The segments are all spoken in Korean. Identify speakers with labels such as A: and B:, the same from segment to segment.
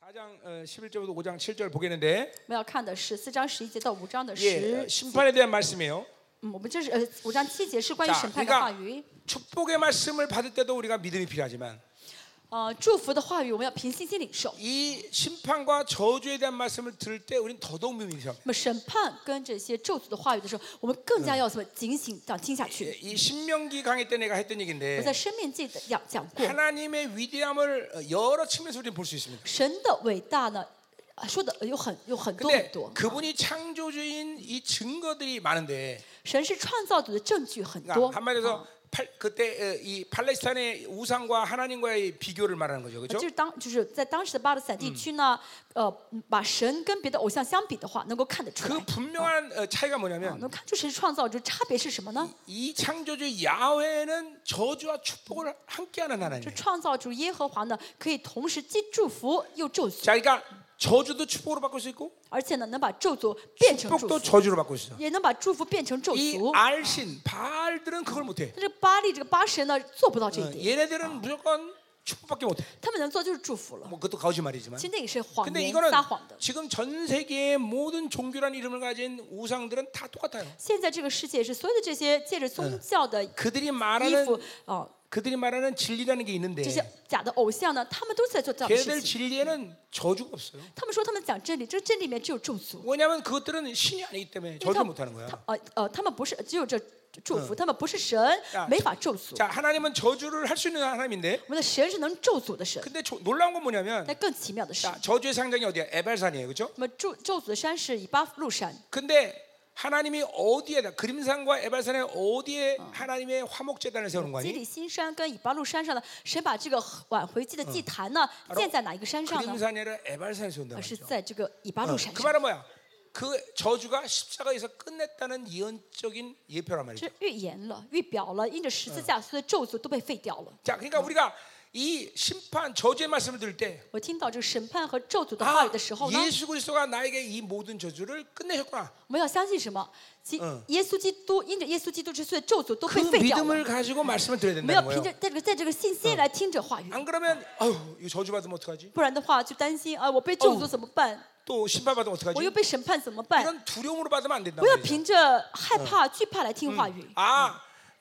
A: 4장 어, 11절부터 5장 7절 보겠는데
B: 我们要看的是四章十一节到五章的
A: 예,
B: 十
A: 어, ， 심판에 대한 말씀이에요.
B: 嗯，我们这是呃五章七节是关于
A: 자
B: 审判的
A: 그러니까
B: 话语，
A: 축복의 말씀을 받을 때도 우리가 믿음이 필요하지만
B: 呃，祝福的话语我们要凭信心领受。
A: 이 심판과 저주에 대한 말씀을 들을 때 우리는 더더욱 믿음이 필요합니다.
B: 那么审判跟这些咒诅的话语的时候，我们更加要什么警醒，这样听下
A: 예,
B: 去。
A: 이 신명기 강의 때 내가 했던
B: 我在
A: 얘기인데
B: 生命记的讲讲过，
A: 하나님의 위대함을 어, 여러 측면에서 우리는 볼 수 있습니다.
B: 神的伟大呢，啊说的有很有很多很
A: 근데
B: 多。
A: 그분이 창조주인 이 증거들이 많은데
B: 神是创造主的证据很多啊
A: 그러니까 。 한마디로 팔, 그때 어, 이 팔레스타인의 우상과 하나님과의 비교를 말하는 거죠. 그렇죠?
B: 呃就是当就是在当时的巴勒斯坦地区呢，呃，把神跟别的偶像相比的话，能够看得出来，
A: 그 분명한 어, 차이가 뭐냐면
B: 啊能看出神创造主差别是什么呢？
A: 이 창조주 야훼는 저주와 축복을 함께하는
B: 就
A: 하나님이에요.
B: 创造主耶和华呢，可以同时既祝福又咒诅，
A: 자, 그러니까 저주도 축복으로 바꿀 수 있고
B: 而且呢，能把咒诅变成祝
A: 축복도
B: 福，
A: 저주로 바꿀 수 있어.
B: 也能把祝福变成咒
A: 이
B: 诅。
A: 알신 바알들은 그걸 못해.
B: 但是巴利这个巴神呢，做不到这
A: 어,
B: 一点，
A: 얘네들은 무조건 축복밖에 못해.
B: 他们能做就是祝福了。
A: 뭐 그것도 거짓말이지만.
B: 其实那也是谎
A: 근데
B: 言、
A: 이거는
B: 撒谎的。
A: 지금 전 세계의 모든 종교란 이름을 가진 우상들은 다 똑같아요.
B: 现在这个世界是所有的这些借着宗教的衣
A: 그들이 말하는
B: 服啊，
A: 그들이 말하는 진리라는 게
B: 这些
A: 있는데
B: 假的偶像呢，他们都在做这样的事
A: 걔네들
B: 情。
A: 진리에는 저주가 없어요.
B: 他们说他们讲真理，这个真理里面只有咒诅，
A: 왜냐하면 그것들은 신이 아니기 때문에
B: 因为
A: 저주
B: 他
A: 못하는 거야.
B: 他呃呃，他们不是只有这祝福，他们不是神
A: 야 ，
B: 没法咒诅。
A: 자, 하나님은 저주를 할 수 있는 하나님인데
B: 我们的神是能咒诅的神。
A: 근데 저- 놀라운 건 뭐냐면
B: 但更奇妙的是，
A: 자, 저주의 상장이 어디야? 에발산이에요. 그렇죠?
B: 那么咒咒诅的山是以巴路山，
A: 근데 하나님이 어디에다 그림산과 에발산에 어디에 하나님의 화목 제단을 세우는 거
B: 基
A: 아니?
B: 里新山跟以巴路山上的，神把这个挽回祭的祭坛呢
A: 바로
B: 建在哪一个山上呢？
A: 그림산이 아니라 에발산에 세운다
B: 而是
A: 말이죠.
B: 在嗯这个以巴路山
A: 그
B: 上。
A: 말은 뭐야? 그 저주가 십자가에서 끝냈다는 예언적인 예표란 말이죠.
B: 这预言了，预表了，因着十字架，所有的咒诅都被废掉了。
A: 자, 그러니까 우리가 이 심판 저주의 말씀을 들을 때
B: 我听到这个审判和咒诅的
A: 아,
B: 话语的时候呢，
A: 예수 그리스도가 나에게 이 모든 저주를 끝내셨구나.
B: 我们要相信什么？其耶稣基督，因着耶稣基督之所有咒诅嗯都
A: 그
B: 被废掉了。
A: 믿음을 가지고 말씀을 드려야
B: 我们要
A: 된다는
B: 嗯凭
A: 거예요.
B: 着在这个在这个信心来听这话语，
A: 안 그러면 아유 이거 저주 받으면 어떡하지?
B: 不然的话就担心啊，我被咒
A: 哦
B: 诅怎么办？
A: 또 심판 받으면
B: 我又
A: 어떡하지?
B: 被审判怎么办？
A: 이런 두려움으로 받으면 안 된다.
B: 不要
A: 말이죠.
B: 凭着害怕、惧怕来听话语。
A: 아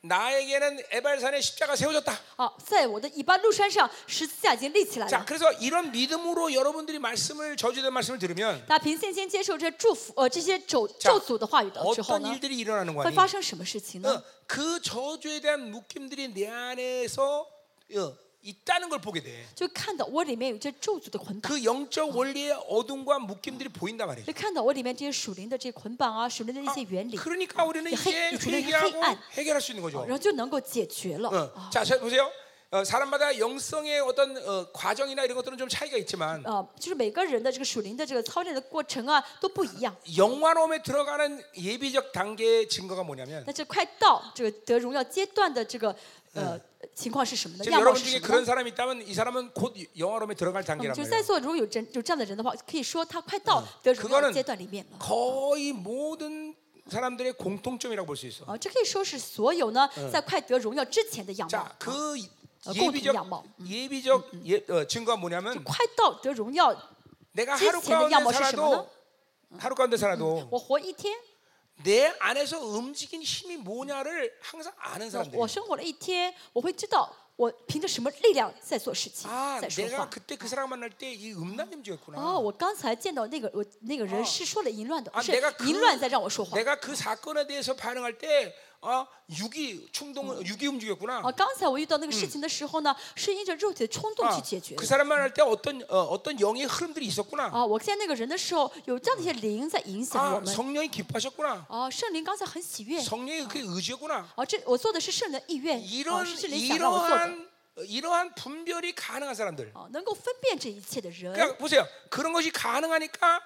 A: 나에게는 에발산에 십자가 세워졌다.
B: 啊，在我的以巴路山上，十字架已经立起来
A: 자
B: 了。
A: 그래서 이런 믿음으로 여러분들이 말씀을 저주된 말씀을 들으면
B: 大家凭信心接受这祝福，呃，这些咒
A: 자
B: 咒诅的话语的之后
A: 어떤
B: 呢，
A: 일들이 일어나는
B: 会
A: 거니?
B: 发生什么事情呢
A: 어, ？그 저주에 대한 묶임들이 내 안에서 어, 있다는 걸 보게 돼.
B: 就看到我里面有这咒诅的捆绑，
A: 그 영적 원리의 어둠과 묶임들이 보인단 말이죠.
B: 就看到我里面这些属灵的这些捆绑啊，属灵的一
A: 아,
B: 些原理，
A: 그러니까 우리는 이제
B: 이 주변의
A: 회개하고
B: 黑暗.
A: 해결할 아. 수 있는 거죠.
B: 然后就能够解决了。啊
A: 어. 자, 자 보세요. 어, 사람마다 영성의 어떤 어, 과정이나 이런 것들은 좀 차이가 있지만
B: 呃，就是每个人的这个属灵的这个操练的过程啊都不一样。
A: 영화로움에 들어가는 예비적 단계의 증거가 뭐냐면
B: 那这快到这个得荣耀阶段的这个呃情况是什么呢？
A: 지금
B: 样貌
A: 여러분
B: 是
A: 중에
B: 什
A: 그런
B: 么呢？
A: 사람이 있다면 이 사람은 곧 영화로움에 들어갈
B: 嗯
A: 단계란
B: 就是在
A: 말이에요.
B: 座如果有嗯真有这样的人的话，可以说他快到得荣耀
A: 그거는
B: 的阶段里面了。
A: 거의 모든 사람들의 공통점이라고 볼 수 있어.
B: 啊，这可以说是所有呢在快得荣耀之前的嗯样貌哦
A: 자, 。그
B: 어,
A: 예비적
B: 양貌.
A: 예비적
B: 음,
A: 예, 어, 증거가 뭐냐면
B: 快到得荣耀，
A: 내가
B: 제-
A: 하루
B: 제 양貌
A: 가운데
B: 실시구나.
A: 살아도 하루 가운데 살아도
B: 我活一天，
A: 내 안에서 움직인 힘이 뭐냐를 항상 아는
B: 我
A: 사람들.
B: 生活了一天，我会知道我凭着什么力量在做事情，
A: 아,
B: 在说
A: 내가
B: 话。
A: 그때 그 사람 만날 때 이 음란임주였구나.
B: 哦，我刚才见到那个我那个哦人是说了淫乱的
A: 啊，
B: 是
A: 내가그
B: 淫乱在让我说话。
A: 내가 그 사건에 대해서 반응할 때 아, 육이 충동, 육이 움직였구나.
B: 啊，刚才我遇到那个事情的时候呢，是因着肉体的冲动
A: 아,
B: 去解决
A: 그
B: 的。
A: 사람 만날 때 어떤 어, 어떤 영의 흐름들이 있었구나.
B: 啊，我见那个人的时候，有这样的一些灵在影响
A: 아,
B: 我们。
A: 성령이 기뻐하셨구나.
B: 哦，圣灵刚才很喜悦。
A: 성령이 그게 의지였구나.
B: 哦，这我做的是圣灵的意愿，哦，
A: 이런
B: 是圣灵想让我做的。
A: 이러한 이러한 분별이 가능한 사람들.
B: 哦，能够分辨这一切的人，
A: 그러니까 보세요. 그런 것이 가능하니까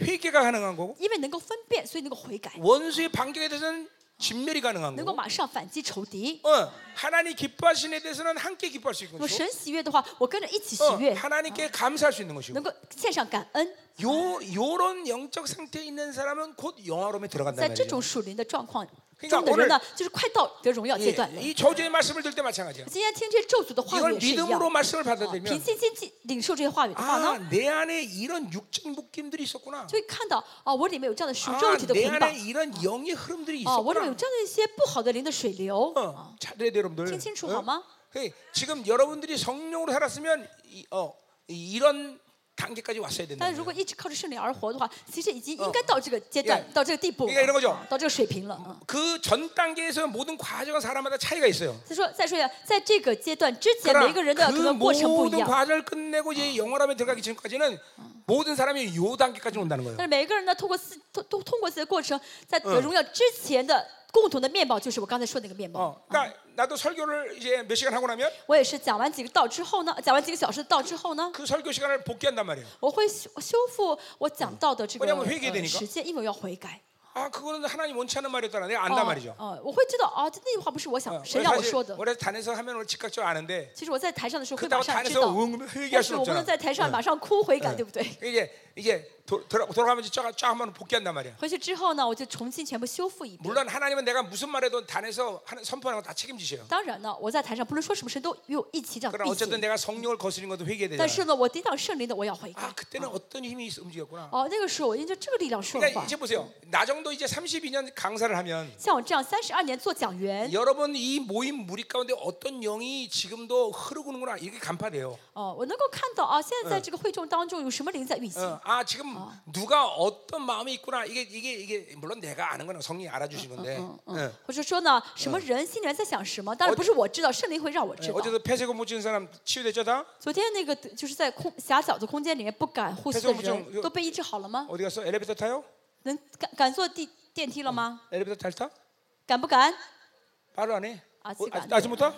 A: 회개가 가능한 거고
B: 因为能够分辨，所以能够悔改，
A: 원수의 반격에 대해서는 진멸이 가능한
B: 能够
A: 거고
B: 马上反击仇敌。
A: 어, 하나님 기뻐하시는 데 대해서는 함께 기뻐할 수 있는
B: 那么
A: 것이고
B: 神喜悦的话，我跟着一起喜
A: 어,
B: 悦，
A: 하나님께 감사할 수 있는 것이고
B: 能够献上感恩。
A: 요 요런 영적 상태에 있는 사람은 곧 영화로움에 들어간다
B: 在这
A: 말이죠.
B: 种属灵的状况中
A: 그
B: 的
A: 러니 까
B: 人呢，就是快到得荣耀阶段了。
A: 예, 이 저주의 말씀을 들 때 마찬가지야.
B: 今天听这咒诅的话语
A: 이걸
B: 也是一样，
A: 믿음으로 말씀을
B: 啊凭
A: 받아들이면
B: 信心记领受这些话语的话呢，
A: 아, 내 안에 이런 육적 묶임들이 있었구나.
B: 就会看到哦，我里面有这样的属
A: 아,
B: 肉体的
A: 내
B: 捆绑
A: 안에 ， 이런 영의 흐름들이
B: 哦，我里面有
A: 있었구나.
B: 这样的一些不好的灵的水流，
A: 아, 어, 잘 돼야 돼, 여러분들.
B: 听清楚
A: 어?
B: 好吗？
A: 예, 지금 여러분들이 성령으로 살았으면 이, 어, 이- 이런 단계까지 왔어야 된다.
B: 但是如果一直靠着圣灵而活的话，其实已经应该到这个阶段
A: 嗯，
B: 到这个地步
A: 应该이런거죠
B: 了，到这个水平了。嗯
A: 그 전 단계에서 모든 과정은 사람마다 차이가 있어요.
B: 再说再说一下，在这个阶段之前，
A: 그러나
B: 每个人的可啊
A: 그
B: 能过程不一
A: 모든
B: 样，
A: 과정을 끝내고 이제 영어라면 들어가기 지금까지는 모든 사람이 요 단계까지 온다는 거예요.
B: 但是每个人呢，通过四通通通过自己的过程，在得荣耀之前的共同的面貌，就是我刚才说的那个面貌
A: 어, 。 그러니까 나도 설교를 이제 몇 시간 하고 나면
B: 我也是讲完几个道之后呢，讲完几个小时的道之后呢，
A: 그 설교 시간을 복귀한단 말이에요.
B: 我会修修复我讲到的这个
A: 왜냐면회개되니까
B: 呃时间，因为我要悔改。
A: 아, 그거는 하나님 원치 않는 말이었더라. 내가 안단
B: 哦
A: 말이죠.
B: 哦，我会知道哦，这那句话不是我
A: 어,
B: 想谁
A: 그래서
B: 让我
A: 사실
B: 说的。
A: 원래 단에서 하면 오늘 즉각적으로 아는데
B: 其实我在台上的时候会
A: 그렇다고
B: 马上知
A: 단에서
B: 道
A: 응응회개할
B: 但
A: 순
B: 是我不
A: 없잖아
B: 能在台上马上哭悔改，对不对？
A: 이게 이게 도, 돌아, 돌아가면서 쫙, 쫙 한번 복귀한단 말이야.
B: 回去之后呢，我就重新全部修复一遍。
A: 물론 하나님은 내가 무슨 말해도 단에서 하는- 선포하는 거 다 책임지셔요.
B: 当然呢，我在台上不论说什么事都与我一起长
A: 그러나
B: 一起
A: 어쨌든 。 내가 성령을 거스린 것도 회개해야
B: 但
A: 되잖아.
B: 是呢，我抵挡圣灵的，我要悔改
A: 아 。 그때는 어떤 힘이 있- 움직였구나.
B: 哦，那个时候我因着这个力量说了
A: 그러니까
B: 话
A: 이제 。 보세요. 나 정도 이제 32년 강사를 하면
B: 像我这样三十二年做讲员，
A: 여러분 이 모임 무리 가운데 어떤 영이 지금도 흐르고는구나 이게 간파돼요.
B: 哦，我能够看到啊，现在在这个会众当中有什么灵在运行。
A: 어, 아 지금 누가 어떤 마음이 있구나 이게 이게 이게 물론 내가 아는 거는 성령이 알아주신 건데. 어.
B: 或者说呢，什么人心里面在想什么？当然不是我知道，圣灵会让嗯我知道。
A: 예, 어제도 폐쇄고 무증 사람 치유됐죠 다?
B: 昨天那个就是在空狭小的空间里面不敢呼
A: 但
B: 吸的
A: 是我们这种
B: 人，都被医治好了吗？
A: 어디 갔어? 엘리베이터 타요?
B: 能敢敢坐地电梯了吗？
A: 엘리베이터 잘 타?
B: 敢不敢？
A: 바로 안 해.
B: 아직
A: 어,
B: 안
A: 아직, 아직 못 타?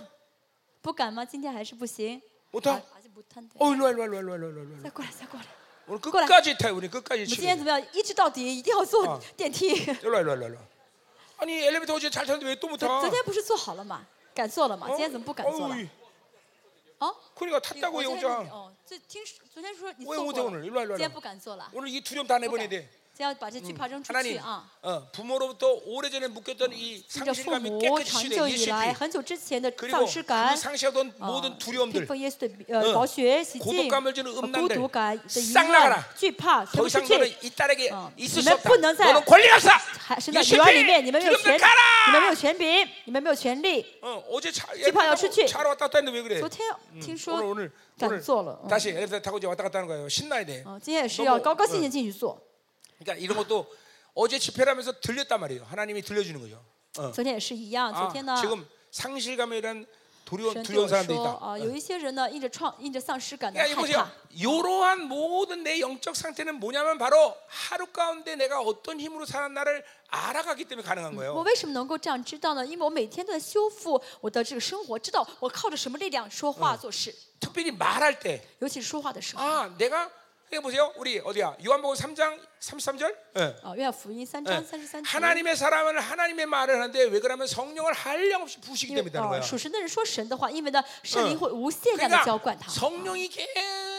B: 不敢吗？今天还是不行。
A: 못 타?
B: 还是不贪的。
A: 어, 일로 와, 일로 와, 일로 와, 일로 와, 일로 와, 일로 와.
B: 再过来，再过来。
A: 오늘
B: 꼬라.
A: 끝까지 타요. 우리 끝까지
B: 我们今天
A: 치료.
B: 怎么样？一直到底，一定要
A: 啊
B: 坐电梯。昨
A: 일로 와, 일로 와, 일로 와. 아니 엘리베이터 어제 잘 탔는데 왜 또 못 타?
B: 昨天不是坐好了吗？敢坐了吗？
A: 어?
B: 今天怎么不敢坐了
A: 어이, ？
B: 哦，
A: 그러니까
B: 这个
A: 탔다고
B: 我
A: 요
B: 今天
A: 오장.
B: 哦，这听说昨天说你
A: 我
B: 坐
A: 也没
B: 过
A: 得我呢
B: 了，
A: 一乱一乱
B: 今天不敢坐了，
A: 오늘 이 두려움 다
B: 不敢
A: 내보내야
B: 今
A: 돼.
B: 天要把
A: 嗯
B: 这惧怕扔出去
A: 하나님,
B: 啊！
A: 어, 부모로부터 오래전에 묶였던 이
B: 因着父
A: 상실감이
B: 母
A: 깨끗이
B: 长
A: 치유돼.
B: 久以
A: 예수의
B: 来
A: 피.
B: 很久之前的
A: 그리고
B: 丧失
A: 그
B: 感，
A: 상실하던
B: 어.
A: 모든
B: 披
A: 두려움들
B: 风耶稣的
A: 응
B: 呃保学习
A: 고독
B: 净，
A: 감을주는
B: 呃
A: 음란들
B: 孤独感的
A: 싹
B: 阴
A: 나가라
B: 暗、惧怕，全
A: 더
B: 部出
A: 이상 너는
B: 去。
A: 이 딸에게
B: 어.
A: 있을 수
B: 너는
A: 없다.
B: 不能再-
A: 너는 권리가 없어.
B: 还是在女
A: 예수의
B: 儿里面，你
A: 피.
B: 们没有
A: 두려움들 ，
B: 权你们没
A: 가라.
B: 有权柄，你们没有权利。
A: 어, 어제 자,
B: 집하여
A: 엘리베이터 타고
B: 출첵.
A: 잘 왔다 갔다 했는데 왜 그래? 음,
B: 昨天听
A: 오늘
B: 说
A: 오늘
B: 敢
A: 오늘
B: 做了，嗯
A: 다시 엘리베이터 타고 이제 왔다 갔다 하는 거예요. 신나야 돼.
B: 嗯，今天也是
A: 너
B: 要
A: 뭐
B: 高高兴兴进去做。
A: 그러니까 이런 것도 어제 집회를 하면서 들렸단 말이에요. 하나님이 들려주는 거죠. 어.
B: 昨天也是一样，昨
A: 아,
B: 天呢，
A: 지금 상실감에 대한 두려운
B: 神对我
A: 두려운 사람들이
B: 说
A: 있다.
B: 啊，有一些人呢，因着创，因着丧失感的
A: 그러니까 이
B: 害
A: 보세요.
B: 怕。
A: 이러한 모든 내 영적 상태는 뭐냐면 바로 하루 가운데 내가 어떤 힘으로 살았나를 알아가기 때문에 가능한
B: 我
A: 거예요.
B: 为什么能够这样知道呢？因为我每天都在修复我的这个生活，知道我靠着什么力量说话做事，
A: 특별히 말할 때,
B: 尤其是说话的时候。
A: 아, 내가 이거 보세요. 우리 어디야? 요한복음 3장 33절. 예.
B: 啊，约翰福音三章三十三节。
A: 하나님의 사람은 하나님의 말을 하는데 왜 그러면 성령을 한량없이 부시게
B: 因为
A: 됩니다.
B: 啊，
A: 거야.
B: 属神的人嗯说神的话，因为呢，圣灵会无限量的浇灌
A: 그러니까
B: 他。
A: 성령이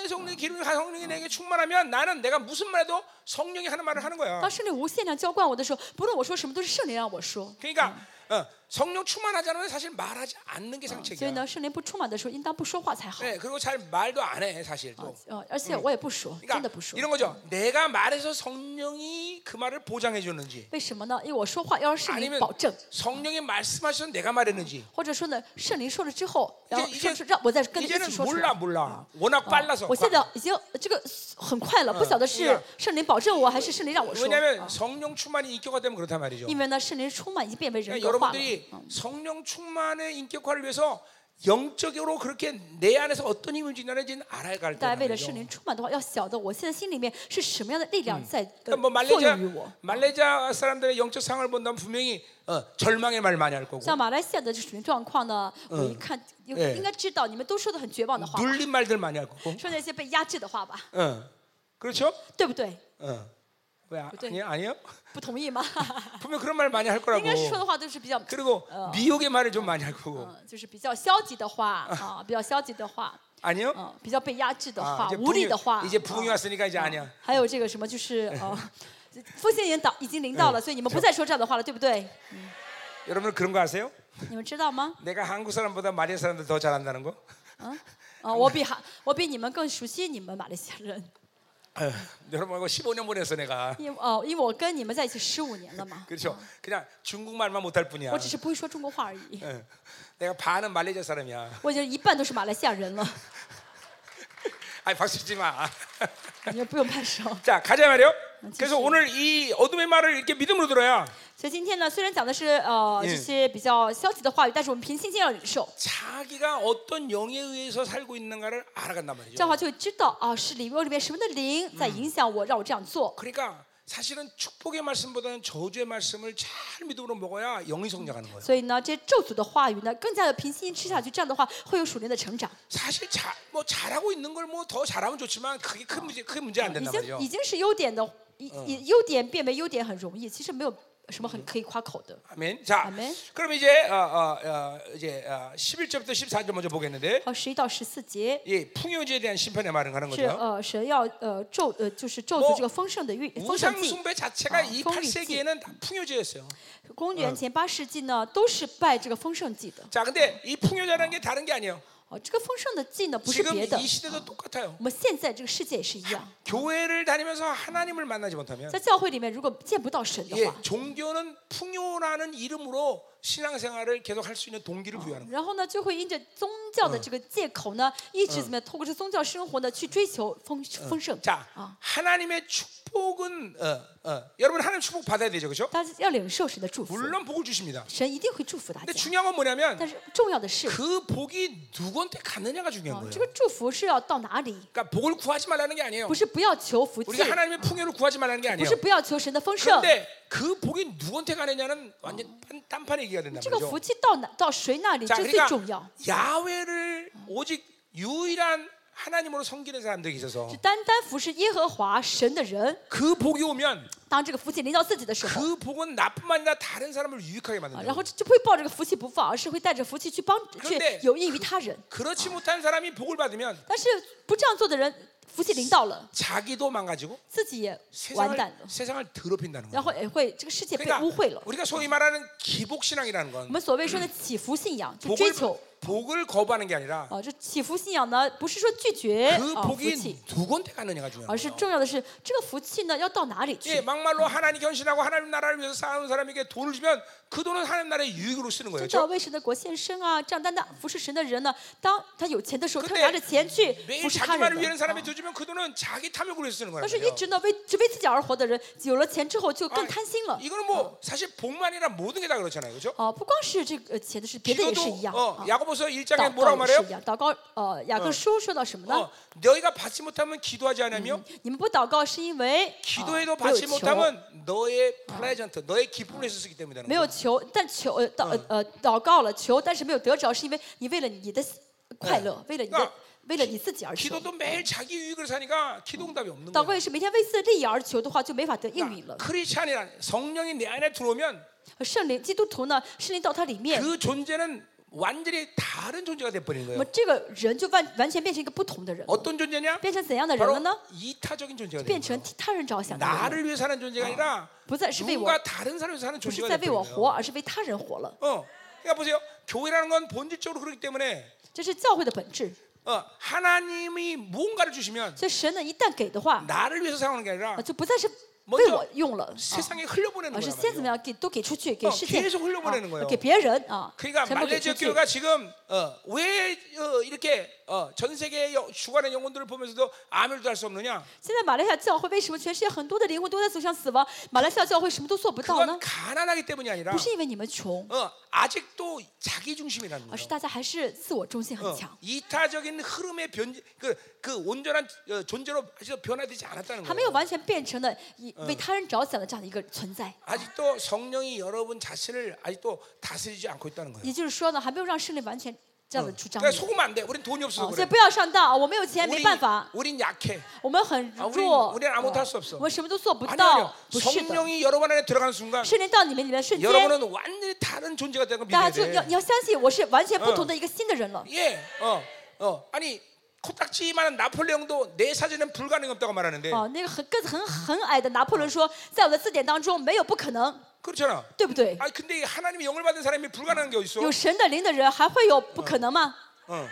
A: 계속 내 기름이 가- 성령이 내게 충만하면 나는 내가 무슨 말해도 성령이 하는 말을 하는 거야.
B: 当圣灵无限量浇灌我的时候，不论我说什么，都是圣灵让我说。
A: 그러니까 어, 성령 충만하지 않으면 사실 말하지 않는 게
B: 所以
A: 상책이야.
B: 呢，圣灵不充满的时候，应当不说话才好。
A: 네, 그리고 잘 말도 안 해 사실 또.
B: 呃，而且我也不说，真的
A: 그러니까
B: 不说。
A: 이런 거죠. 내가 말해서 성령이 그 말을 보장해 줬는지
B: 为什么啊呢？因为我说话要让圣灵
A: 아니면
B: 保证，
A: 성령이 말씀하셔서 내가 말했는지
B: 或者说呢，圣灵说了之后，然后
A: 이제
B: 说出让我再跟你一
A: 이제는 어,
B: 起说出
A: 몰라
B: 来。
A: 몰라. 워낙 빨라서.
B: 我现在已经这个很快了，不晓得
A: 그러니
B: 是
A: 까
B: 圣灵保证我还是圣灵嗯让我说。
A: 왜냐하면 성령 충만이 인격화 되면 그렇단 어. 말이죠.
B: 因为呢，圣灵充满已经变为哎人
A: 그러니까
B: 格化了。
A: 여러분들이 성령 충만의 인격화를 위해서 영적으로 그렇게 내 안에서 어떤 힘을 지나는지는 알아야 갈
B: 大家为
A: 거예요.
B: 了圣灵充满的话，要晓得我现在心里面是什么样的力量在呃
A: 그러니까 뭐
B: 作
A: 말레이시아
B: 用于我。
A: 말레이시아 사람들의 영적 상황을 본다면 분명히 어, 절망의 말 많이 할 거고
B: 像马来西亚的这属灵状况呢，我一看应
A: 예
B: 应该知道，你们都说的很绝望的话，
A: 눌린 말들 많이 할 거고.
B: 说那些被压制的话吧，
A: 어. 그렇죠?
B: 对不对？
A: 어. 왜 아,
B: 그때-
A: 아니 아니요?
B: 不同意吗？
A: 분명 그런 말 많이 할
B: 应
A: 거라고.
B: 该是说的话都是比较，
A: 그리고
B: 어.
A: 미혹의 말을 좀 많이 할 거고.
B: 嗯，就是比较消极的话啊，比较消极的话，
A: 아니요?
B: 嗯，比较被压制的
A: 아,
B: 话，
A: 이제
B: 无力
A: 부흥이,
B: 的话，
A: 이제 부흥이
B: 啊
A: 왔으니까 이제 아니야.
B: 还有这个什么就是呃，复兴已经到已经临到了，所以你们不再说这样的话了，对不对？
A: 여러분 그런 거 아세요?
B: 你们知道吗？
A: 내가 한국 사람보다 말레이시아 사람들 더 잘한다는 거?
B: 啊、我比韩，我比你们更熟悉你们马来西亚人，
A: 아휴, 어. 여러분하고 15년 보냈어 내가.
B: 因哦、因为我跟你们在一起十五年了嘛，
A: 그렇죠? 그냥 중국말만 못할 뿐이야.
B: 我只是不会说中国话而已，
A: 예. 내가 반은 말레이시아 사람이야.
B: 我已经一半都是马来西亚人了，
A: 아니 박수 치지 마.
B: 你们不用拍手。
A: 자 가자 말이요. 그래서
B: 진짜.
A: 오늘 이 어둠의 말을 이렇게 믿음으로 들어야
B: 所以今天呢，虽然讲的是呃
A: 嗯
B: 这些比较消极的话语，但是我们凭信心要忍受，
A: 자기가 어떤 영에 의해서 살고 있는가를 알아간단
B: 这样
A: 말이죠.
B: 的话就会知道啊，是里面里面什么的灵在影响我，让我这样做。
A: 그러니까 사실은 축복의 말씀보다는 저주의 말씀을 잘 믿음으로 먹어야 영이 성장하는 거예요.
B: 所以呢，这些咒诅的话语呢，更加的凭信心吃下去，这样的话会有属灵的成长。
A: 사실 자, 뭐 잘하고 있는 걸 뭐 더 잘하면 좋지만 그게 큰 문제 큰 문제 안
B: 已
A: 된단
B: 经
A: 말이죠.
B: 已经是优点的，已已优点变为优点很容易，其实没有什么很可以夸口的。
A: 아멘. 자,
B: 아멘.
A: 그럼 이제 어, 어, 어, 이제 어, 11절부터 14절 먼저 보겠는데,
B: 好，十一到十四节
A: 예 풍요지에 대한 심판의 말은 하는
B: 是
A: 거죠.
B: 呃神要呃咒呃就是咒
A: 뭐
B: 诅这个丰盛的预丰盛
A: 우상
B: 祭。
A: 숭배 자체가
B: 어,
A: 이
B: 성립지.
A: 8세기에는 다 풍요지였어요.
B: 公元前八世纪呢，都是拜这个丰盛祭的。
A: 자, 근데 이 풍요자라는 게 다른 게 아니에요.
B: 哦，这个丰盛的祭呢，不是
A: 지금
B: 别的
A: 이 。 시대도 똑같아요.
B: 我们现在这个世界也是一样，
A: 교회를 다니면서 하나님을 만나지 못하면
B: 在教会里面如果见不到神的
A: 예,
B: 话，
A: 종교는 풍요라는 이름으로 신앙생활을 계속 할 수 있는 동기를 부여하는 거예요.
B: 然后呢，就会因着宗教的这个借口呢，一直怎么样，透过这宗教生活呢，去追求丰丰盛。
A: 자,
B: 啊，
A: 하나님의 축복은 어, 어. 여러분 하나님 축복 받아야 되죠, 그렇죠?
B: 大家要领受神的祝福，
A: 물론 복을 주십니다.
B: 神一定会祝福大
A: 근데
B: 家。
A: 중요한 건 뭐냐면
B: 但是重要的是，
A: 그 복이 누구한테 가느냐가 중요한
B: 啊
A: 거예요.
B: 这个祝福是要到哪里？
A: 그러니까 복을 구하지 말라는 게 아니에요.
B: 不是不要求福气
A: 우리가 ， 하나님의 풍요를 구하지 말라는 게
B: 不
A: 아니에요.
B: 是不要求神的丰盛，
A: 그런데 그 복이 누구한테 가느냐는 완전 딴- 딴판 얘기가 된단
B: 这个福
A: 말이죠.
B: 气到哪到谁那里，
A: 자
B: 这最
A: 그러니까
B: 重要。
A: 야외를 오직 유일한 하나님으로 섬기는 사람들이 있어서
B: 是单单服侍耶和华神的人，
A: 그 복이 오면
B: 当这个福气临到自己的时候，
A: 그 복은 나뿐만 아니라 다른 사람을 유익하게
B: 啊
A: 만든다.
B: 然后就就不会抱这个福气不放，而是会带着福气去帮，去
A: 데
B: 有益于他人。
A: 그렇지 못한 사람이 복을 받으면
B: 但是不这样做的人，福气临到了，
A: 자기도 망가지고
B: 自己也完
A: 세상을
B: 蛋了，
A: 세상을 더럽힌다는
B: 然
A: 거예요.
B: 后也会这个世界被污秽
A: 그러니까
B: 了。
A: 우리가 소위 말하는 기복 신앙이라는
B: 我
A: 건
B: 们所谓说的祈福信仰，就
A: 복을
B: 追求
A: 복을 거부하는 게 아니라
B: 啊，这祈福信仰呢，不是说拒绝
A: 그
B: 啊福
A: 복이
B: 气，
A: 누구한테 가느냐가 중요한
B: 而是
A: 거예요.
B: 重要的是这个福气呢要到哪里
A: 예,
B: 去。
A: 막말로 하나님 견신하고 하나님 나라를 위해서 싸우는 사람에게 돈을 주면 그 돈은 하나님 나라의 유익으로 쓰는 거예요.
B: 真
A: 그렇죠?
B: 的为神的国献身啊，这样单单服侍神的人呢，当他有钱的时候，
A: 근
B: 他
A: 데
B: 拿着钱去
A: 매일
B: 服侍他
A: 자기만을
B: 人
A: 위하는
B: 的。
A: 사람이 줘주면 그 돈은 자기 탐욕을 위해서 쓰는 거예요.
B: 但是一直呢为只为自己而活的人，有了钱之后就更贪心了。
A: 이거는 뭐 사실 복만 아니라 모든 게 다 그렇잖아요. 그렇죠?
B: 哦、不光是这个呃钱的事，别的也是一
A: 기도도
B: 样。
A: 어,
B: 啊
A: 야고보서 1장에
B: 祷
A: 뭐라고
B: 告也是
A: 말해요?
B: 一样，祷告呃，雅各书说到什么呢？嗯
A: 어, 너희가 받지 못하면 기도하지 않으며
B: 你们不祷告是因为呃没
A: 기도해도
B: 有
A: 받지
B: 求，
A: 못하면 너의 플레전트, 너의 기쁨을 위해서 쓰기 때문이라는
B: 没
A: 거예요.
B: 有求，但求呃祷呃呃祷告了求，但是没有得着，是因为你为了你的快乐，为了你
A: 那
B: 的为了你自己而求。
A: 기도도 매일 자기 유익을 사니까 기도 응답이 없는
B: 祷告
A: 거예요. 그러니까
B: 也是每天为自己的利益而求的话，就没法得应允了。
A: 크리스찬이란 성령이 내 안에 들어오면
B: 圣灵基督徒呢，圣灵到他里面，
A: 그 존재는 완전히 다른 존재가 돼버린
B: 那
A: 거예요.
B: 么这个人就完完全变成一个不同的人了，
A: 어떤 존재냐?
B: 变成怎样的人了
A: 바로
B: 呢？
A: 이타적인 존재가
B: 变
A: 되는
B: 成
A: 거예요.
B: 替他人着想的人了，
A: 나를 위해 사는 존재가 아니라
B: 不再是为我，
A: 누군가 다른 사람을 위해 사는
B: 不是
A: 존재가
B: 在为我
A: 돼버린
B: 活，
A: 거예요.
B: 而是为他人活了。
A: 어, 그러니까 보세요. 교회라는 건 본질적으로 그렇기 때문에
B: 这是教会的本质。
A: 어, 하나님이 무언가를 주시면
B: 所以神呢，一旦给的话，
A: 나를 위해서 사용하는 게 아니라
B: 啊，就不再是
A: 먼
B: 为
A: 저
B: 我用了，啊
A: 세상에 흘려보내는
B: 而是
A: 거예요.
B: 先怎么样给都给出去，给
A: 哦
B: 世界，
A: 계속흘려보내는거예요
B: 啊给别人啊，
A: 그러니까
B: 全部给
A: 말레이시아
B: 出去。
A: 교회가 지금 어, 왜 어, 이렇게 어, 전 세계의 여- 죽어가는 영혼들을 보면서도 아멘도 할 수 없느냐?
B: 现在马来西亚教会为什么全世界很多的灵魂都在走向死亡？马来西亚教会什么都做不到
A: 그건
B: 呢？
A: 가난하기 때문이 아니라
B: 不是因为你们穷，
A: 어, 아직도 자기 중심이라는
B: 而是
A: 거예요.
B: 大家还是自我中心很
A: 어,
B: 强。
A: 이타적인 흐름의 변, 그, 그 온전한 어, 존재로 아직도 변화되지 않았다는
B: 还没有
A: 거예요.
B: 完全变成了以为他人着想的这样的一个存在。
A: 아직도 성령이 여러분 자신을 아직도 다스리지 않고 있다는 거예요.
B: 也就是说呢，还没有让胜利完全这样的主张力。
A: 그러니까 속으면 안 돼. 우린 돈이
B: 啊
A: 없어서
B: 所
A: 그래.
B: 以不要上当啊！我们有钱没
A: 우린,
B: 办法，
A: 우린 약해.
B: 我们很
A: 啊우린
B: 弱，哦
A: 우린아무것도할수없어
B: 我们什么都做不啊
A: 아니,
B: 到
A: 아니요. ，
B: 不是的。
A: 성령이 여러분 안에 들어가는 순간
B: 圣灵到你们里面的瞬间，
A: 여러분은 완전히 다른 존재가 되는 걸
B: 大
A: 믿어야
B: 家就要
A: 돼.
B: 你要相信我是完全不同的一个新的人了。
A: 예, 어, 어, 아니 코딱지만한 나폴레옹도 내 사진은
B: 어.
A: 불가능 없다고 말하는데
B: 嗯哦，那个很个子很很矮的拿破仑说，在我的字典当中没有不可能。
A: 그렇잖아.
B: 对不对？
A: 아 근데 하나님의 영을 받은 사람이 불가능한 게 어디 있어?
B: 有神的灵的人还会有不可能吗？
A: 어.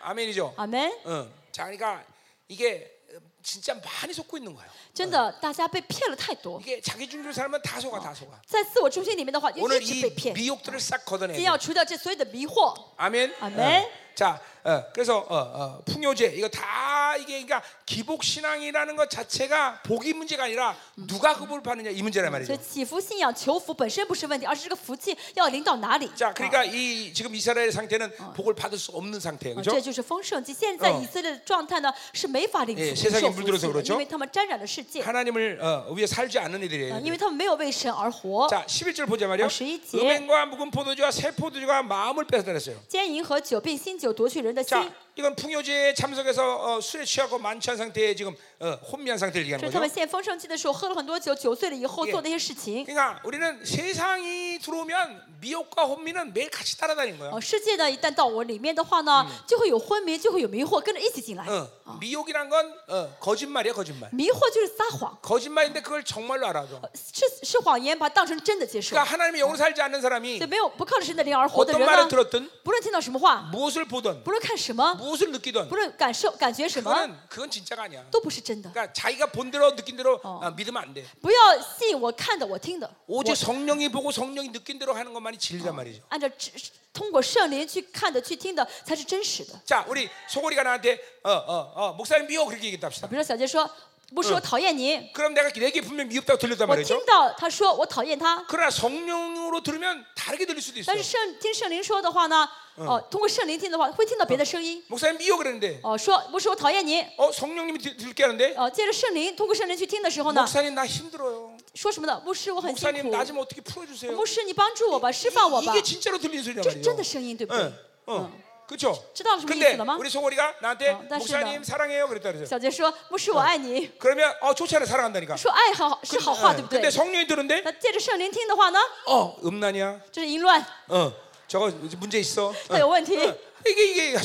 A: 아멘이죠.
B: 阿门。
A: 어. 자, 그러니까 이게 어, 진짜 많이 속고 있는 거예요.
B: 真的，大家被骗了太多，
A: 이게 자기 중심으로 살면 다 속아, 다 속아.
B: 在自我中心里面的话，就
A: 오늘
B: 一直被
A: 이
B: 骗。
A: 미혹들을 싹
B: 先
A: 걷어내.
B: 要除掉这所有的迷惑，
A: 아멘.
B: 아멘.
A: 어. 자, 어, 그래서 어, 어, 풍요제 이거 다 이게 그러니까 기복 신앙이라는 것 자체가 복이 문제가 아니라 누가 음. 그걸 받느냐 이 문제란
B: 所
A: 말이죠.
B: 以祈福信仰求福本身不是问题，而是这个福气要临到哪里。啊
A: 자, 그러니까 이 지금 이스라엘 상태는 복을 받을 수 없는 상태예요, 그렇죠?
B: 啊
A: 그죠
B: 这就是丰盛期。现在
A: 嗯
B: 以色列的状态呢是没法领
A: 예
B: 受
A: 세상에물들어서
B: 福气
A: 그렇
B: 的，
A: 죠
B: 因为他们沾染了世界，
A: 하나님을 어, 위해 살지 않는
B: 啊
A: 이들이에요.
B: 因为他们没有为神而活。
A: 자, 11절 보자 말이요.
B: 어, 11 절.
A: 음행과 묵은 포도주와 새 포도주가 마음을 뺏어냈어요.
B: 奸淫和酒并新酒夺去人的心，
A: 자, 이건 풍요제에 참석해서 어, 술에 취하고 만취한 상태에 지금 어, 혼미한 상태를
B: 这
A: 얘기하는
B: 是他们
A: 거죠.
B: 现丰盛期的时候喝了很多酒，酒醉了以后
A: 예
B: 做那些事情。
A: 그러니까 우리는 세상이 들어오면 미혹과 혼미는 매일 같이 따라다니는 거야.
B: 哦，世界呢一旦到我里面的话呢，就会有昏迷，就会有迷惑，跟着一起进来。
A: 어, 미혹이란 건 어, 거짓말이야, 거짓말.
B: 迷惑就是撒谎，
A: 거짓말인데 그걸 정말로 알아줘.
B: 是是谎言，把它当成真的接受。
A: 그러니까 하나님의 영으로 살지 않는
B: 所
A: 사람이
B: 以没有不靠着神的灵而活的
A: 어떤
B: 人
A: 말을
B: 呢，
A: 들었든
B: 不论听到什么话，
A: 무엇을 보든
B: 不论看什么，
A: 무엇을 느끼든
B: 不论感受感觉什么，
A: 그거는 그건 진짜가 아니야.
B: 都不是真的。
A: 그러니까 자기가 본 대로 느낀 대로
B: 어.
A: 아, 믿으면 안 돼.
B: 不要信我看的，我听的，
A: 오직 성령이 보고 성령이 느낀 대로 하는 것만이 진리란 말이죠.
B: 按照只通过圣灵去看的、去听的才是真实的。
A: 자, 우리 소고리가 나한테 어 어 어 목사님 미워 그렇게 얘기했다 합시다.
B: 比如说小杰说：“牧师，我讨厌你。
A: 그럼 내가 내게 분명 미흡다고 들렸단
B: 我听
A: 말이죠.
B: 到他说我讨厌他，
A: 그러나 성령으로 들으면 다르게 들릴 수도 있어.
B: 但是圣听圣灵说的话呢，哦、通过圣灵听的话会听到别的声音。
A: 목사님 미워 그랬는데
B: 哦、说牧师，我讨厌你。
A: 어 성령님이 들, 들게 하는데
B: 哦、借着圣灵，通过圣灵去听的时候呢，
A: 목사님 나 힘들어요.
B: 说什么呢？牧师，我很辛
A: 목사님 나
B: 苦。
A: 좀 어떻게 풀어주세요.
B: 牧师，你帮助我吧，释放我
A: 이-
B: 吧。
A: 이게 진짜로 들리는 소리란
B: 这是真的
A: 말이에요.
B: 声音，对不对？
A: 응, 응, 그렇죠.
B: 찌다가 무슨
A: 근데
B: 얘기했나?
A: 우리 소고리가 나한테
B: 어, 나
A: 목사님
B: 싫다.
A: 사랑해요 그랬다 그러죠.
B: 小杰说：“牧师，我爱你。
A: 그러면 어 좋잖아 사랑한다니까.
B: 说爱好是嗯好话，
A: 예.
B: 对嗯不对
A: 근데 ？ 성령이 들은데
B: 那借着圣灵听的话呢，
A: 어 음란이야.
B: 这是淫乱，
A: 어 저거 문제 있어.
B: 它有问题。
A: 이게 이게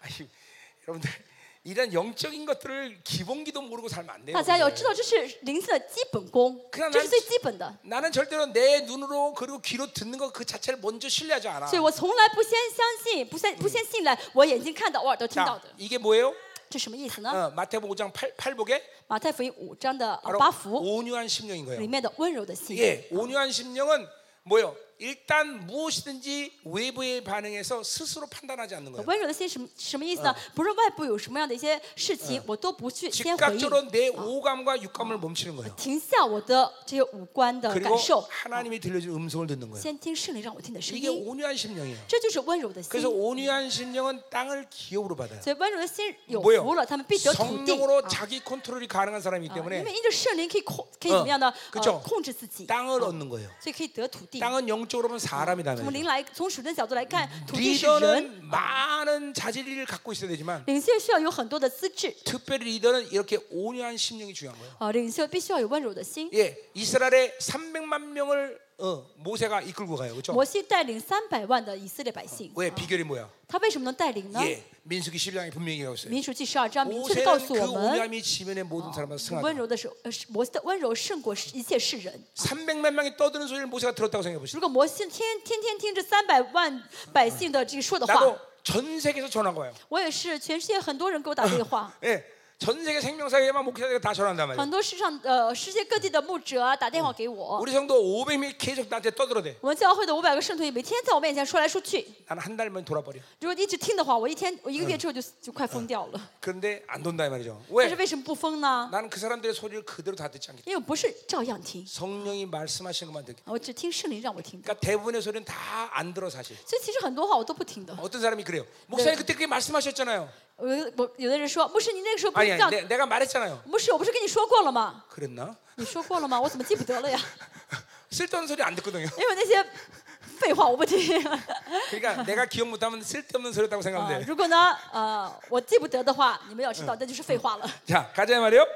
A: 아니, 여러분들 이런 영적인 것들을 기본기도 모르고 살면 안 돼요.
B: 大家要知道，这是灵性的基本功
A: 그냥，
B: 这是
A: 난
B: 最基本的。
A: 나는 절대로 내 눈으로 그리고 귀로 듣는 것 그 자체를 먼저 신뢰하지 않아.
B: 所以我从来不先相信，不先不先信赖我眼睛看到、我耳朵听到
A: 자,
B: 的，
A: 이게 뭐예요?
B: 这什么意思呢？
A: 어, 마태복음 5장 8, 팔복에
B: 马太福音五章的
A: 아,
B: 呃
A: 바로
B: 八福
A: 온유한 심령인
B: 里
A: 거예요.
B: 面的温柔的心，
A: 예, 온유한 심령은 뭐예요? 일단 무엇이든지 외부의 반응에서 스스로 판단하지 않는 거예요.
B: 温柔的心什么什么意思呢？不论外部有什么样的一些事情，我都不去先回应，
A: 즉각적으로 내 오감과 육감을 멈추는 거예요.
B: 停下我的这些五官的
A: 어. 그리고
B: 感受，
A: 하나님이 들려준 음성을 듣는 거예요.
B: 先听圣灵让我听的声
A: 이게
B: 音，
A: 온유한 심령이에요.
B: 这就是温柔的心
A: 그래서 。 온유한 심령은 땅을 기업으로 받아요.
B: 所以温柔的心有
A: 뭐예요?
B: 福了，他们必得土地。
A: 성령으로
B: 啊
A: 자기 컨트롤이 가능한 어. 사람이기
B: 啊因
A: 때문에
B: 为因着圣灵可以控，可以怎么样呢？
A: 그쵸
B: 呃控制自己，
A: 땅을 얻는 거예요.
B: 所以可以得土地。
A: 땅은 영적으로 보면 어. 사람이
B: 从
A: 다는
B: 灵来，从属灵的角度来看，土嗯地是人，
A: 리더는 많은 자질을 갖고 있어야 되지만
B: 领袖需要有很多的资质，
A: 특별히 리더는 이렇게 온유한 심령이 중요한 거예요.
B: 啊，领袖必须要有温柔的心。
A: 예, 이스라엘의 300만 명을 어, 모세가 어. 이끌고 가요. 그렇죠?
B: 摩西带领三百万的以色列百姓，
A: 왜 비결이 뭐야?
B: 他为什么能带领呢？
A: 예, 민수기 12장에 분명히 얘기하고 있어요.
B: 民数记十二章明确的告
A: 모세는
B: 诉
A: 그
B: 我们，
A: 온유함이 지면의 모든 사람을 승하다.
B: 温柔的时候，呃，是摩西的温柔胜过一切世人。
A: 300만 명이 떠드는 소리를 모세가 들었다고 생각해 보시죠.
B: 如果摩西天天天听这三百万百姓的这个说的话
A: 나도 ，전 세계에서 전화가 와요.
B: 我也是全世界很多人给我打电话。
A: 예. 전 세계 생명사에만 목회자들이 다 전화한단 뭐? 말이에요.
B: 很多世上呃世界各地的牧者啊打电话给我，
A: 우리 성도 500명이 계속 나한테 떠들어대.
B: 我们教会的五百个圣徒也每天在我面前说来说去。
A: 나는 한 달만 돌아버려.
B: 如果一直听的话，我一天我一个月之后就就快疯掉了。
A: 그런데 안 돈다 이 말이죠.
B: 但
A: 왜?
B: 是为什么不疯呢？
A: 나는 그 사람들의 소리를 그대로 다 듣지 않기 때문에
B: 因为我不是照样听，
A: 성령이 말씀하시는 것만 듣기.
B: 我只听圣灵让我听的。
A: 그러니까 대부분의 소리는 다 안 들어 사실.
B: 所以其实很多话我都不听的。
A: 어떤 사람이 그래요. 목사님 그때 그렇게 말씀하셨잖아요.
B: 我我有的人说牧师你那个时候不是
A: 아니
B: 这
A: 아니
B: 样，
A: 내, 내가 말했잖아요.
B: 牧师我不是跟你说过了吗？
A: 그랬나?
B: 你说过了吗？我怎么记不得了呀？
A: 쓸데없는 소리 안 듣거든요.
B: 因为那些废话我 不听。
A: 그러니까 내가 기억 못하면 쓸데없는 소리였다고
B: 啊、
A: 생각하면 돼.
B: 如果呢呃我记不得的话，你们要知
A: 嗯
B: 道那就是废话了。
A: 자 가자 말이요.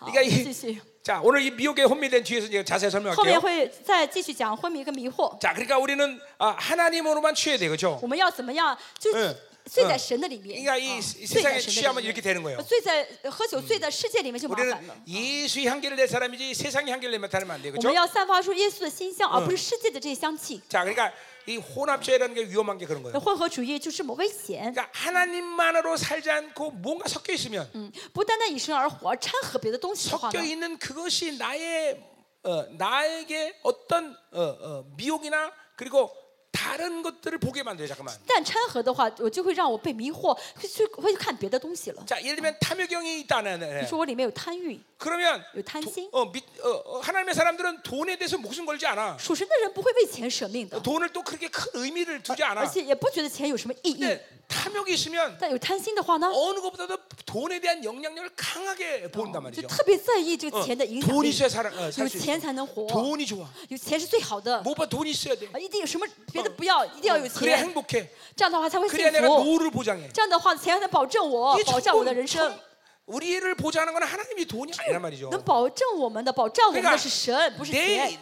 B: 好，
A: 그러니까
B: 继
A: 이
B: 续。
A: 자, 오늘 이 미혹에 혼미된 뒤에서 이제 자세히
B: 后面
A: 설명할게요.
B: 会再继续讲昏迷跟迷惑， 어,
A: 자, 그러니까 우리는 아, 하나님으로만 취해야 돼요. 그렇죠?
B: 我们要怎么样就
A: 嗯
B: 醉在神的里面。
A: 그러니까 이,
B: 啊
A: 이
B: 醉在
A: 세상에
B: 神的
A: 취하면
B: 里
A: 이렇게
B: 面。呃
A: 되는 거예요.
B: 醉在喝
A: 嗯
B: 酒醉在世界里面就麻
A: 우리는
B: 烦了。
A: 예수의 향기를 낼 사람이지 세상의 향기를 내면 다르면 안 돼요.
B: 我
A: 그렇죠?
B: 们要散发出耶稣的馨香，而不是
A: 嗯
B: 世界的这些香气。
A: 자, 그러니까 이 혼합주의라는 게 위험한 게 그런
B: 那
A: 거예요.
B: 混合主义就是某危险，
A: 그러니까 하나님만으로 살지 않고 뭔가 섞여 있으면
B: 嗯，不单单以神而活，掺和别的东西的话
A: 섞여
B: 呢，
A: 있는 그것이 나의 어, 나에게 어떤 어, 어, 미혹이나 그리고 다른 것들을 보게 만들어요. 잠깐만.
B: 但掺和的话，我就会让我被迷惑，会去会去看别的东西了。
A: 자, 예를 들면 탐욕형이 있다는
B: 你
A: 네.
B: 说我里面有贪欲，
A: 그러면
B: 有贪心
A: 도- 。 어, 미, 어, 어, 하나님의 사람들은 돈에 대해서 목숨 걸지 않아.
B: 属神的人不会为钱舍命的，
A: 돈을 또 그렇게 큰 의미를 두지
B: 而
A: 않아.
B: 且也不觉得钱有什么意义。
A: 근데 탐욕이 있으면
B: 但有贪心的话呢，
A: 어느 것보다도 돈에 대한 영향력을 강하게 본단
B: 就
A: 말이죠.
B: 特别在意这个
A: 어,
B: 钱的影响
A: 돈
B: 力。
A: 있어야 살아, 어,
B: 有
A: 살수
B: 钱
A: 있어.
B: 才能活，
A: 돈이 좋아.
B: 有钱是最好的。
A: 뭐봐돈 있어야 돼.
B: 啊，一定有什么别的不要，一定要有
A: 그래야
B: 钱，
A: 행복해.
B: 这样的话才会
A: 그래야
B: 幸
A: 내가
B: 福。
A: 노후를 보장해.
B: 这样的话，钱才能保证我，保障我的人生，
A: 우리를 보장하는 건 하나님이 돈이 아니란 말이죠.
B: 能保证我们的，保障我们
A: 그러니까
B: 的是神，不是钱。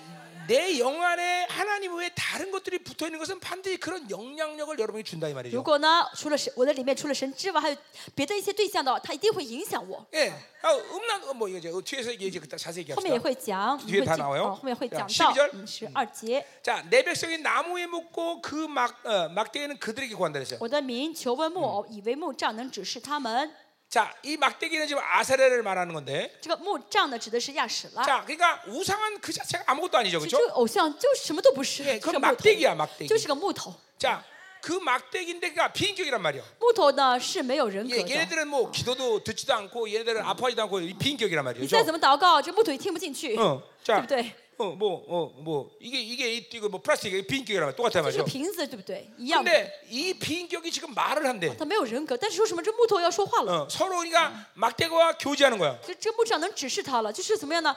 A: 내내 영안에 하나님 외에 다른 것들이 붙어 있는 것은 반드시 그런 영향력을 여러분이 준다 이
B: 如
A: 말이죠.
B: 果呢，除了神，我的里面除了神之外，还有别的一些对象的话，它一定会影响我。
A: 예, 아, 음란 뭐 이거 이제 뒤에서 이게 이제 그따 자세히
B: 后面也
A: 얘기합시다.
B: 会讲，
A: 뒤에다
B: 会
A: 나와요
B: 哦，后面会
A: 자
B: 讲
A: 12
B: 到
A: 절
B: 嗯十二节。
A: 자, 내 백성이 나무에 묶고 그 막 어, 막대기는 그들에게 구한다 그랬어요.
B: 我的民求问木偶，以为木杖能指示他们。
A: 자, 이 막대기는 지금 아사레를 말하는 건데.
B: 这个木杖呢，指的是亚史拉。
A: 자, 그러니까 우상은 그 자체가 아무것도 아니죠,
B: 其实
A: 그렇죠?
B: 这个偶像就什么都不是，
A: 예
B: 是
A: 그건
B: 个木
A: 막대기야막대
B: 头，
A: 기
B: 就是个木头。
A: 자, 그 막대기인데 그러니까 비인격이란 말이요.
B: 木头呢是没有人格
A: 예,
B: 的，
A: 얘네들은 뭐 기도도 듣지도 않고 얘네들은 아파하지도 않고 이 비인격이란
B: 你
A: 음. 말이죠.
B: 再怎么祷告，这木头也听不进去，
A: 어,
B: 对
A: 자,
B: 不对？
A: 어, 뭐, 어, 뭐 이게 이게 이- 이거 뭐 플라스틱 이게 비인격이란 말 똑같아
B: 就是个
A: 말이죠.
B: 瓶子，对不对？一样的，
A: 근데 이 비인격이 지금 말을 한대.
B: 它没有人格，但是说什么这木头要说话了，
A: 어, 서로 그러니까 막대기와 교제하는 거야.
B: 这这木杖能指示他了，就是怎么样呢？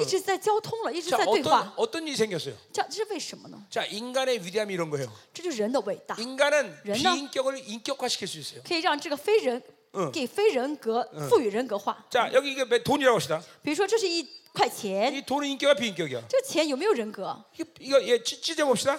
B: 一直在交通了，一直
A: 자,
B: 在对
A: 어떤
B: 话，
A: 어떤 일이 생겼어요?
B: 这这是为什么呢？
A: 자, 인간의 위대함이 이런 거예요.
B: 这就是人的伟
A: 아,
B: 大，
A: 인간은
B: 랬나?
A: 비인격을 인격화시킬 수 있어요.
B: 可以让这个非人
A: 嗯
B: 给非人格赋予人格化。
A: 자, 여기 이게 매- 돈이라고 합시다.
B: 比如说，这是一块钱，
A: 이 돈은 인격과 비인격이야.
B: 这钱有没有人格？
A: 이거 이거 얘 찢- 찢어 봅시다.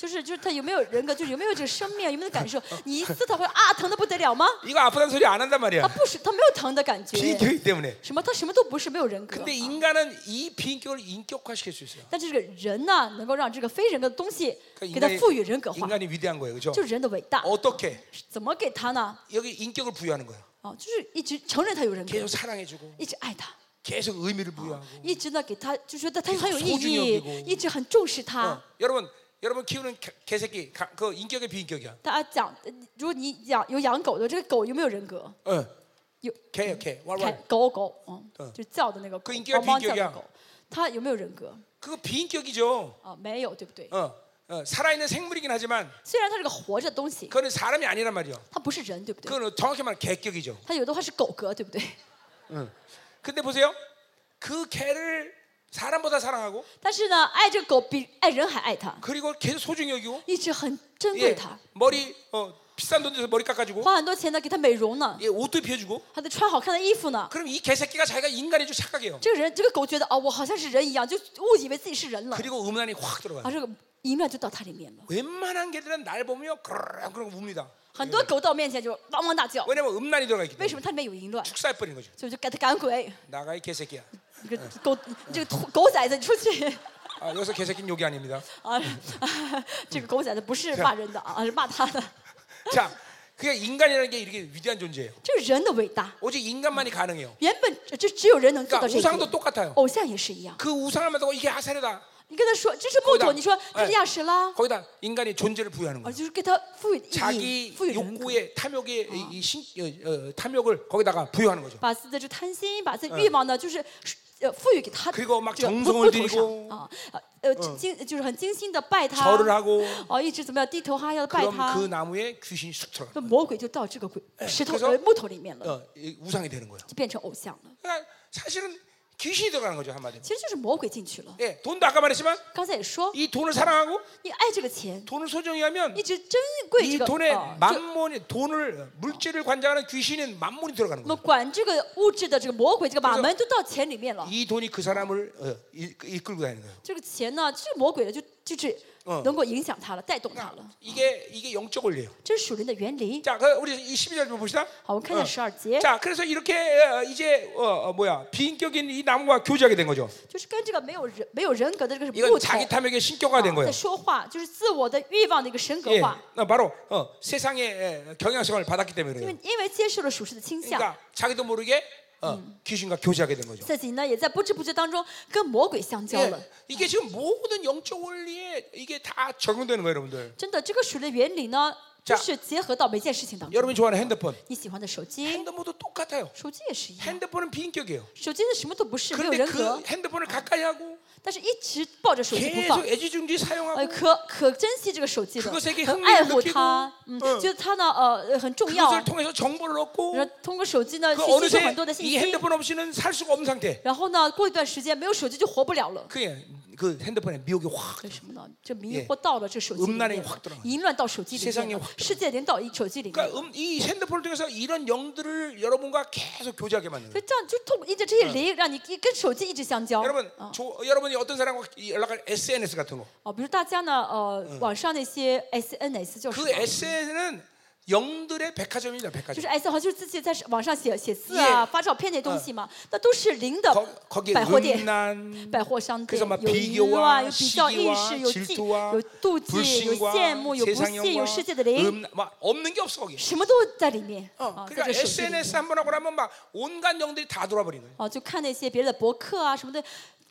B: 就是就是他有没有人格，就是有没有这个生命，有没有感受？你一撕他会啊疼的不得了吗？
A: 이거 아프다는 예. 소리 안 한단
B: 他
A: 말이야.
B: 不是他没有疼的感觉，
A: 비인격이기 때문에.
B: 什么他什么都不是，没有人格
A: 근데 。 인간은 이 비인격을 인격화시킬 수 있어요.
B: 但是这个人呢，能够让这个非人格的东西
A: 그러니까
B: 给他
A: 인간이,
B: 赋予人格化，
A: 인간이 위대한 거예요, 그렇죠?
B: 就是人的伟
A: 哦
B: 大。
A: 어떻게
B: 怎么给他呢？
A: 여기 인격을 부여하는 거예요?
B: 哦，就是一直承认他有人格，
A: 계속 사랑해주고,
B: 一直爱他，
A: 계속 의미를 부여하고.
B: 一直呢给他就觉得他很有意
A: 소중히여기고
B: 义，一直很重视
A: 어,
B: 他。
A: 여러분, 여러분 키우는 개- 개새끼, 가- 그 인격의 비인격이야.
B: 大家讲，呃如果你养有养狗的，这个狗有没有人格？
A: 어,
B: 有
A: 개요, 개,
B: 看
A: 왈왈.
B: 狗狗，嗯
A: 嗯，
B: 就叫的那个狗
A: 그 ， 인격의
B: 汪汪叫
A: 비인격이야.
B: 的狗，它有没有人格？
A: 그거 비인격이죠.
B: 啊，没有，对不对？
A: 어, 어, 살아있는 생물이긴 하지만
B: 虽然它是个活着的东西，
A: 그거는 사람이 아니란 말이야.
B: 它不是人，对不对？
A: 그건 정확히 말하면 개격이죠.
B: 它有的话是狗格，对不 对？
A: 근데 보세요, 그 개를 사람보다 사랑하고
B: 但是呢，爱这个狗比爱人还爱它，
A: 그리고 계속 소중히 여기고,
B: 一直很珍贵
A: 예,
B: 它，
A: 머리 어, 비싼 돈 들여서 머리 깎아주고,
B: 花很多钱呢给它美容呢，
A: 예, 옷도 비워주고.
B: 还得穿好看的衣服呢。
A: 그럼 이 개새끼가 자기가 인간인 줄 착각해요.
B: 这个人，这个狗觉得哦，我好像是人一样，就误以为自己是人了，
A: 그리고 음란이 확 들어가요.
B: 啊，这个一面就到它里面了。
A: 웬만한 개들은 날 보며 그러렁 그러고 웁니다.
B: 很多狗到我面前就汪汪大叫，
A: 왜냐면 음란이 들어가 있기
B: 为什么
A: 때문에
B: 它里面有淫乱？
A: 축사해버린 거죠.
B: 所以我就给它赶鬼，
A: 나가 이 개새끼야.
B: 你个狗，你这个兔狗崽子，你出去！
A: 아, 여기서 개새끼는 욕이 아닙니다.
B: 啊， 这个狗崽子不是骂人的啊，是骂他的。
A: 자, 그게 인간이라는 게 이렇게 위대한 존재예요.
B: 这是人的伟大，
A: 오직 인간만이 가능해요.
B: 原本这这只有人能做到
A: 그러니까
B: 这一点。
A: 우상도 똑같아요.
B: 偶像也是一样，
A: 그 우상을 만들고 이게 하사르다.
B: 你跟他说这是木
A: 거기다
B: 头，你说这
A: 哎
B: 是亚什拉，
A: 거기다 인간의 존재를 부여하는
B: 啊，
A: 거예요.
B: 就是给他赋予意义，
A: 자기
B: 赋予人格，
A: 욕구의 탐욕의 이, 이 신, 어, 어, 탐욕을 거기다가 부여하는 거죠.
B: 把自己的这贪心，把自己的欲望呢，就是呃赋嗯予给他
A: 그
B: 这
A: 리고막
B: 个
A: 정성을
B: 木木
A: 드리
B: 头
A: 고
B: 上啊，啊呃精就是很精心的拜他，
A: 절을 하고
B: 哦，一直怎么样低头哈腰的拜
A: 그럼
B: 他
A: 그 ， 나무에 귀신이 쑥 들어가.
B: 那魔鬼就到这个鬼石头
A: 그래서
B: 呃木头里面了，
A: 어, 이 우상이 되는 거예요.
B: 就变成偶像了，
A: 그러니까 사실은 귀신이 들어가는 거죠 한마디로.
B: 其实就是魔鬼进去了。
A: 예, 돈도 아까 말했지만
B: 刚才也说，
A: 이 돈을 사랑하고
B: 你爱这个钱，
A: 돈을 소중히 하면
B: 一直珍贵
A: 이
B: 这个
A: 돈에 아,
B: 啊这
A: 만몬이 돈을 물질을 관장하는 귀신인 만몬이 들어가는
B: 我们
A: 거예요.
B: 管这个物质的这个魔鬼，这个把门都到钱里面了。
A: 어, 이 돈이 그 사람을 어, 이, 이끌고 다니는 거예요.
B: 这个钱呢，这个魔鬼的就就是能够影响他了，带动他
A: 그러니까
B: 了。
A: 이게 이게 영적 원리예요.
B: 这是属灵的原理。
A: 자, 그 우리 이 12절 좀 봅시다.
B: 好，我们看一下
A: 어.
B: 十二节，
A: 자, 그래서 이렇게 어, 이제 어, 어, 뭐야 비인격인 이 나무와 교제하게 된 거죠.
B: 就是跟这个没有人没有人格的这个是木
A: 이건
B: 头
A: 자기 탐욕의 신격화 된
B: 啊
A: 거예요.
B: 在说话，就是自我的欲望的一个神格
A: 예,
B: 化，
A: 어, 바로 어, 세상의 예, 경향성을 받았기 때문에
B: 因
A: 그래요.
B: 为因为接受了属实的倾向，
A: 그러니까 자기도 모르게 어, 귀신과 교제하게 된 거죠.
B: 自己呢也在不知不觉当中跟魔鬼相交了
A: 예, 。 이게 지금 모든 영적 원리에 이게 다 적용되는 거예요, 여러분들.
B: 真的，这个属灵的原理呢，
A: 자
B: 就是结合到每件事情当中。
A: 여러분이 좋아하는 핸드폰,
B: 你喜欢的手机，
A: 핸드폰도 똑같아요.
B: 手机也是一样，
A: 핸드폰은 비인격이에요.
B: 手机呢什么都不是，没有
A: 그런데
B: 人
A: 그
B: 格，
A: 핸드폰을 가까이 하고
B: 但是一直抱着手机不放
A: 계속 。 애지중지
B: 呃，
A: 사용하고
B: 可可珍惜这个手机了
A: 그것에게，
B: 很
A: 흥미를
B: 爱护
A: 느끼고
B: 它，嗯，
A: 응
B: 觉得它呢，呃，呃很重要
A: 그것을 。 통해서 정보를 얻고
B: 然后通过手机呢，去
A: 그
B: 吸收很
A: 어느새
B: 多的信
A: 이
B: 息。
A: 핸드폰 없이는 살 수가 없는 상태.
B: 然后呢，过一段时间没有手机就活不了了。
A: 그게 그 핸드폰에 미혹이 확
B: 为什么呢？这迷惑到了这手机里
A: 음란에확
B: 面
A: 들어가요 ，
B: 淫乱到手机里
A: 세상에
B: 面
A: 확
B: 了，世界连到一手机里面
A: 그러니까 음, 이 핸드폰을 통해서 이런 영들을 여러분과 계속 교제하게 만드는
B: 所
A: 거예요.
B: 以这样就通过一直这些灵，让你一跟手机一直相交。
A: 嗯 여러분,
B: 啊
A: 조, 여러분이 어떤 사람과 이 연락할 SNS 같은 거.
B: 哦，比如大家呢，呃，
A: 嗯
B: 网上那些 SNS 就是
A: 그
B: 嘛
A: SNS는 영들의 백화점이죠,
B: 就
A: 백화점.
B: 是 S 好像就是自己在网上写写字
A: 예
B: 啊、发照片那东西嘛，那都是灵的
A: 嗯 거, 거기에
B: 百货店。
A: 음란,
B: 百货商店
A: 그래서막
B: 有
A: 비교
B: 淫
A: 와
B: 乱，有比较
A: 시기
B: 意
A: 와
B: 识，有
A: 질투
B: 嫉，
A: 와
B: 有妒忌，有
A: 불신과
B: 羡慕，有不屑，
A: 세상형과
B: 有世界的灵，
A: 음, 막 없는 게 없어 거기.
B: 什么都在里面
A: 어,
B: 啊，在
A: 그러니까
B: 这手机里面
A: SNS 。 한번 하고 나면 막 온갖 영들이 다 돌아 버리는 거예요.
B: 哦，就看那些别人的博客啊什么的，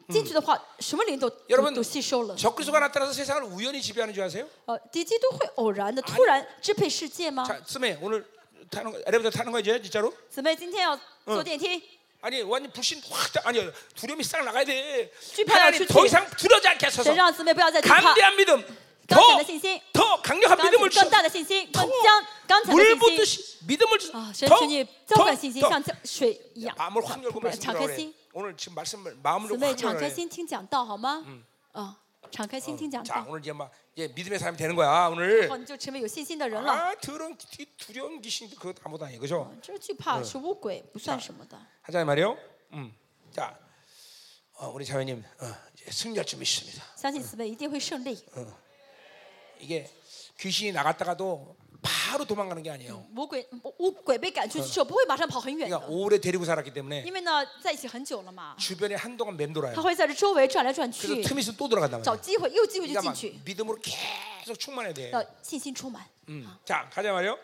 B: 进去的话，什么灵都
A: 嗯 여러분
B: 都都吸收了。
A: 적그리스도가 나타나서 세상을 우연히 지배하는 줄 아세요?
B: 呃，敌基督会偶然的突然支配世界吗？
A: 자, 쓰메 오늘 타는 거, 엘리베이터 타는 거 이제 진짜로?
B: 姊妹，今天要嗯坐电梯，
A: 아니 완전 불신 확 다- 아니 두려움이 싹 나가야 돼.
B: 주파야,
A: 하나님
B: 주지.
A: 더 이상 두려지 않게
B: 神
A: 하소서.
B: 让姊妹不要再惧怕，
A: 강대한 믿음,
B: 刚强的信
A: 더
B: 心，
A: 더 강력한
B: 刚
A: 믿음을
B: 更
A: 주소.
B: 大的信心，更强刚强的
A: 물
B: 信心
A: 붓듯이 믿음을 주소.
B: 啊！神求你浇灌信心，
A: 더더
B: 像浇水一样，
A: 마음을 확 열고
B: 敞
A: 말씀드리라고
B: 开
A: 그래.
B: 心，
A: 오늘 지금 말씀을 마음을
B: 姊
A: 확
B: 妹敞
A: 열어.
B: 开心听讲道好吗？啊，敞开心听讲
A: 자
B: 道，
A: 오늘 이제 막 이제 믿음의 사람이 되는 거야 오늘.
B: 好你就成为有信心的人了。嗯
A: 아 더러운 기- 두려운 귀신 그거 아무도 아니에요 그죠?
B: 这惧怕是污鬼，不算什么的。
A: 하자 말이요. 음. 자 어, 우리 자매님 어, 이제 승리할 준비 있습니다.
B: 相信姊妹一定会胜利。
A: 이게 귀신이 나갔다가도 바로 도망가는 게 아니에요.
B: 魔鬼魔魔鬼被赶出去之后，不会马上跑很远
A: 그러니까
B: 的，
A: 오래 데리고 살았기 때문에
B: 因为呢，在一起很久了嘛，
A: 주변에 한동안 맴돌아요.
B: 他会在这周围转来转
A: 그래서
B: 去，
A: 틈 있으면 또 들어간단
B: 找
A: 말이에요.
B: 机会，有机会就
A: 그러니까
B: 进
A: 막
B: 去，
A: 믿음으로 계속 충만해야 돼.
B: 要信心充满。
A: 음. 자 가자 말이요.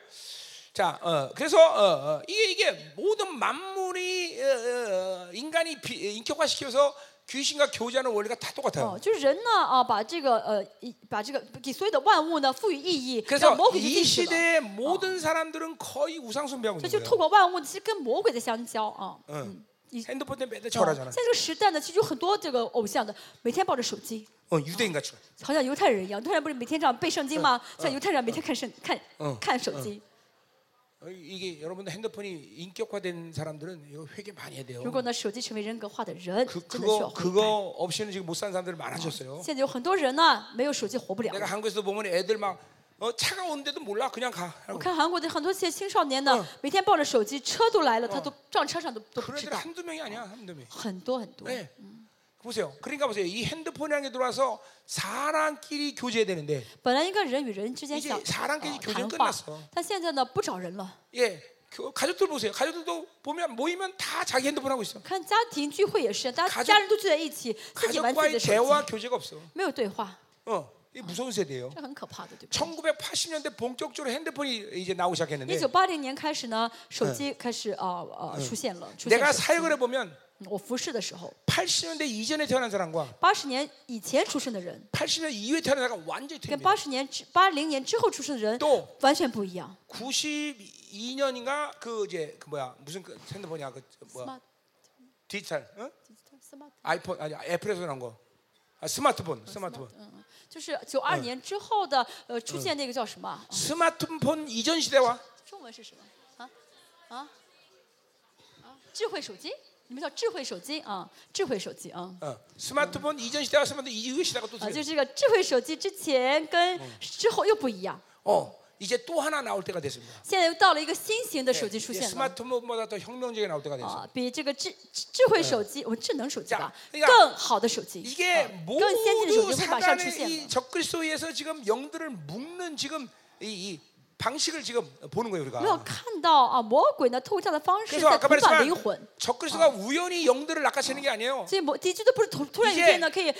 A: 자, 어, 그래서 어, 어, 이게 이게 모든 만물이 어, 어, 어, 인간이 비, 인격화시켜서 귀신과 교제하는 원리가 다 똑같아요.
B: 哦，就是人呢啊，把这个呃，一把这个给所有的万物呢赋予意义，
A: 뭐 그래서
B: 让魔鬼就
A: 이
B: 进去了。
A: 시대의 모든 사람들은 거의 우상 숭배하고
B: 这
A: 있는
B: 就透
A: 거예요.
B: 过万物，其实跟魔鬼在相交啊。
A: 응.
B: 이-
A: 핸드폰 때문에 맨날
B: 现
A: 절하잖아.
B: 在这个时代呢，其实有很多这个偶像的，每天抱着手机，
A: 어, 유대인 같이.
B: 好像犹太人一样。犹太人不是每天这样背圣经吗？像犹太人每天看圣看
A: 嗯
B: 看手机。
A: 어, 이게 여러분들 핸드폰이 인격화된 사람들은 이거 회개 많이 해야 돼요.
B: 如果呢，手机成为人格化的人，
A: 그,
B: 真的需要
A: 그거
B: 悔改。
A: 그거 없이는 지금 못 사는 사람들 많아졌어요. 어.
B: 现在有很多人呢，没有手机活不了
A: 내가
B: 了。
A: 한국에서 보면 애들 막 어, 차가 오는데도 몰라 그냥 가.
B: 我
A: 하고.
B: 看韩国嗯的很多些青少年呢，每天抱着手机，车都来了，他都撞车上都都不
A: 그런
B: 知
A: 애들
B: 道，
A: 한두 명이 어. 아니야 한두 명.
B: 很多很多。
A: 네. 보세요. 그러니까 보세요. 이 핸드폰향에 들어와서 사람끼리 교제되는데
B: 本来一个人与人之间
A: 이제
B: 想
A: 사람끼리
B: 呃
A: 교제는
B: 谈
A: 끝났
B: 话
A: 어 ，
B: 但现在呢不找人了。
A: 예. 그 가족들 보세요. 가족들도 보면 모이면 다 자기 핸드폰 하고 있어.
B: 看家庭聚会也是，大
A: 가족
B: 家家人都聚在一起，自己玩自己
A: 가족과의
B: 的手
A: 대화
B: 机，
A: 교제가 없어.
B: 没有对话，
A: 어. 이게 무서운 세대예요.
B: 这很可怕的，对不对？
A: 1980년대 본격적으로 핸드폰이 이제 나오기
B: 一
A: 시작했는데
B: 九八零年开始呢，手机开始啊呃出现了，出现
A: 내가
B: 手机。
A: 사역을 해보면
B: 嗯我服侍的时候，
A: 80년대 이전에 태어난 사람과
B: 八十年以前出生的人
A: 80년 이후에 태어난 사람과 완전히
B: 跟
A: 틀립니다.
B: 八十年之八零年之后出生的人
A: 都
B: 完全不一样。
A: 92년인가 그 이제 그 뭐야 무슨 그 핸드폰이야 그 뭐야
B: smart
A: 디지털 어?
B: smart
A: 아이폰 아니 애플에서 나온 거 아, 스마트폰 스마트폰 어.
B: 嗯，就是九二年之后的呃出现那个叫什么啊？
A: 스마트폰 이전 시대와
B: 中文是什么啊啊啊？智慧手机，你们叫智慧手机啊？智慧手机啊。
A: 어, 스마트폰 이전 시대와 스마트폰 이후의 시대가 또 틀려.
B: 啊，就嗯是这个智慧手机之前跟之后又不一样，
A: 어 이제 또 하나 나올 때가 됐습니다.
B: 现在又到了一个新型的手
A: 예,
B: 机出
A: 이제
B: 现了
A: 스마트폰보다 더 혁명적인 나올 때가 됐어요.
B: 啊，比这个智智智慧手机，我们智能手机吧，
A: 这样
B: 更好的手机，
A: 이게
B: 啊更先进的手
A: 모두
B: 机会马上出
A: 사단의
B: 现了
A: 이 。 적그리스도에서 지금 영들을 묶는 지금 이, 이 방식을 지금 보는 거예요
B: 我们要
A: 우리가.
B: 看到啊，魔鬼呢透过这样的方式
A: 그래서
B: 在
A: 아까
B: 捆绑灵魂
A: 말했지만 ， 적그리스도가 우연히 영들을 낚아채는 게 아니에요.
B: 所以魔敌基督不是突突然一
A: 이제
B: 天呢可以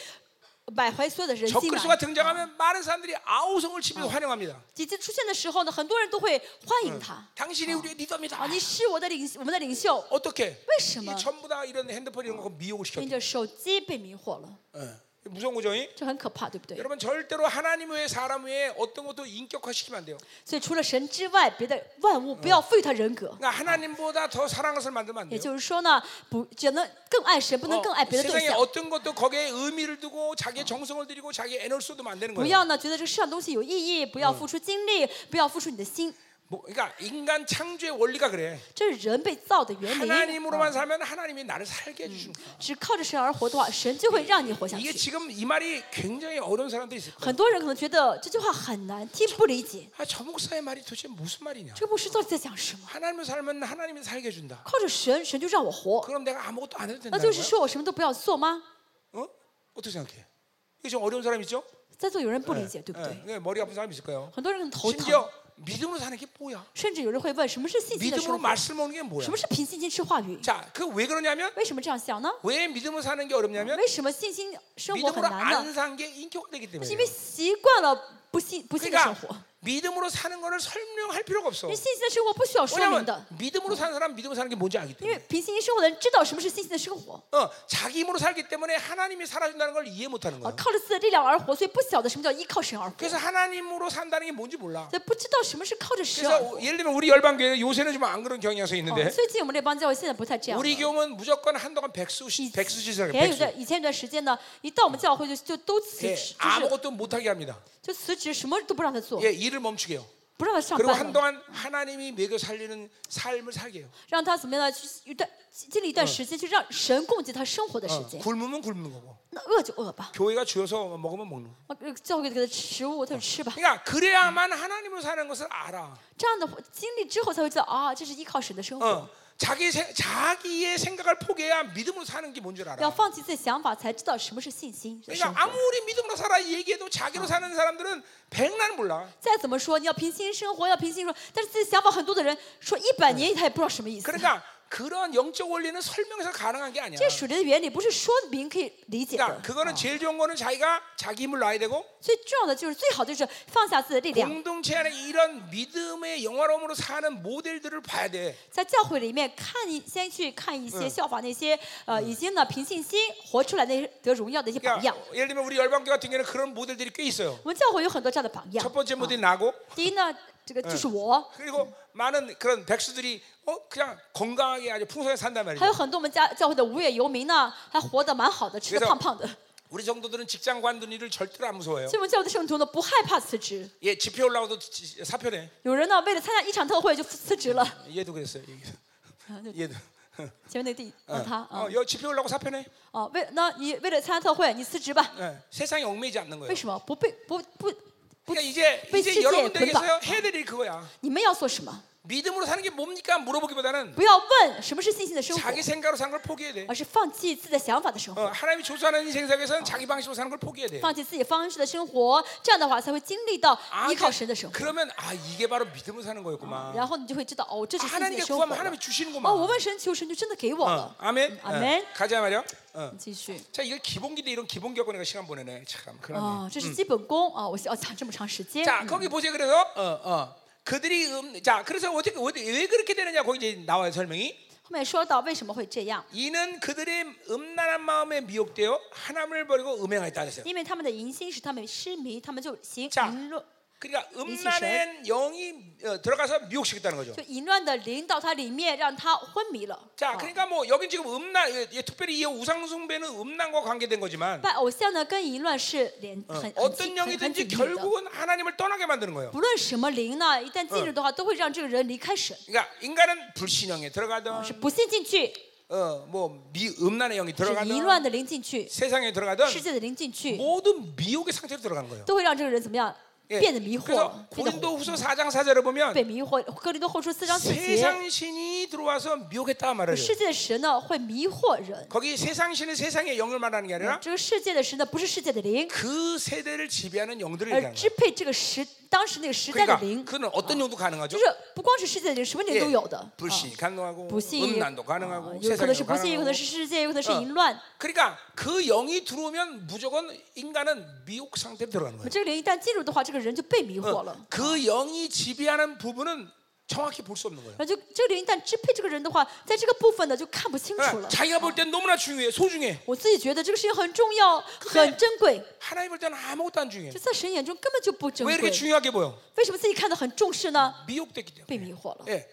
B: 买回所有的人心啊来
A: 적그리스도가 。 등장하면 많은 사람들이 아우성을 치면서 환영합니다.
B: 敌基督出现的时候呢，很多人都会欢迎他
A: 당신이 우리의
B: 啊，
A: 리더입니다. 뭐.
B: 你是我的领我们的领袖。
A: 어떻게?
B: 왜什么?
A: 이 전부 다 이런 핸드폰 이런 거 미혹을
B: 因
A: 시켰죠.
B: 着手机被迷惑了，
A: 예. 무서운 거죠. 이?
B: 这很可怕，对不对？
A: 여러분 절대로 하나님 외에 사람 외에 어떤 것도 인격화시키면 안 돼요.
B: 所以除了神之外，别的万物不要赋予它人格。
A: 그러니까 하나님보다 더 사랑하는 것을 만들면 안
B: 也
A: 돼요.
B: 就是说呢，不只能更爱神，不能更爱
A: 어,
B: 别的对
A: 세상에
B: 象。
A: 어떤 것도 거기에 의미를 두고 자기의 정성을 들이고 자기의 에너지 쏟으면 안 되는
B: 不
A: 거예요.
B: 要呢，觉得这个世上东西有意义，不要付出精力，不要付出你的心。
A: 뭐, 그러니까 인간 창조의 원리가 그래.
B: 这是人被造的
A: 네,
B: 原理。
A: 하나님으로만 살면 하나님이 나를 살게 해주시는 거야.
B: 只靠着神而活的话，神就会让你活下
A: 이게
B: 去。
A: 지금 이 말이 굉장히 어려운 사람도 있을 거야.
B: 很多人可能觉得这句话很难听，不理解
A: 아, 저 목사의 말이 도대체 무슨 말이냐?
B: 这个牧师到底在讲什么。
A: 하나님을 살면 하나님이 살게 해준다.
B: 靠着神，神就让我活，
A: 그럼 내가 아무것도 안 해도
B: 那
A: 된다는
B: 就是
A: 거야?
B: 说我什么都不要做吗？
A: 어? 어떻게 생각해? 이게 좀 어려운 사람 있죠?
B: 在座有人不理解，对不
A: 예,
B: 对？
A: 예, 머리 아픈 사람 있을 거예요.
B: 很多人很头疼，
A: 심지어 믿음으로 사는 게 뭐야?
B: 甚至有人会问：什么是信心的生
A: 믿음으로
B: 活？
A: 말씀 먹는 게 뭐야?
B: 什么是凭信心吃话语？
A: 자, 그 왜 그러냐면
B: 为什么这样想呢？
A: 왜 믿음으로 사는 게 어렵냐면
B: 为什么信心生活很
A: 믿음으로
B: 难
A: 안
B: 呢？
A: 산 게 인격화되기
B: 是因为
A: 때문에
B: 习惯了不信不信的生活，
A: 그러니까 믿음으로 사는 거를 설명할 필요가 없어
B: 因为信心的生活不需要说明
A: 왜냐면
B: 的，
A: 믿음으로 사는 사람 믿음으로 사는 게 뭔지 알기
B: 因为
A: 때문에
B: 凭信心生活的人知道什么是信心的生活，
A: 어, 자기 힘으로 살기 때문에 하나님이 살아준다는 걸 이해 못하는
B: 啊，
A: 거야
B: 靠着自己的力量而活，所以不晓得什么叫依靠神而活，
A: 그래서 하나님으로 산다는 게 뭔지 몰라
B: 所以不知道什么是靠着神而
A: 그래서
B: 活。
A: 예를 들면 우리 열방교회 요새는 좀 안 그런 경향이 있는데
B: 啊最近我们这帮教会现在不太这样了。
A: 우리 교우는 무조건 한동안 백수 시- 백수 짓을
B: 以
A: 해요
B: 前有
A: 백수
B: 段以前有段时间呢，一到我们教会就就都辞
A: 예,
B: 职，就是
A: 아무것도 못하게 합니다
B: 就辞职，什么都不让他做
A: 예, ， 일을 멈추게 해요
B: 不让他上
A: 그리고
B: 班了，
A: 한동안 하나님이 매겨 살리는 삶을 살게 해요
B: 让他怎么样呢？去一段经历一段时间，去让神供给他生活的时
A: 어,
B: 间。
A: 굶으면 굶는 거고
B: 那饿就饿吧，
A: 교회가 주어서 먹으면 먹는 거.
B: 啊教会给他食物，他就吃吧。
A: 그러니까 그래야만 하나님으로 사는 것을 알아. 어,
B: 这样的话经历之后才会知道啊，这是依靠神的生活。
A: 어. 자기 세, 자기의 생각을 포기해야 믿음으로 사는 게 뭔 줄
B: 要
A: 알아.
B: 放弃自己的想法，才知道什么是信心。是生
A: 그러니까 어.
B: 活
A: 아무리 믿음으로 살아 얘기해도 자기로 사는 사람들은 백날 몰라.
B: 再怎么说，你要平心生活，要平心说，但是自己想法很多的人说一百年，他也不知道什么意思。
A: 그러니까 그런 영적 원리는 설명해서 가능한 게 아니야.
B: 这属灵的原理不是说明可以理解
A: 그러니까
B: 的，
A: 그거는 제일 좋은 거는 자기가 자기 힘을 놔야 되고
B: 最重要的就是最好就是放下自己的力量，
A: 공동체 안에 이런 믿음의 영화로움으로 사는 모델들을 봐야 돼.
B: 在教会里面看一先去看一些效法那些呃已经呢凭信心活出来那些得荣耀的一些榜样
A: 그러니까 。 예를 들면 우리 열방교 같은 경우는 그런 모델들이 꽤 있어요.
B: 我们教会有很多这样的嗯榜
A: 첫
B: 样。啊
A: 번째 모델이 나고
B: 第一呢，这个就是我，
A: 그리고 많은 그런 백수들이 어 그냥 건강하게 아주 풍성하게 산단
B: 还有
A: 말이에요.
B: 很多我们家教会的无业游民呢，还活得蛮好的，吃
A: 그래서
B: 的胖胖 的。所
A: 우리 정도들은 직장 관둔 일을 절대로 안 무서워해요.
B: 以我们教会的圣徒呢，不害怕辞职。
A: 예, 집회 올라오도 지- 사표내.
B: 有人呢，为了参加一场特会就辞职了。
A: 얘도 그랬어요. 얘- 얘도.
B: 前面那个弟，呃，他
A: 어,
B: 啊，
A: 여 집회 올라오고 사표내.
B: 哦，为那你为了参加特会，你辞职吧。
A: 예, 세상에 얽매이지 않는
B: 为
A: 거예요.
B: 什么不被不不？
A: 그러니까 이제
B: 왜
A: 이제
B: 실제에
A: 여러분들에게서
B: 본다.
A: 해야 될 일이 그거야.
B: 你们要做什么？
A: 믿음으로 사는 게 뭡니까? 물어보기보다는
B: 不要问什么是信心的嗯生活，
A: 자기 생각으로 사는 걸 포기해야 돼.
B: 而是放弃自己的想法的生
A: 어,
B: 活，
A: 하나님이 조사하는 인생사에서는 자기 방식으로 사는 걸 포기해야 돼.
B: 放弃自己方式的生活。这样的话，才会经历到
A: 아,
B: 依靠神的生活。
A: 그러면 아 이게 바로 믿음으로 사는 거였구만.
B: 然后你就会知道，哦，这是信心的
A: 아, 하나님께
B: 生活
A: 구하면
B: 了。
A: 하나님이 주시는구만.
B: 哦，我问神求，神就真的给我
A: 어,
B: 了。
A: 아멘.
B: 아멘.
A: 어, 가자 말이야. 어.
B: 继续。
A: 자 이걸 기본기인데 이런 기본기하고 내가 시간 보내네. 참 그러네.
B: 哦，这是基本功啊！我要讲这么长时间。嗯
A: 자 거기 보세요. 그래서 음. 어, 어. 그들이 음, 자 그래서 어떻게 어디- 왜 그렇게 되느냐 거기 이제 나와요 설명이.
B: 后面说到为什么会这样，
A: 이는 그들의 음란한 마음에 미혹되어 하나님을 버리고 음행하였다 했어요.
B: 因为他们的淫心使他们失迷，他们就行
A: 자
B: 淫乱，
A: 그러니까 음란한 영이 어, 들어가서 미혹시켰다는 거죠.
B: 就淫乱的灵到他里面，让他昏迷了。
A: 자
B: 啊
A: 그러니까 뭐 여긴 지금 음란 예, 예, 특별히 이 우상숭배는 음란과 관계된 거지만
B: 拜偶像呢，跟淫乱是连很很
A: 어떤
B: 紧很很
A: 영이든지
B: 紧密的。
A: 결국은 하나님을 떠나게 만드는 거예요.
B: 不论什么灵呢，一旦进入的话，都会让这个人离开神，
A: 그러니까 인간은 불신형에 들어가든
B: 是不信进去，
A: 어뭐 음란의 영이
B: 是淫
A: 들어가든
B: 乱的灵进去，
A: 세상에 들어가든
B: 世界的灵进去，
A: 모든 미혹의 상태로 들어간 거예요.
B: 都会让这个人怎么样
A: 예.
B: 变得迷惑
A: 그래서 ，
B: 变得
A: 고린도후서 4장 4절을 보면
B: 被迷惑。哥林多后书四章四节，그
A: 세상 신이 들어와서 미혹했다 말을 해요.
B: 世界的神呢会迷惑人。
A: 거기 세상 신은 세상의 영을 말하는 게 아니라
B: 这个世界的神呢不是世界的灵，
A: 그 세대를 지배하는 영들을
B: 而
A: 얘기하는
B: 支
A: 거예요.
B: 配这个时当时那个时代的
A: 그러니까
B: 灵，
A: 그는 어떤 영도 가능하죠?
B: 就是不光是世界的灵，什么灵
A: 예,
B: 都有的。啊
A: 불신이 가능하고
B: 不信，
A: 음란도
B: 啊
A: 가능하고
B: 有可能是
A: 세상도
B: 不信，有
A: 가능하고
B: 可能是世界，有可能是
A: 嗯
B: 淫乱。
A: 그러니까 그 영이 들어오면 무조건 인간은 미혹 상태로 들어가는
B: 那
A: 거예요.
B: 这个灵一旦进入的话，这个人就被迷惑了。
A: 그
B: 어.
A: 영이 지배하는 부분은 정확히 볼 수 없는 거예요.
B: 那就这个灵一旦支配这个人的话，在这个部分呢就看不清楚
A: 그러니까
B: 了。
A: 자기가 볼 땐 너무나 중요해, 소중해.
B: 我自己觉得这个事情很重要、很珍贵，
A: 하나님 볼 때는 아무것도 안 중요해.
B: 就在神眼中根本就不珍
A: 왜
B: 贵。
A: 이렇게 중요하게 보여?
B: 为什么自己看得很重视呢？
A: 미혹됐기
B: 被
A: 때문에.
B: 迷惑了，
A: 예,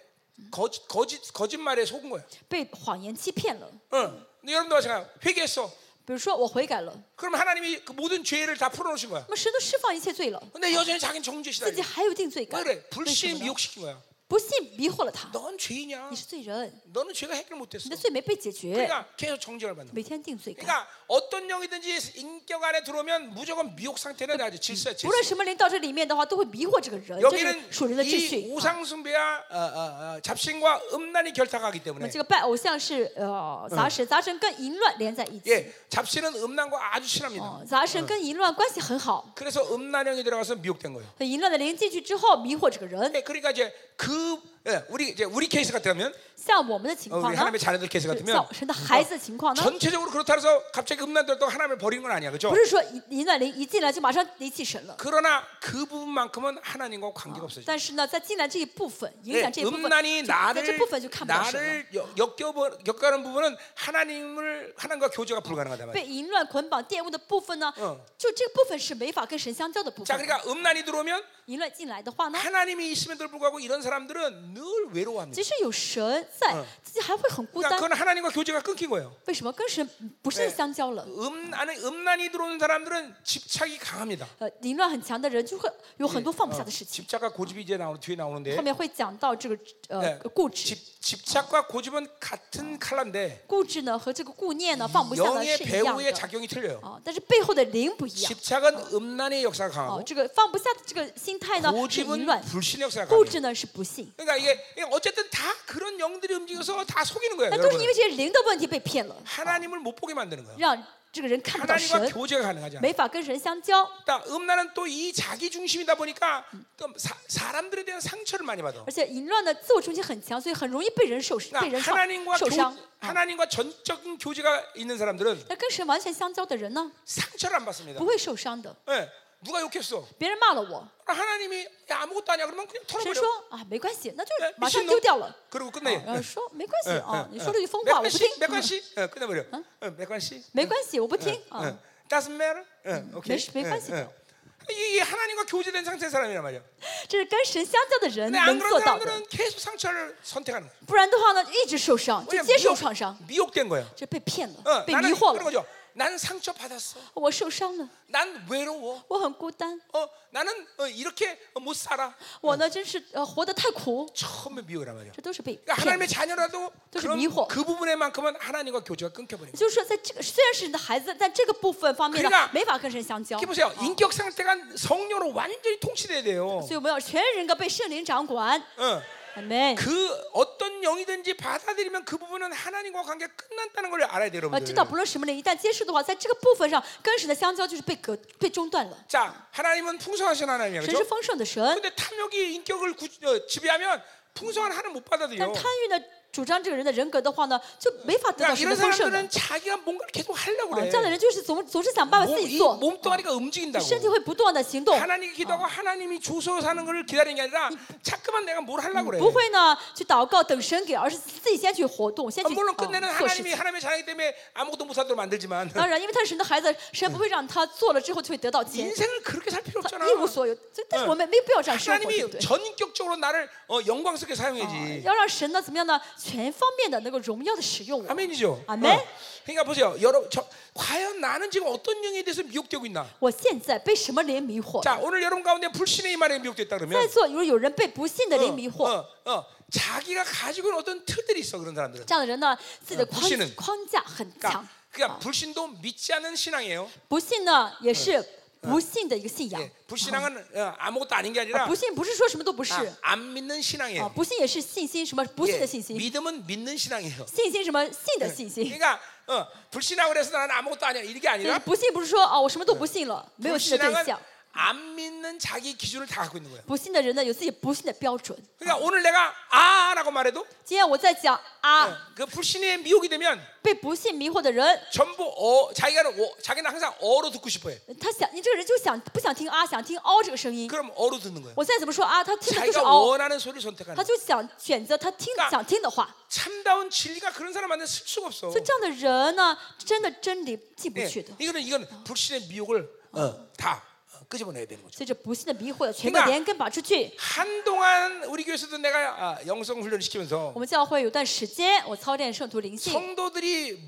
A: 거짓, 거짓 거짓말에 속은 거야.
B: 被谎言欺骗了。
A: 응. 근데 여러분도 마찬가지. 회개했어.
B: 比如说我悔改了，
A: 그럼 하나님이 그 모든 죄를 다 풀어놓으신 거야.
B: 那么神都释放一切罪了，
A: 근데 여전히 자기는 정죄시다.
B: 自己还有定罪
A: 왜
B: 感。
A: 그래?
B: 为什
A: 불신
B: 么呢？
A: 미혹시킨 거야.
B: 不信迷惑了他，
A: 넌 죄인이야.
B: 你是罪人，
A: 너는 죄가 해결 못했어.
B: 你的罪没被解决，
A: 그러니까 계속 정죄를 받는 거야.
B: 每天定罪感。
A: 그러니까 어떤 영이든지 인격 안에 들어오면 무조건 미혹 상태는 아주 질서야
B: 无
A: 질서.
B: 论什么灵到这里面的话，都会迷惑这个人，这是
A: 여기는
B: 属人的秩
A: 이
B: 序。啊
A: 우상 숭배와 어, 어, 어, 잡신과 음란이 결탁하기
B: 那
A: 때문에
B: 这个拜偶像是呃杂神，杂神跟淫乱连在一起。
A: 예, 잡신은 음란과 아주 친합니다.
B: 哦，杂神跟淫乱关系很好，
A: 그래서 음란형이 들어가서 미혹된 거예요.
B: 那淫乱的灵进去之后迷惑这个人。
A: 예, 그러니까 이제 그 예, 우리 이제 우리 케이스 같으면
B: 像我们的情
A: 어, 우리
B: 况呢，
A: 하나님의 자녀들 케이스
B: 就
A: 같으면
B: 像神的孩子的情况呢，
A: 전체적으로 그렇다 해서 갑자기 음란 들었다고 하나님을 버리는 건 아니야, 그렇죠?
B: 不是说淫淫乱灵一进来就马上离弃神了，
A: 그러나 그 부분만큼은 하나님과 관계가 없어져.
B: 但是呢，在进来这一部分，影
A: 예,
B: 响这一部分，
A: 아. 음란이
B: 就在这
A: 나를
B: 部分就看不到神了。
A: 나를 여- 엮여버 엮가는 부분은 하나님을 하나님과 교제가 불가능하다 말이야.
B: 被淫乱捆绑玷污的部分呢
A: 嗯，
B: 就这个部分是没法跟神相交的部
A: 자,
B: 分。
A: 그러니까 음란이 들어오면
B: 淫乱进来的
A: 네.
B: 话呢，
A: 하나님이 있음에도 불구하고 이런 사람들은 늘 외로워합니다.
B: 即使有神在
A: 嗯，
B: 自己还会很孤
A: 그러니까
B: 单。
A: 그건 하나님과 교제가 끊긴 거예요.
B: 为什么跟神不是
A: 네
B: 相交了？
A: 음, 안에 음란이 들어오는 사람들은 집착이 강합니다. 예, 어,
B: 呃，淫乱很强的人就会有很多放不下的事情。
A: 집착과 고집이 이제 나오는 뒤에
B: 后
A: 나오는데
B: 面会讲到这个呃
A: 네
B: 固执，
A: 집, 집착과 고집은 같은 칼라인데
B: 固执呢和这个顾念呢放不下呢
A: 영의
B: 是一样
A: 배후의
B: 的
A: 작용이 틀려요.
B: 啊，但是背后的灵不一样
A: 집착은 음란의 역사가
B: 啊
A: 강하고 ，
B: 这个放不下的这个心态呢是淫
A: 어, 고집은
B: 乱，
A: 불신의 역사가
B: 固
A: 강해요.
B: 执呢是不信，
A: 그러니까 이게 이게 어쨌든 다 그런 영들이 움직여서 다 그러니까 속이는 거예요.
B: 那都是因
A: 여러분.
B: 为这些灵的问题被骗
A: 아.
B: 了，
A: 하나님을 못 보게 만드는 거예요.
B: 让这个人啊看不到
A: 하나님과
B: 神，
A: 교제가 가능하지 않아요.
B: 没法跟神相交。
A: 그러니까 음란은 또 이 자기 중심이다 보니까 또 사, 사람들에 대한 상처를 많이 받아.
B: 而且淫乱的自我中心很强，所以很容易被人受被
A: 그러니까
B: 人伤
A: 하나님과
B: 受伤
A: 교, 。
B: 啊
A: 하나님과 전적인 교제가 있는 사람들은
B: 那跟神完全相交的人呢，
A: 상처를 안 받습니다.
B: 不会受伤的。
A: 예, 누가 욕했어?
B: 别人骂了我，
A: 하나님이 야, 아무것도 아니야. 그러면 그냥
B: 神
A: 털어버려.
B: 说啊没关系，那就
A: 예,
B: 马上
A: 미친놈.
B: 丢掉了。
A: 그리고
B: 啊
A: 끝내. 예,
B: 然后说没关系
A: 어,
B: 啊，你说这句疯话我不听
A: 맥관씨, ， 맥관씨, 예, 끝내버려. 예, 맥관씨.
B: 没关系我不听
A: 응.
B: 啊，
A: Doesn't matter. 응, 오케이.
B: 매- 매관심이요.
A: 응, 응. 이게 하나님과 교제된 상태의 사람이란 말이야.
B: 这是跟神相交的人
A: 근데 안
B: 能做
A: 그런
B: 到的，
A: 사람들은 계속 상처를 선택하는 거야.
B: 不然的话呢一直受伤，就
A: 왜냐면
B: 接受创伤，
A: 미혹, 된 거야.
B: 这被骗了，
A: 어,
B: 被
A: 나는
B: 迷惑
A: 그런
B: 了，
A: 거죠. 난 상처 받았어.
B: 我受伤了，
A: 난 외로워.
B: 我很孤单，
A: 어, 나는 어, 이렇게 못 살아.
B: 我呢真是呃活得太苦，
A: 처음에 미혹이란 말이야.
B: 这都是被
A: 그러니까
B: 骗的
A: 하나님의 。 자녀라도
B: 그래서
A: 그런
B: 미혹.
A: 그 부분에만큼은 하나님과 교제가 끊겨버린 거야.
B: 就是说，在这个虽然是你的孩子，但这个部分方面呢
A: 그러니까 ，
B: 没法跟神相交。啊
A: 이렇게 보세요. 어. 인격 상태가 성령으로 완전히 통치돼야 돼요.
B: 所以我们要全人格被圣灵掌管。
A: 어.
B: 阿门。
A: 그 어떤 영이든지 받아들이면 그 부분은 하나님과 관계가 끝났다는 걸 알아야 돼요,
B: 呃，
A: 여러분들.
B: 知道不论什么人，一旦接触的话，在这个部分上跟神的相交就是被隔被中断了。
A: 자, 하나님은 풍성하신 하나님이야,
B: 神是
A: 그렇죠?
B: 丰盛的神，
A: 근데 탐욕이 인격을 구, 어, 지배하면 풍성한 하나님 못
B: 但
A: 받아들여.
B: 贪欲呢，主张这个人的人格的话呢，就没法得到
A: 그러니까
B: 神
A: 이런
B: 的丰盛的。
A: 사람들은 자기가 뭔가를 계속 하려고
B: 啊，
A: 그래.
B: 这样的人就是总总是想办法自
A: 몸,
B: 己
A: 이
B: 做，
A: 몸뚱아리가
B: 身体
A: 움직인다고. 어.
B: 会不断的行动，
A: 하나님 기도하고 하나님이 줘서 사는 걸 기다리는 게 아니라 자꾸만 내가 뭘 하려고 그래.
B: 不会呢去祷告等神给，而是自己先去活动，先
A: 아,
B: 去、
A: 물론
B: 嗯
A: 끝내는
B: 做事
A: 하나님이
B: 情。
A: 하나님의 자녀이기 때문에 아무것도 못하도록 만들지만
B: 当然，因为他是神的孩子，神不会让他做了之后就会得到钱，
A: 인생을 그렇게 뭐 살 필요
B: 他
A: 없잖아.
B: 一无所有。所以但是
A: 嗯
B: 我们没必要这样生活，对不
A: 하나님이
B: 对？
A: 전격적으로 나를 어, 아, 영광스럽게
B: 啊
A: 사용해지.
B: 要让神呢怎么样呢？全方面的能够荣耀的使用我。
A: 아멘이죠.
B: 아멘.
A: 어. 그러니까 보세요, 여러분, 저, 과연 나는 지금 어떤 영에 대해서 미혹되고 있나?
B: 我现在被什么灵迷惑？
A: 자, 오늘 여러분 가운데 불신의 이만에 미혹됐다
B: 在
A: 그러면
B: 座如果有人被不信的灵迷
A: 어,
B: 惑，
A: 어, 어, 자기가 가지고 있는 어떤 틀들이 있어 그런 사람들은.
B: 这样的人呢，自己的
A: 嗯
B: 框
A: 不信的
B: 框架很强
A: 그러니까, ， 그러니까
B: 啊
A: 불신도 믿지 않는 신앙이에요.
B: 不信呢也是
A: 嗯
B: 不信的一个信仰
A: 예, 。 불신앙은 어, 아무것도 아닌 게 아니라
B: 不信不是说什么都不是
A: 아, 안 믿는
B: 啊，
A: 신앙이에요.
B: 不信也是信心，什么不信
A: 예,
B: 的信心，
A: 믿음은 믿는 신앙이에요.
B: 信心什么信的信心。
A: 그러니까 어, 불신앙을 해서 나는 아무것도 아니야 이게
B: 就是
A: 아니라
B: 不信不是说哦，我什么都不信了，没有信的对
A: 그, 불신앙은
B: 象。
A: 안 믿는 자기 기준을 다 갖고 있는 거예요.
B: 不信的人呢，有自己不信的标准。
A: 그러니까 오늘 내가 아라고 말해도
B: 今天我在讲啊，
A: 그 불신에 미혹이 되면
B: 被不信迷惑的人，
A: 전부 어 자기가는 어, 자기는 항상 어로 듣고 싶어해.
B: 他想你这个人就想不想听啊，想听哦这个声音。
A: 그럼 어로 듣는 거예요.
B: 我再怎么说啊，他听的就是
A: 자기가
B: 哦，
A: 원하는 소리를
B: 他
A: 어. 선택하는. 거예요.
B: 就想选择他听
A: 그러니까
B: 想听的话。
A: 참다운 진리가 그런 사람한테 쓸 수가 없어.
B: 所以这样的人呢，真的真理进不
A: 예,
B: 去的。
A: 이거는 이건 불신의 미혹을 어, 다 어, 끄집어내야 되는 거죠.
B: 所以这不信的迷惑要全部
A: 그러니까
B: 连根拔出去。
A: 한동안 우리 교회에서도 내가 아, 영성 훈련을 시키면서
B: 我们教会有段时间，我操练圣徒灵性，
A: 성도들이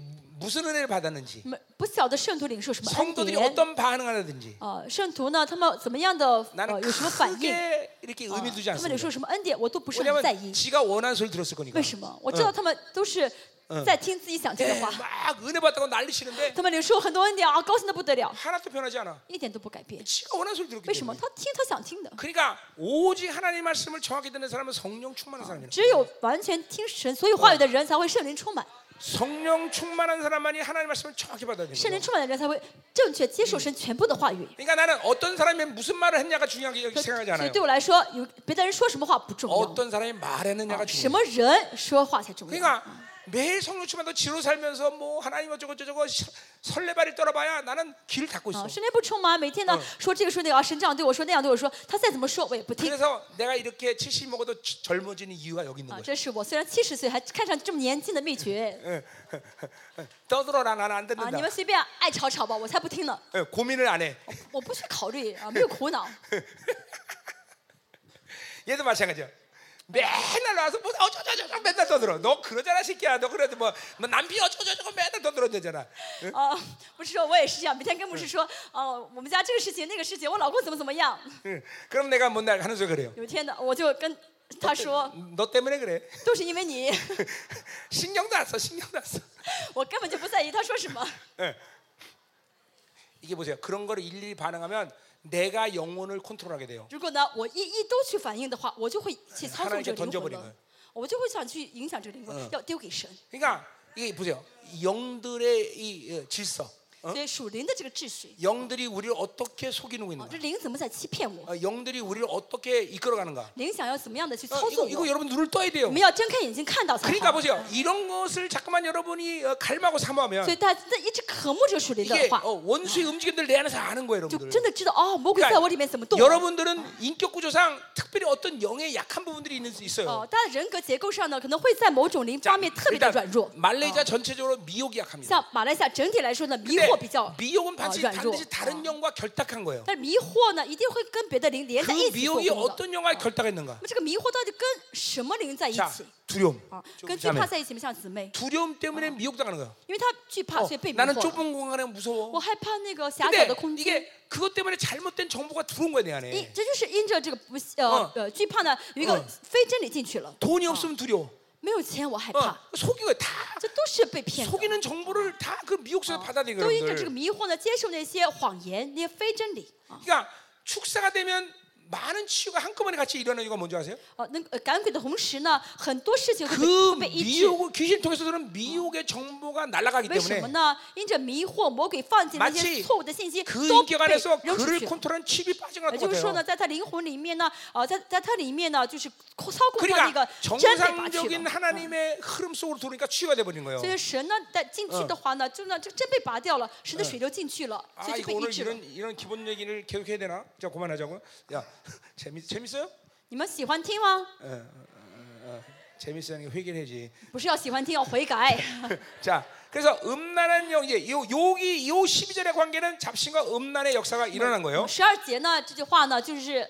A: 무슨 은혜를 받았는지,
B: 没不晓得圣徒领受什么恩
A: 성도들이
B: 典。
A: 뭐 어떤 반응하는지
B: 呃，圣徒呢，他们怎么样的呃
A: 나는
B: 有什么反应？
A: 크게 어, 이렇게 의미 두지
B: 他们领受
A: 않습니다.
B: 什么恩典，我都不是很在
A: 왜냐하면
B: 意。
A: 지가 원하는 소리 들었을 거니까.
B: 为什么？我知道他们都是
A: 嗯
B: 在听自己想听
A: 예,
B: 的话，
A: 막 은혜 받다고 난리치는데
B: 他们领受很多恩典啊，高兴的不得了，
A: 하나도 변하지 않아.
B: 一点都不改变。
A: 지가 원하는 소리 들었기
B: 为什么？
A: 때문에.
B: 他听他想听的。
A: 그러니까 오직 하나님 의 말씀을 정확히 듣는 사람은 성령 충만한 사람이야.
B: 只有完全听神所有话语的人，才会圣灵充满；
A: 성령 충만한 사람만이 하나님 의 말씀을 정확히 받아들이는
B: 圣灵
A: 거야.
B: 充满的人，才会正确接受神全部的话语。
A: 그러니까 나는 어떤 사람이 무슨 말을 했냐가 중요하게 그 여기
B: 所
A: 생각하지
B: 以
A: 않아요.
B: 对我来说，有别的人说什么话不重要，
A: 어떤 사람이 말했느냐가
B: 什
A: 중요해요.
B: 么人说话才重要。
A: 그러니까 매일 성령 충만도 지로 살면서 뭐 하나님 어쩌고 저쩌고 시- 설레발을 떨어봐야 나는 길을 닫고
B: 啊，
A: 있어.
B: 圣灵不充满，每天呢说这个说那个，啊神这样对我说那样对我说，他再怎么说我也不听。
A: 그래서 내가 이렇게 70 먹어도 지- 젊어지는 이유가 여기 있는
B: 啊，
A: 거야.
B: 这是我虽然七十岁还看上去这么年轻的秘诀
A: 떠들어라 나는 안
B: 啊！你们
A: 듣는다.
B: 随便爱吵吵吧，我才不听呢，哦
A: 예, 고민을 안 해.
B: 我不去考虑啊，没有苦恼。
A: 얘도 마찬가지야. 맨날 와서 뭐 어쩌저쩌저 맨날 떠들어. 너 그러잖아 새끼야. 너 그래도 뭐, 뭐 남편 어쩌저쩌고 맨날 떠들어대잖아.
B: 啊，不是说我也是这样，每天跟牧师说，哦、我们家这个事情那个事情，我老公怎么怎么样。
A: 응. 예. 그럼 내가 뭔날 하는 소리 그래요.
B: 有一天呢，我就跟他说，
A: 너 때문에 그래.
B: 都是因为你，
A: 신경도 안 써. 신경도 안 써.
B: 我根本就不在意他说什么。
A: 예. 이게 보세요. 그런 거를 일일이 반응하면 내가 영혼을 컨트롤하게 돼요.
B: 如果呢，我一一都去反应的话，我就会去操纵这个灵魂
A: 하나님께던져버리는
B: 了
A: 거예요 ，
B: 嗯我就会想去影响这个灵魂，要丢给神。
A: 그러니까 이게 보세요. 영들의 이 어, 질서.
B: 所以属灵的这个秩序，
A: 영들이 우리를 어떻게 속이는 거
B: 啊
A: 있는가? ，
B: 这灵怎么在欺骗我？
A: 어, 영들이 우리를 어떻게 이끌어가는가?
B: 灵想要怎么样的去
A: 어,
B: 操
A: 이거,
B: 纵
A: 이거
B: 我？
A: 여러분 눈을 떠야 돼요.
B: 我们要睁开眼睛看到才
A: 그러니까
B: 好。
A: 보세요. 이런 것을 자꾸만 여러분이 어, 갈망하고
B: 所
A: 사모하면
B: 以大家在一直渴慕这个属灵
A: 이게
B: 的话，
A: 어, 원수의 움직임들 내 안에서 아는 거예요,
B: 就
A: 여러분들.
B: 真的知道哦，魔鬼哦在我里面怎么
A: 그러니까
B: 动。
A: 여러분들은 인격 구조상 특별히 어떤 영의 약한 부분들이 있는 수
B: 哦
A: 있어요. ，
B: 他的人格结构上呢，可能会在某种灵方面特别的
A: 일단
B: 软弱。
A: 말레이시아 전체적으로 미혹이 약합니다.
B: 像马来西亚整体来说呢，迷
A: 근데
B: 惑比较，
A: 어。
B: 呃
A: 미혹은 반드시,
B: 软弱哦
A: 반드시 다른 영과 결탁한 거예요.
B: 但是迷惑呢，一定会跟别的灵连
A: 그
B: 在一起做工
A: 미혹이
B: 的。
A: 어떤 영과 결탁했는가?
B: 那么这个迷惑到底跟什么灵在一
A: 자,
B: 起
A: 두려움.
B: 啊？
A: 좀
B: 跟惧怕
A: 자매.
B: 在一起吗？像姊妹，
A: 두려움 때문에 미혹당하는 거예요.
B: 因为他惧怕，
A: 어,
B: 所以被迷
A: 나는
B: 惑了。
A: 좁은 공간에 무서워.
B: 我害怕那个狭小
A: 근데
B: 的空间。
A: 이게 그것 때문에 잘못된 정보가 들어온 거야 내
B: 因
A: 안에.
B: 这就是因着这个不呃
A: 嗯
B: 呃惧怕呢，有一个非真理进去了。
A: 돈이 없으면 두려워.
B: 没有钱我害
A: 어,
B: 怕，
A: 속이고 다
B: 这都是被骗的。
A: 속이는 정보를 다 그 미혹에서 받아들이는
B: 都因着这
A: 거예요.
B: 个迷惑呢，接受那些谎言，那些非真理啊。
A: 그러니까 축사가 되면 많은 치유가 한꺼번에 같이 일어나는 이유가 뭔지 아세요?
B: 哦，那个呃赶鬼的同时呢，很多事情会被
A: 그
B: 会被医治。
A: 미혹을 귀신 통해서 들은 미혹의 정보가 날아가기
B: 为什么
A: 때문에
B: 呢？因着迷惑，魔鬼放进那些
A: 마치
B: 错误的信息，
A: 그
B: 都被
A: 인격 안에서
B: 扔出
A: 그를
B: 去了。
A: 컨트롤한 칩이 빠진 것
B: 也就是说呢，
A: 같아요.
B: 在他灵魂里面呢，呃，在在他里面呢，就是控操控他那个
A: 그러니까
B: 真被拔去
A: 정상적인
B: 了。
A: 하나님의 흐름 속으로 들어오니까 치유가 돼버린 거예요.
B: 所以神呢，在进去的话呢，就呢，这真被拔掉了，神的水流进去了，所
A: 아
B: 以就
A: 이거
B: 被医
A: 오늘
B: 治了
A: 이런 。 이런 기본 얘기를 계속 해야 되나? 자 그만하자고. 야 재미 재밌어요?
B: 你们喜欢听吗？
A: 재밌어하는 게 회개를 해지.
B: 不是要喜欢听，要悔 改。
A: 자 그래서 음란한 영 이제 요 여기 요 12절의 관계는 잡신과 음란의 역사가 일어난 거예요.
B: 十二节呢，这句话呢，就是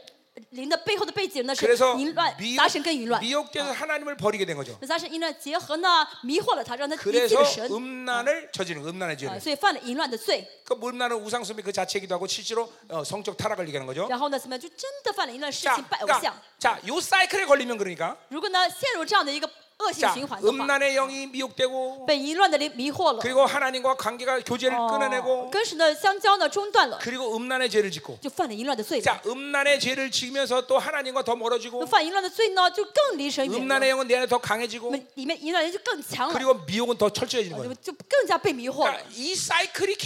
B: 灵的背后的背景呢是
A: 그래서
B: 淫乱，
A: 미,
B: 杂神跟淫乱。
A: 미혹돼서 하나님을 버리게 된 거죠.
B: 那杂神淫乱结合呢，迷惑了他，让他离弃
A: 그래서
B: 了神，
A: 음란을 저지른 음란의
B: 啊，
A: 죄를.
B: 所以犯了淫乱的罪。
A: 그 음란은 우상숭배 그 자체이기도 하고 실제로 어, 성적 타락을 얘기하는 거죠.
B: 然后呢，怎么样，就真的犯了淫乱的事情，
A: 자,
B: 拜偶像
A: 그러니까, 。 자, 요 사이클에 걸리면 그러니까
B: 如果呢陷入这样的一个恶性
A: 자,
B: 循环的话，
A: 음란의 영이 미혹되고
B: 被淫乱的灵迷惑了，
A: 그리고 하나님과 관계가 교제를 어.
B: 哦
A: 끊어내고
B: 跟神的相交呢中断了，
A: 그리고 음란의 죄를 짓고
B: 就犯了淫乱的罪了。
A: 자 음란의 죄를 지으면서 또 하나님과 더
B: 那
A: 멀어지고
B: 犯淫乱的罪呢，就更离神远了。
A: 음란의 영은 내 안에 더
B: 我
A: 강해지고
B: 们里面淫乱的人就更强了，
A: 그리고 미혹은 더 철저해지는
B: 我
A: 거예요
B: 们就更加被迷惑了
A: 그러니까 。이 사이클이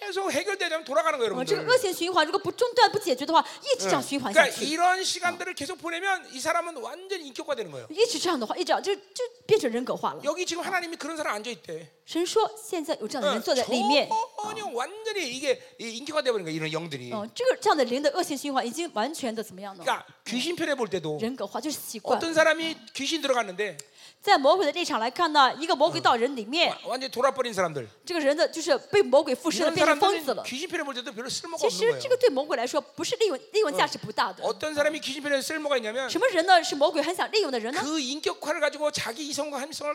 A: 계속 해결되자면 돌아가는 거예요
B: 啊，这个
A: 여러분들
B: 恶性循环如果不中断、不解决的话，一直这样循环下
A: 그러니까
B: 去，
A: 이런 시간들을 계속 보내면 이 사람은 완전 인격화 되는 거예요
B: 一直这样的话，一直这样就就变成人格化了。
A: 여기 지금 하나님이 그런 사람 앉아있대
B: 神说，现在有这样的
A: 응,
B: 人坐在里面，
A: 전혀 완전히 이게 이 인격화 되버린 거예요 이런 영들이
B: 嗯，这个这样的灵的恶性循环已经完全的怎么样呢？
A: 그러니까 귀신편에 볼 때도
B: 人格化就是习惯。
A: 어떤 사람이 귀신 들어갔는데
B: 在魔鬼的立场来看呢，一个魔鬼到人里面
A: 와- ， 완전히 돌아버린 사람들
B: 这个人的就是被魔鬼附身了，
A: 이런
B: 变成疯子
A: 사람들은
B: 了。
A: 귀신편에 볼 때도 별로 쓸모가
B: 其
A: 없는
B: 实
A: 거예요
B: 这个对魔鬼来说不是利用利用价值不大的。
A: 어떤 사람이 귀신편에 쓸모가 있냐면
B: 什么人呢？是魔鬼很想利用的人呢？
A: 그 인격화를 가지고 자기 이성과 함성을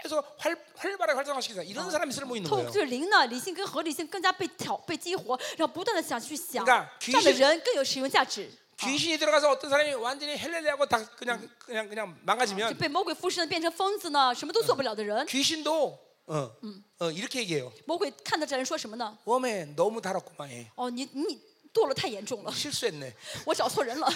A: 계속 활, 활발하게 활성화시키는 사람,
B: 어.
A: 이런 사람이 쓸모 있는
B: 透
A: 거예요
B: 就是灵呢，理性跟合理性更加被挑被激活，然后不断的想去想，
A: 그러니까귀
B: 这
A: 신
B: 样的人更有使用价值。
A: 귀신이 들어가서 어떤 사람이 완전히 헬렐레하고 다 그냥 그냥 아, 그냥
B: 啊就
A: 망가지면
B: 被魔鬼附身变成疯子呢，什么都做不了的人。
A: 嗯 귀신도 어, 어, 이렇게 얘기해요
B: 魔鬼看到这人说什么呢？
A: 웜에 너무 달았구만 예.
B: 哦，你你堕落太严重了，
A: 실수했네
B: 我找错人了，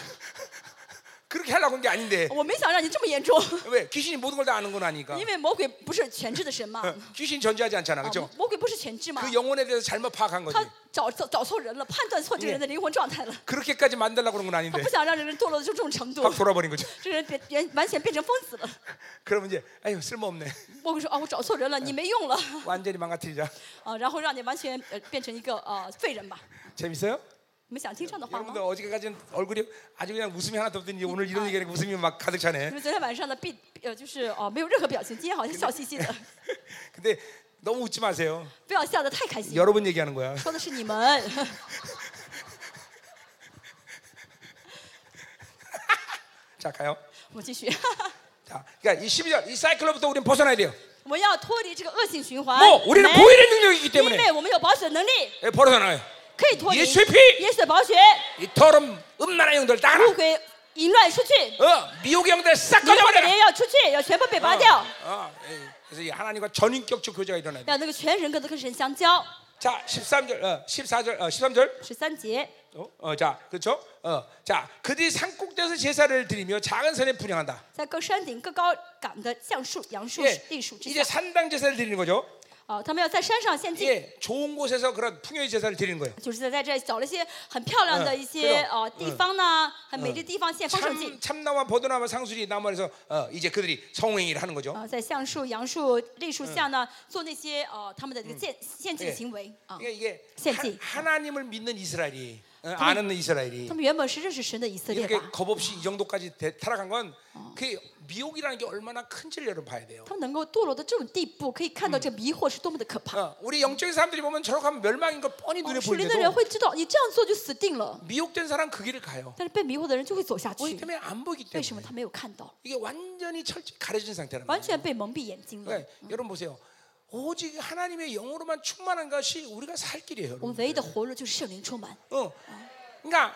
A: 그렇게 하려고 한 게 아닌데
B: 我没想让你这么严重，
A: 왜 귀신이 모든 걸 다 아는 건 아니니까 어,
B: 因为魔鬼不是全知的神嘛，
A: 嗯
B: 啊
A: 귀신 전제하지 않잖아 그죠
B: 魔鬼不是全知嘛，
A: 그 영혼에 대해서 잘못 파악한 거지
B: 他找找找错人了，判断错这个人的灵魂状态了，
A: 그렇게까지 만들려고 그런 건
B: 他
A: 아닌데
B: 不想让这个人堕落到这种程度
A: 확 ， 돌아버린 거죠
B: 这人变变完全变成疯子了。
A: 그러면 이제 아유 쓸모없네
B: 魔鬼说啊，我找错人了，你没用了
A: 완전히 망가뜨리자
B: 啊，然后让你完全呃变成一个呃废人吧。
A: 재밌어요?
B: 你们想听这样的话
A: 여러분들
B: 吗？
A: 어저께까지는 얼굴이 아주 그냥 웃음이 하나도 없더니 오늘 이런 얘기하니까 웃음이 막 가득
B: 你
A: 차네
B: 们昨天晚上的必呃就是哦、没有任何表情，今天好像笑嘻嘻的，
A: 근데 너무 웃지 마세요
B: 不要笑得太开心。
A: 여러분 얘기하는 거야
B: 说的是你们，
A: 자 가요
B: 我们继续，
A: 자 그러니까 이 12절 이 사이클로부터 우리는 벗어나야 돼요
B: 我们要脱离这个恶性循环。
A: 뭐 우리는
B: 没
A: 보일의 능력이기
B: 因
A: 때문에
B: 为我们有保血能力，
A: 예, 벗어나요
B: 可以脱离。
A: 예수의피
B: 耶稣的保血，
A: 이 더러운 음란한 영들 딱
B: 不给淫乱出去，迷
A: 어, 미혹의 영들 싹
B: 惑的
A: 꺼져버려
B: 人要出去，要全部被
A: 嗯
B: 拔掉，
A: 어, 예. 그래서 이 하나님과 전인격적 교제가 일어나야 돼.
B: 让那个全人格都跟神相交。
A: 자 13절 어, 14절 어, 13절
B: 十三节，
A: 어, 어, 자 그렇죠 어, 자 그들이 산꼭대에서 제사를 드리며 작은 산에 분양한다
B: 在各山顶、各高岗的橡树、杨树、
A: 예,
B: 栗树之下
A: 이제 ， 산당 제사를 드리는 거죠
B: 啊，他们要在山上献祭，
A: 예, 좋은 곳에서 그런 풍요의 제사를 드리는 거예요
B: 就是在在这找了一些很漂亮的
A: 嗯
B: 一
A: 对
B: 些
A: 了
B: 呃地方呢，很美丽的地方献丰盛祭
A: 참 참나와 버드나와 상수리 나무에서 어, 이제 그들이 성행위를 하는 거죠
B: 啊，在橡树、杨树、栗树
A: 嗯
B: 下呢，做那些呃他们的这个献献祭的
A: 예
B: 行为啊。
A: 그러니까 이게
B: 셋째.
A: 하, 나님을 믿는 이스라엘이 어, 아는 이스라엘이
B: 他们原本是认识神的以色列
A: 이렇게
B: 吧？
A: 겁없이 이 정도까지 대- 타락한 건 그 미혹이라는 게 얼마나 큰지를 여러분 봐야 돼요
B: 他们能够堕落到这种地步，可以看
A: 嗯
B: 到这迷惑是多么的可怕。
A: 어, 우리 영적인 사람들이 보면 저렇게 하면 멸망인 걸 뻔히
B: 哦
A: 눈에
B: 属灵的人
A: 보이는데도
B: 会知道，你这样做就死定了。
A: 미혹된 사람 그 길을 가요.
B: 但是被迷惑的人就会走下
A: 보이기
B: 去。
A: 때문에 안 보이기
B: 为什么
A: 때문에
B: 他没有看到？
A: 이게 완전히 철저히 가려진 상태라는
B: 完
A: 거예요.
B: 全被蒙蔽眼睛了。
A: 그러니까 여러분 보세요. 오직 하나님의 영으로만 충만한 것이 우리가 살 길이에요.
B: 我们
A: 여러분.
B: 唯一的活路就是圣灵充满。
A: 어. 그러니까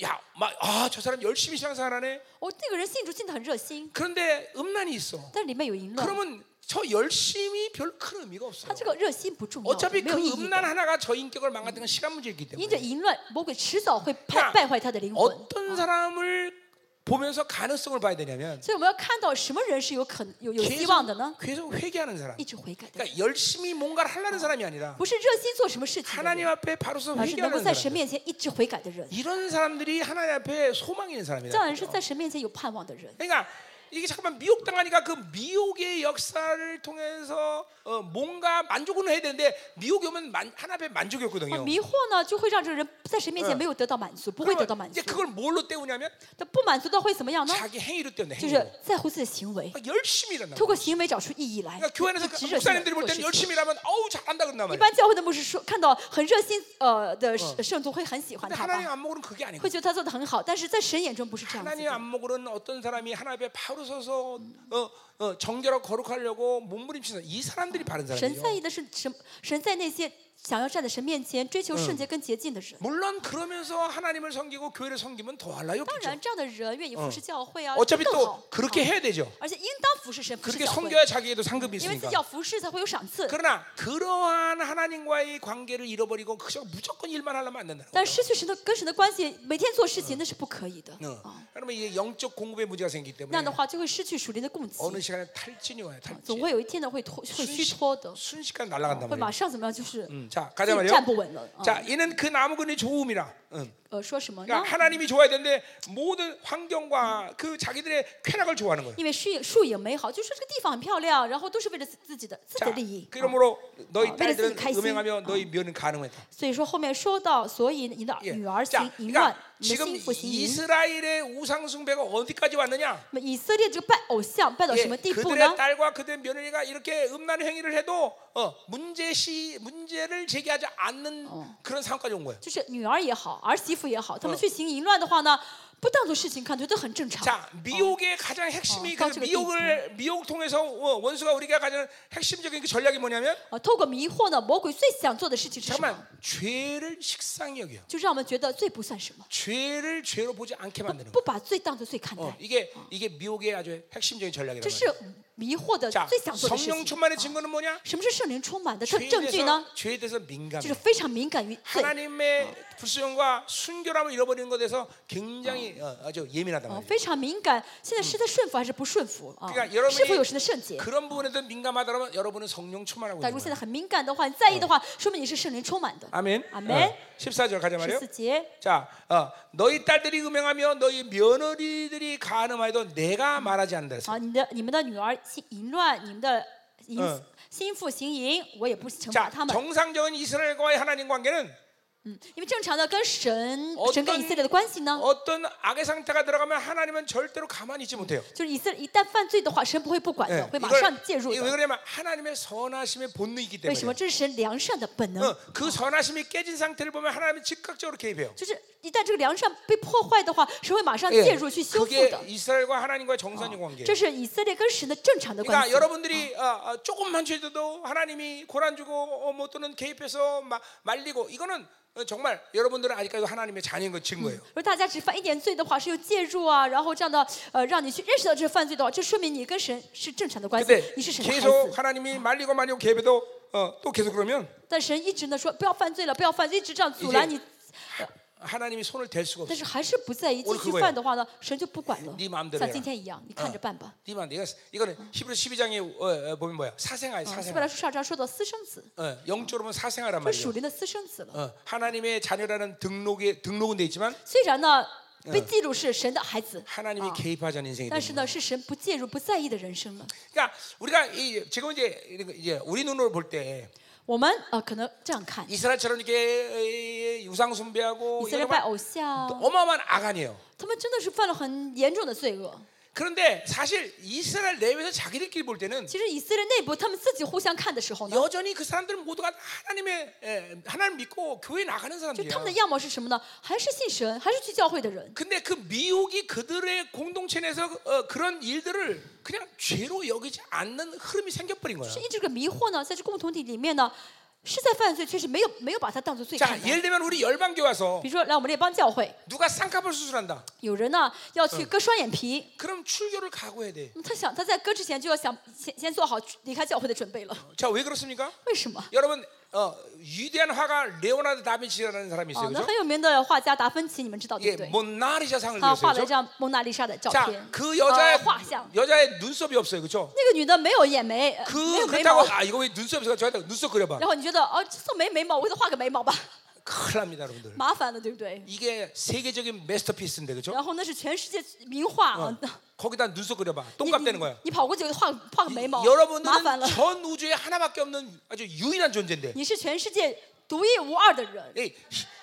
A: 야막아저 사람 열심히 신앙생활하네.
B: 哦，那个人信主信得很热心，
A: 그런데 음란이 있어.
B: 但是里面有淫乱，
A: 그러면 저 열심히 별 큰 의미가
B: 他
A: 없어요.
B: 哦这个热心不重要，
A: 어차피
B: 没有
A: 그
B: 意义的。
A: 음란 하나가 저 인격을 망가뜨린 건 시간 문제이기
B: 因着
A: 때문에
B: 淫乱，魔鬼迟早会败
A: 그러니까
B: 败坏他的灵魂。
A: 어떤 사람을 보면서 가능성을 봐야 되냐면
B: 所以我们要看到什么人是有可有有希
A: 계속,
B: 望的呢？
A: 계속 회개하는 사람.
B: 一直悔改的，
A: 그러니까 열심히 뭔가를 하려는 사람이 아니라
B: 不是热心做什么事情的人，
A: 하나님 앞에 바로서
B: 而是能够
A: 회개하는
B: 在神
A: 사람.
B: 面前一直悔改的人。
A: 이런 사람들이 하나님 앞에 소망 있는
B: 这样人
A: 사람이다.
B: 是在神面前有盼望的人。
A: 그러니까 이게 잠깐만 미혹당하니까 그 미혹의 역사를 통해서 어, 뭔가 만족은 해야 되는데 미혹이 오면 만, 하나님 앞에 만족이
B: 啊
A: 없거든요.
B: 迷惑呢，就会让这个人在神面前没有得到满足，不会得到
A: 그러면
B: 满
A: 이제
B: 足。
A: 그걸 뭘로 때우냐면
B: 他不满足到会怎么样呢？
A: 자기 행위로 때운다.
B: 就
A: 행위.
B: 是在乎自己的行为，
A: 열심히 일한다.
B: 通过行为找出意义来。
A: 그러니까 교회
B: 就
A: 안에서
B: 急着去
A: 목사님들이 볼
B: 做事
A: 때는
B: 情
A: 열심히 일하면 어우 잘한다 그런단
B: 一
A: 말이야.
B: 般教会的牧师说，看到很热心呃的圣徒会很喜欢
A: 근데
B: 他
A: 하나님
B: 吧，
A: 안 먹으면 그게 아니고.
B: 会觉得他做的很好，但是在神眼中不是这样子
A: 하나님
B: 的。
A: 안목으로는 어떤 사람이 하나님 앞에 바로 서서 어, 어, 정결하고 거룩하려고 몸부림치는 사람. 이 사람들이 바른
B: 神在
A: 사람이에요.
B: 意的是什么？神在那些想要站在神面前追求圣洁跟洁净的人。
A: 물론 그러면서 하나님을 섬기고 교회를 섬기면 더 할라요.
B: 当然，这样的人愿意服侍教会啊，
A: 어차피
B: 更好
A: 또 。 그렇게
B: 啊
A: 해야 되죠.
B: 而且应当服侍神，服侍
A: 그렇게
B: 教会，
A: 섬겨야 자기에도 상급이
B: 因为自
A: 있으니까.
B: 己要服侍才会有赏赐。
A: 그러나 그러한 하나님과의 관계를 잃어버리고 그저 무조건 일만 하려면 안 된다는
B: 但
A: 거예요.
B: 失去神的跟神的关系，每天做事情那是不可以的。
A: 어. 그러면 이제 영적 공급의 문제가 생기기
B: 那
A: 때문에
B: 样的话就会失去属灵的供给，
A: 어느 시간에 탈진이 와요. 탈진.
B: 总会有一天呢会脱会虚脱的，
A: 순식간에 날아간단
B: 会马
A: 말이에요.
B: 上怎么样就是自
A: 음, 자,
B: 己
A: 가자 말이요.
B: 站不稳了。啊
A: 자, 얘는 그 나무 근이 좋음이라. 응.
B: 呃，说什么呢
A: 그러니까 ？ 하나님이 좋아야 되는데 모든 환경과 그 자기들의 쾌락을 좋아하는 거예요.
B: 因为树树影美好，就说这个地方很漂亮，然后都是为了自自己的自己
A: 자,
B: 的利益。啊
A: 그러므로 너희
B: 어,
A: 딸들은
B: 그래서
A: 음행하며 너희 면은 가능했다.
B: 哦所以说后面说到，所以你的
A: 예.
B: 女儿行
A: 자,
B: 淫乱
A: 그러니까 ，
B: 你的
A: 지금
B: 心腹行淫。
A: 이스라엘의 우상 숭배가 어디까지 왔느냐?
B: 那么以色列这个拜偶像拜到
A: 예,
B: 什么地步呢
A: 그들의 ？ 딸과 그들의 며느리가 이렇게 음란 행위를 해도 어, 문제시 문제를 제기하지 않는 그런 상황까지 온 거예요.
B: 就是女儿也好，儿媳妇也好，他们去行淫乱的话呢，不当做事情看，觉得很正常。
A: 자, 미혹의 가장 핵심이
B: 어,
A: 그
B: 가지고
A: 미혹을 미혹 통해서 어, 원수가 우리가 가장 핵심적인 그 전략이 뭐냐면
B: 啊，透过迷惑呢，魔鬼最想做的事情是什么？
A: 잠깐만 죄를 식상히 여겨요.
B: 就让我们觉得罪不算什么，
A: 죄를 죄로 보지 않게 만드는 거예요.
B: 不把罪当做罪看
A: 어,
B: 待，
A: 이게 이게 미혹의 아주 핵심적인 전략이라고
B: 这是
A: 해요.
B: 迷惑的
A: 자,
B: 最想做的事
A: 성령
B: 情。
A: 충만의 증거는 뭐냐?
B: 什么是圣灵充满的证
A: 죄에
B: 证据呢
A: 대해서, ？ 죄에 대해서
B: 就是
A: 민감해.
B: 非常敏感于
A: 그
B: 罪，
A: 하나님의 불순종과 순결함을 잃어버리는 것에 대해서 굉장히 어, 아주 예민하단
B: 啊，
A: 말이에요.
B: 非常敏感。现在是在顺服还是不顺服啊
A: 그러니까여러분이 ？
B: 是否有神的圣洁？
A: 그런 부분에도 민감하다면 여러분은 성령 충만하고
B: 但
A: 있는
B: 如果现
A: 거예요.
B: 在很敏感的话，你在意的话，说明你是圣灵充满的。
A: 아멘.
B: 아멘.
A: 어, 14절 가자
B: 十
A: 말이요.
B: 四节，
A: 자, 어, 너희 딸들이 음행하며 너희 며느리들이 가늠하여도 내가 말하지 않는다 했어.
B: 好，你的你们的女儿心淫乱，你们的淫
A: 嗯
B: 心腹行淫，我也不惩罚
A: 자,
B: 他们。
A: 정상적인 이스라엘과의 하나님 관계는
B: 嗯，因为正常的跟神
A: 어떤
B: 神跟以色列的关系呢，
A: 어떤 악의 상태가 들어가면 하나님은 절대로 가만히 있지 못해요.
B: 就是以色列一旦犯罪的话，神不会不管的，
A: 예,
B: 会马
A: 이걸-
B: 上介入
A: 이게 왜
B: 的。
A: 그러냐면 하나님의 선하심의 본능이기
B: 为什么？
A: 때문에.
B: 这是神良善的本能
A: 어, ，그 선하심이 깨진 상태를 보면 하나님이 즉각적으로 개입해요.
B: 就是一旦这个良善被破坏的话，神会马上
A: 예,
B: 介入去修复
A: 그게
B: 的。
A: 이스라엘과 하나님과의 정상적
B: 哦
A: 관계.
B: 这是以色列跟神的正常的关
A: 그러니까
B: 系。
A: 여러분들이 어, 어, 조금만 죄도 하나님이 고난 주고 어, 뭐 또는 개입해서 마- 말리고 이거는 어, 정말 여러분들은 아직까지 하나님의 자녀인 것 증거예요.
B: 如果大家只犯一点罪的话，是有介入啊，然后这样的呃，让你去认识到这是犯罪的话，这说明你跟神是正常的关系
A: 근데 ，
B: 你是神的孩
A: 계속
B: 子。
A: 하나님이 말리고 말리고 개입해도 어, 또 계속 그러면
B: 但神一直呢说不要犯罪了，不要犯罪，一直这样阻拦你。
A: 하나님이 손을 댈 수가
B: 但
A: 없어.
B: 是还是不在意，
A: 我
B: 继
A: 是
B: 续
A: 各位
B: 犯的话呢，神就不管了
A: 네 。 마음대로
B: 像
A: 해라.
B: 今天一样，你看着办吧。
A: 네 마음대로. 이거- 이거는 히브리 12장에 어, 어, 보면 뭐야? 사생아예요,
B: 希
A: 사생아.
B: 伯来书上章说到私生子，
A: 어, 영적으로 보면 사생아란
B: 就是属
A: 말이에요.
B: 灵的私生子了。
A: 어, 하나님의 자녀라는 등록에 등록은 돼 있지만
B: 虽然呢被记录是神的孩子，
A: 하나님이 개입하지 않은 인생이
B: 但
A: 되는
B: 是
A: 거예요.
B: 呢是神不介入、不在意的人生了。
A: 그러니까 우리가 이, 지금 이제 이런 거 이제 우리 눈으로 볼 때
B: 我们呃可能这样看，以
A: 이스라엘처럼 이렇게 유상 숭배하고
B: 色列
A: 이런
B: 拜
A: 말
B: 偶像，
A: 어마어마한 악아니에요.
B: 他们真的是犯了很严重的罪恶。
A: 그런데 사실 이스라엘 내에서 자기들끼리 볼 때는
B: 其实以色列内部他们自己互相看的时候呢，
A: 여전히 그 사람들은 모두가 하나님의 에, 하나님 믿고 교회 나가는
B: 就他们的
A: 사람들이야.
B: 样貌是什么呢？还是信神，还是去教会的人。
A: 근데 그 미혹이 그들의 공동체 내에서 어, 그런 일들을 그냥 죄로 여기지 않는 흐름이 생겨버린 거야.
B: 是一直个迷惑呢，在这共同体里面呢，是在犯罪，却是没有没有把它当做罪看
A: 자,
B: 待。
A: 예를 들면 우리 열방교 와서
B: 比如说来我们列邦教会，
A: 누가 쌍꺼풀 수술한다.
B: 有人呢要去割双眼皮，
A: 그럼 출교를 각오해야 돼.
B: 那么他想他在割之前就要想先先做好离开教会的准备了。
A: 자, 왜 그렇습니까?
B: 为什么？
A: 여러분 어, 위대한 화가 레오나르도 다빈치라는 사람이
B: 啊
A: 있어요. ，
B: 那
A: 그죠?
B: 很有名的画家达芬奇，你们知道对
A: 예,
B: 不对？
A: 모나리자 상을
B: 他
A: 그렸어요.
B: 画了一
A: 그죠?
B: 张蒙娜丽莎的照片
A: 자, ，그
B: 呃
A: 여자의
B: 画像。
A: 여자의 눈썹이 없어요. 그렇죠?
B: 那个女的没有眼眉，呃没
A: 그
B: 有眉毛
A: 그렇다고 ，아 이거 왜 눈썹이 없어? 저한테 눈썹 그려 봐.
B: 然后你觉得哦，这送没眉毛，我给她画个眉毛吧，
A: 큰일 납니다, 여러분들.
B: 麻烦了，对不对？
A: 이게 세계적인 마스터피스인데. 그렇죠?
B: 然后那是全世界名画，啊
A: 거기다 눈썹 그려 봐.
B: 你你
A: 똥값 되는 거야.
B: 你跑过去画画个眉毛，麻烦
A: 여러분들은
B: 了。
A: 전 우주에 하나밖에 없는 아주 유일한 존재인데.
B: 你是全世界独一无二的人，
A: 이 희,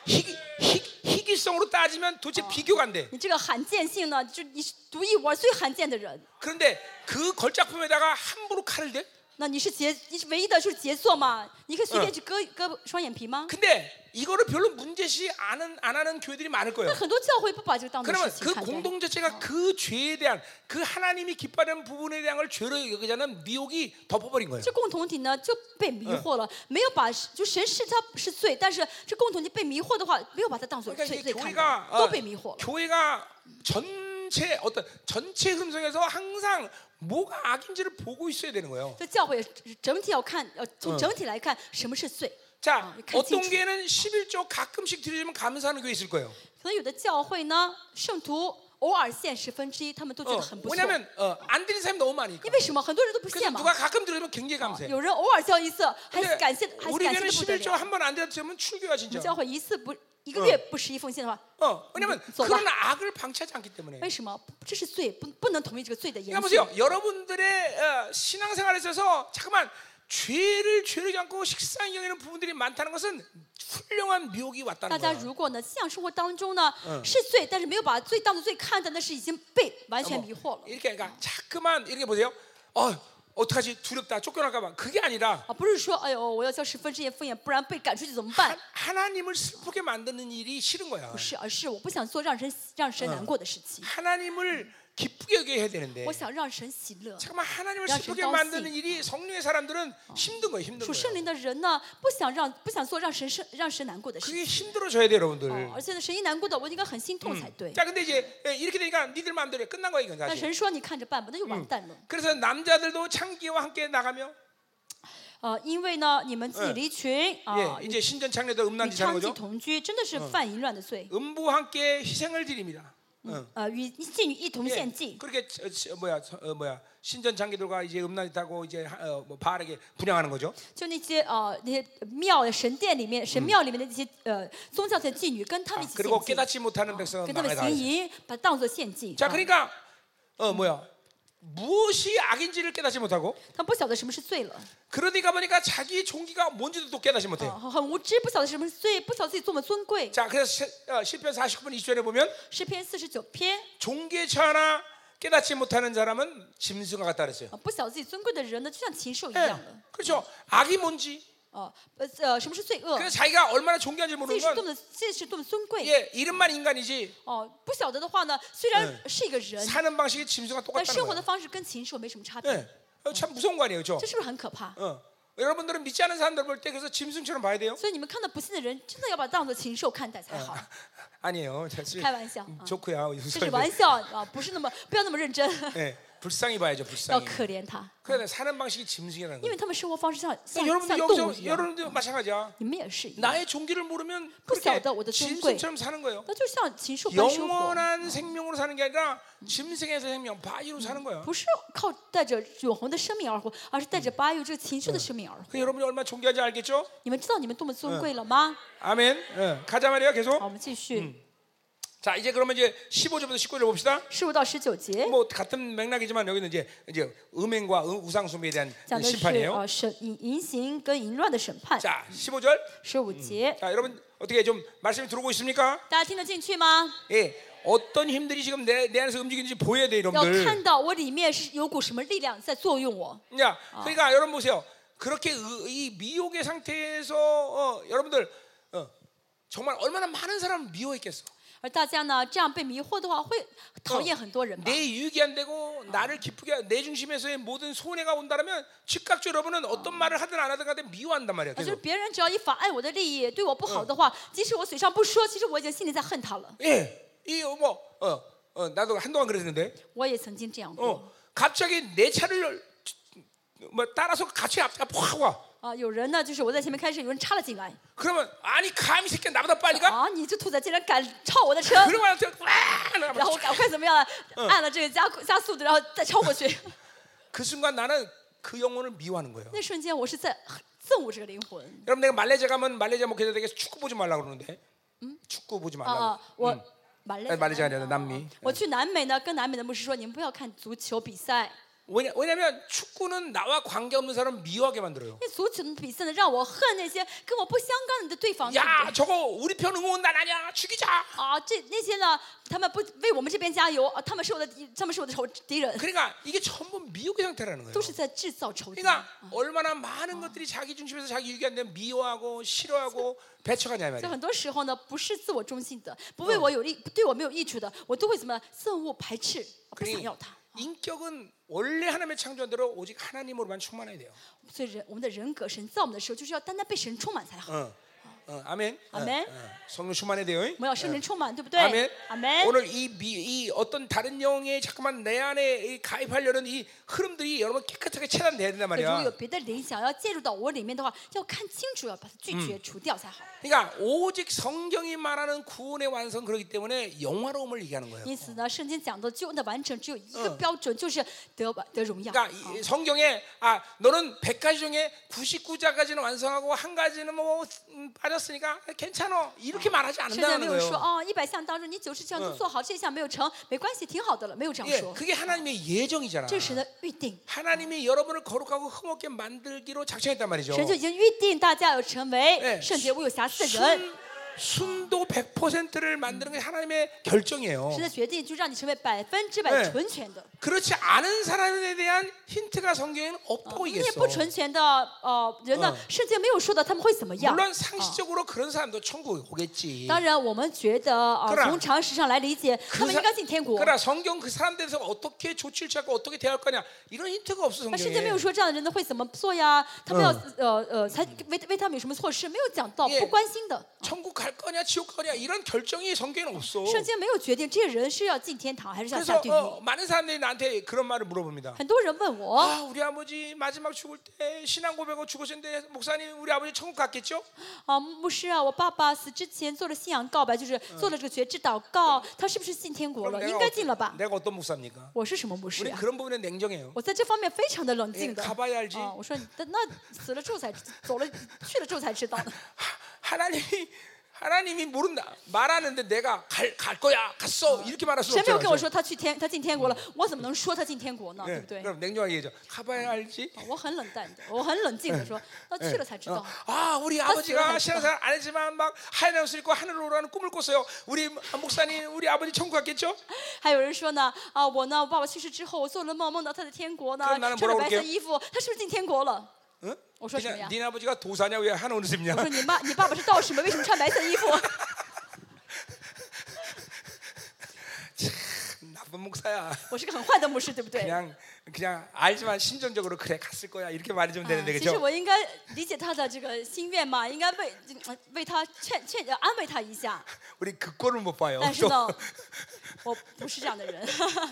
A: 희, 희, 희귀성으로 따지면 도대체 비교가 안 돼.
B: 你这个罕见性呢，就是你是独一无二最罕见的人。
A: 그런데 그 걸작품에다가 함부로 칼을 대?
B: 那你是杰，你是唯一的就是杰作嘛？你可以随便去割割双眼皮吗？
A: 근데 이거를 별로 문제시 안, 하는- 안 하는 교회들이 많을 거예요.
B: 很多教会不把这个当做
A: 그러면
B: 事情
A: 그
B: 看待。
A: 공동 자체가 그 죄에 대한 그 하나님이 기뻐하는 부분에 대한 걸 죄로 여기지 않는 미혹이 덮어버린 거예요.
B: 这共同体呢就被迷惑了，没有把就神是他是罪，但是这共同体被迷惑的话，没有把它当做
A: 그러니까
B: 罪
A: 이게
B: 罪看待
A: 교회가 ， 어,
B: 都被迷惑了。
A: 교회가 전체 어떤 전체 흠성에서 항상 뭐가 악인지를 보고 있어야 되는 거예요.
B: 这教会整体要看，要从整体来看什么是罪。
A: 자,
B: 어, 이렇게
A: 어떤
B: 진-
A: 교회는 11조 가끔씩 드리면 감사하는 교회 있을 거예요.
B: 可能有的教会呢，圣徒偶尔献十分之一，他们都觉
A: 어,
B: 得很不错。
A: 왜냐면 어, 안 드린 사람이 너무 많으니까.
B: 因为什么？很多人都不
A: 그래서
B: 献嘛。
A: 누가 가끔 드리면 굉장히
B: 啊
A: 감사해.
B: 有人偶尔教一次，还
A: 근데
B: 感谢，还
A: 우리
B: 感谢
A: 교회는
B: 的不得
A: 11조
B: 了。
A: 한 번 안 드렸으면 출교야
B: 我们
A: 진짜.
B: 教会嗯一次不一个月不十一奉献的话，
A: 어, 왜냐면
B: 음, 써봐.
A: 그런 악을 방치하지 않기 때문에.
B: 为什么？这是罪，不不能同意这个罪的延
A: 그러니까
B: 续。
A: 보세요. 여러분들의 어, 신앙생활에 있어서 잠깐만 죄를 죄를 잡고 식상히 여기는 부분들이 많다는 것은 훌륭한 묘기
B: 大
A: 왔다는
B: 家
A: 거야.
B: 如果呢，信仰生活当中呢是罪，但是没有把罪当做罪看待，那是已经被完全迷惑了
A: 이렇게 그러니까 자꾸만 이렇게 보세요. 어, 어떡하지? 두렵다. 쫓겨날까 봐. 그게 아니라
B: 啊！不是说哎呦，我要交十分之一奉献，不然被赶出去怎么办？
A: 하, 나님을 슬프게 만드는 일이 싫은 거야.
B: 不是，而是我不想做让神让神难过的事情，
A: 하나님을 기쁘게 여겨야 되는데
B: 我想让神喜乐。
A: 잠깐만 하나님을
B: 야,
A: 슬프게
B: 진짜
A: 만드는
B: 없이.
A: 일이 성령의 사람들은 힘든 거예요. 힘든
B: 属圣
A: 거예요.
B: 灵的人呢，不想让不想做让神生让神难过的事情。
A: 그게 힘들어져야 돼요, 여러분들.
B: 哦，而且呢，神一难过的，我应该很心痛才对。
A: 자 근데 이제 예, 이렇게 되니까 니들 마음대로 끝난 거야 이건
B: 但
A: 사실.
B: 神说你看着办吧，那就完蛋了。
A: 그래서 남자들도 창기와 함께 나가며
B: 呃，因为呢，你们自己
A: 嗯
B: 离群啊，
A: 예,
B: 与
A: 이제 신전 창례도
B: 与
A: 음란지 사는
B: 娼妓
A: 거죠.
B: 同居，真的是犯淫乱的罪。
A: 음부와 함께 희생을 드립니다. 응.
B: 呃，与妓女一同
A: 예,
B: 献祭。
A: 그렇게 저- 저- 뭐야 저- 어, 뭐야 신전 장기들과 이제 음란지 타고 이제 하- 어, 뭐 바알에게 분양하는 거죠.
B: 就那些呃那些庙呀、神殿里面、神庙里面的那些呃宗教的妓女，跟他
A: 아,
B: 们一起献
A: 그리고
B: 祭，
A: 어, 깨닫지 못하는 백성은
B: 跟他们
A: 망에
B: 行
A: 당하죠.
B: 淫，把它当作献祭。
A: 자
B: 啊
A: 그러니까 어 뭐야 무엇이 악인지를 깨닫지 못하고
B: 他们不晓得什么是罪了，
A: 그러니까 보니까 자기 종기가 뭔지도 또 깨닫지
B: 啊
A: 못해요.
B: 很无知，不晓得什么是罪，不晓得自己多么尊贵。
A: 자 그래서 시- 어, 시편 49편 20절에 보면
B: 诗篇四十九篇，
A: 종기에 처하나 깨닫지 못하는 사람은 짐승과 같다 그랬어요.
B: 啊，不晓得自己尊贵的人呢，就像禽兽一
A: 예,
B: 样的。
A: 그렇죠. 악이 뭔지
B: 哦，呃呃，什么是罪恶？
A: 어. 그래서 자기가 얼마나 존귀한지
B: 自己是
A: 모르는
B: 多
A: 건
B: 么的自己是多么尊贵。
A: 예, 이름만 인간이지
B: 哦，不晓得的话呢，虽然是一个人，
A: 사는 방식이 짐승과
B: 但
A: 똑같다는
B: 生活的
A: 거예요.
B: 方式跟禽兽没什么差别。
A: 예, 어, 참 무서운 거 아니에요, 그렇죠?
B: 这是不是很可怕？
A: 어. 여러분들은 믿지 않은 사람들 볼 때 그래서 짐승처럼 봐야 돼요?
B: 所以你们看到不信的人，真的要把它当做禽兽看待
A: 嗯
B: 才 好。
A: 아니에요, 사실
B: 가만있어.
A: 음,
B: 어.
A: 조크야,
B: 这是
A: 웃음소리.
B: 玩笑啊，不是那么不要那么认真，
A: 예, 불쌍히 봐야죠,
B: 要
A: 불쌍히.
B: 可怜他，
A: 어, 그래, 사는 방식이 짐승이라는
B: 因
A: 거예요.
B: 为他们生活方式像像
A: 그러니까
B: 像
A: 여러분들
B: 动物
A: 여기서
B: 一样。
A: 여러분들 마찬가지야.
B: 你们也是一样，
A: 나의 종기를 모르면
B: 부끄러워,
A: 그렇게
B: 나我的
A: 짐승처럼 사는 거예요.
B: 那就像禽兽般生活，
A: 영원한 생명으로 사는 게 아니라 짐승에서 생명 바위로 사는 거야.
B: 不是靠带着永恒的生命而活，而是带着巴育这个禽兽的生命而活。
A: 그 여러분이 얼마나 존귀한지 알겠죠?
B: 你们知道你们多么尊贵了吗？
A: 아멘. 예, 가자 말이야 계속.
B: 好，我们继续
A: 자 이제 그러면 이제 15절부터 19절 봅시다.
B: 十五到十九节
A: 뭐 같은 맥락이지만 여기는 이제 이제 음행과 우상 숭배에 대한
B: 讲的是
A: 심판이에요.
B: 呃审淫淫行跟淫乱的审判。
A: 자 15절.
B: 十五节，
A: 자 여러분 어떻게 좀 말씀이 들어오고 있습니까?
B: 大家听得进去吗？
A: 예. 어떤 힘들이 지금 내, 내 안에서 움직이는지 보여야 돼
B: 要看
A: 여러분들.
B: 到我里面是有股什么力量在作用我。
A: 야, 그러니까 여러분 보세요. 그렇게 의- 이 미혹의 상태에서 어, 여러분들 어, 정말 얼마나 많은 사람 미워했겠어.
B: 而大家呢，这样被迷惑的话，会讨厌很多人吧？
A: 내 유익이 안 되고 나를 기쁘게 하- 내 중심에서의 모든 손해가 온다면 즉각적으로 여러분은 어떤 아, 말을 하든 안 하든 간에 미워한단 말이야.
B: 啊就是
A: 계속.
B: 别人只要一妨碍我的利益，对我不好的话，即使我嘴上不说，其实我已经心里在恨他了。
A: 예, 이뭐 어, 어, 나도 한동안 그랬는데,
B: 我也曾经这样过。
A: 어, 갑자기 내 차를 열- 뭐 따라서 같이 앞 앞 확 와.
B: 啊，有人呢，就是我在前面开车，有人插了进来，
A: 그러면 아니 감히 새끼 야 나보다 빨리 가?
B: 啊，你这兔崽竟然敢超我的车，
A: 그러면 와!
B: 然后我赶快怎么样啊？按了这个加快加速度，然后再超过去。
A: 그 순간 나는 그 영혼을 미워하는 거예요.
B: 那瞬间，我是在憎恶这个灵魂
A: 여러분 내가 말레이시아 가면 말레이시아 목회자들에게 축구 보지 말라 고 그러는데, 축구 보지
B: 啊
A: 말라. 고 네,
B: 啊！我马来
A: 哎马来西亚人
B: 啊
A: 南美
B: 我去南美呢，跟南美的牧师说，你们不要看足球比赛。
A: 왜냐, 왜냐면 축구는 나와 관계없는 사람 미워하게 만들어요.
B: 因为足球的比赛呢，让我恨那些跟我不相干的对方。对不
A: 야
B: 对
A: 저거 우리 편 응원단 아니야 죽이자.
B: 啊，这那些呢，他们不为我们这边加油啊，他们是我的敌，他们是我的仇敌人，
A: 그러니까 이게 전부 미혹의 상태라는 거예요.
B: 都是在制造仇敌。
A: 그러니까 얼마나 많은 것들이 자기 중심에서 자기 유익이 안 되면 미워하고 싫어하고 배척하냐 이
B: 所以
A: 말이야.
B: 很多时候呢，不是自我中心的，不为我有利，对我没有益处的，我都会怎么样憎恶、排斥，不想要
A: 그러니까
B: 他。
A: 인격은 원래 하나님의 창조한대로 오직 하나님으로만 충만해야 돼요.
B: 所以人，我们的人格，神造我们的时候，就是要单单被神充满才好。
A: 어. 어, 아멘. 어,
B: 아멘.
A: 어. 성령 충만해야 돼요.
B: 我们要圣灵充满，对不对？
A: 아멘.
B: 阿门。
A: 오늘 이, 미, 이 어떤 다른 영에 자꾸만 내 안에 이 가입하려는 이 흐름들이 여러분 깨끗하게 차단돼야 된단
B: 如果有
A: 말이야.
B: 别的灵想要介入到我里面的话，要看清楚，要把它拒绝除掉才好。
A: 그러니까 오직 성경이 말하는 구원의 완성 그러기 때문에 영화로움을 얘기하는 거예요.
B: 因此呢，圣经讲的救恩的完成只有一个标准，就是得完得荣耀。
A: 그러니까 이 성경에 아 너는 100가지 중에 99자까지는 완성하고 한 가지는 뭐 음, 빠졌으니까 괜찮어 이렇게 말하지
B: 啊圣经没
A: 않는다는
B: 有嗯说
A: 거예요.
B: 哦，一百项当中你九十项都做好，这项没有成，没关系，挺好的了，没有这样
A: 예,
B: 说。
A: 그게 하나님의 예정이잖아.
B: 这是神的预定，
A: 하나님이 여러분을 거룩하고 흠없게 만들기로 작정했단 말이죠.
B: 神就已经预定大家要成
A: 哎
B: 为圣洁、无有瑕疵的人。
A: 순, 순도 100%를 만드는 게 하나님의 결정이에요.
B: 神的决定就让你成为百分之
A: 哎
B: 百纯全的。
A: 그렇지 않은 사람에 대한 힌트가 성경에는
B: 啊
A: 없다고
B: 那些
A: 얘기했어. 뭐
B: 不纯全的呃人呢
A: 嗯，
B: 圣经没有说到他们会怎么样。
A: 물론 상식적으로 그런 사람도 천국에 오겠지.
B: 当然，我们觉得啊、
A: 그러나
B: 从常识上来理解，他们应该进天国。
A: 그 그러나 성경 그 사람들에 대해서 어떻게 조치를 취하고 어떻게 대할 거냐 이런 힌트가 없어
B: 那圣经
A: 성경에.
B: 没有说这样的人呢会怎么做呀？他们要、呃呃，才为为他们有什么措施？没有讲到，
A: 예
B: 不关心的。
A: 천국 갈 거냐 지옥 갈 거냐 이런 결정이 성경에는 없어.
B: 圣经没有决定这些人是要进天堂还是哦要
A: 그래서
B: 下地狱。
A: 어, 많은 사람들이 나한테 그런 말을 물어봅니다.
B: 很多人问我，
A: 아 우리 아버지 마지막 죽을 때 신앙 고백하고 죽으셨는데 목사님 우리 아버지 천국 갔겠죠?
B: 啊，牧师啊，我爸爸死之前做了信仰告白，就是做了这个觉知祷告，他是不是进天国
A: 그럼
B: 了？
A: 내가,
B: 应该进了吧
A: 어떤, ？ 내가 어떤 목사입니까?
B: 我是什么牧师
A: 우리
B: 呀？
A: 그런 부분에 냉정해요.
B: 我在这方面非常的冷静的。
A: 예卡巴亚尔基
B: 啊，我说你那那死了之后才走了去了之后才知道 的。
A: 하- 하나님이 하나님이 모른다 말하는데 내가 갈, 갈 거야 갔어 이렇게 말할 수
B: 谁没有跟
A: 없잖아요.
B: 我说他去天他进天国了？我怎么能说他进天国呢？嗯对
A: 예,
B: 不对？哦
A: 그럼 냉정하게 얘기죠. 가봐야 알지.
B: 我很冷淡的，我很冷静的 说，那去了才知道。
A: 아, 우리 아버지가 신앙생활 안 했지만 막 하얀 옷을 입고 하늘로 오라는 꿈을 꿨어요. 우리 목사님, 우리 아버지 천국 갔겠죠?
B: 还有人说呢，啊，我呢，我爸爸去世之后，我做了梦，梦到他在天国呢
A: 그럼나는，
B: 穿着
A: 뭐라고그럴게요
B: 白色衣服，他是不是进天国了？
A: 응?
B: 오셔,
A: 그냥
B: 주님이야.
A: 네 아버지가 도사냐 왜 하늘 옷을 입냐?
B: 我说你妈，你爸爸是道士吗？为什么穿白色衣服？
A: 나쁜 목사야.
B: 我是个很坏的牧师，对不对？啊
A: 그냥 그냥 알지만 심정적으로 그래 갔을 거야 이렇게 말해주면 되는데
B: 其实
A: 그죠?
B: 我应该理解他的这个心愿嘛，应该为呃为他劝劝呃安慰他一下。
A: 우리 그 꼴을 못 봐요.
B: 但是
A: 또.
B: 呢， 我不是这样的人。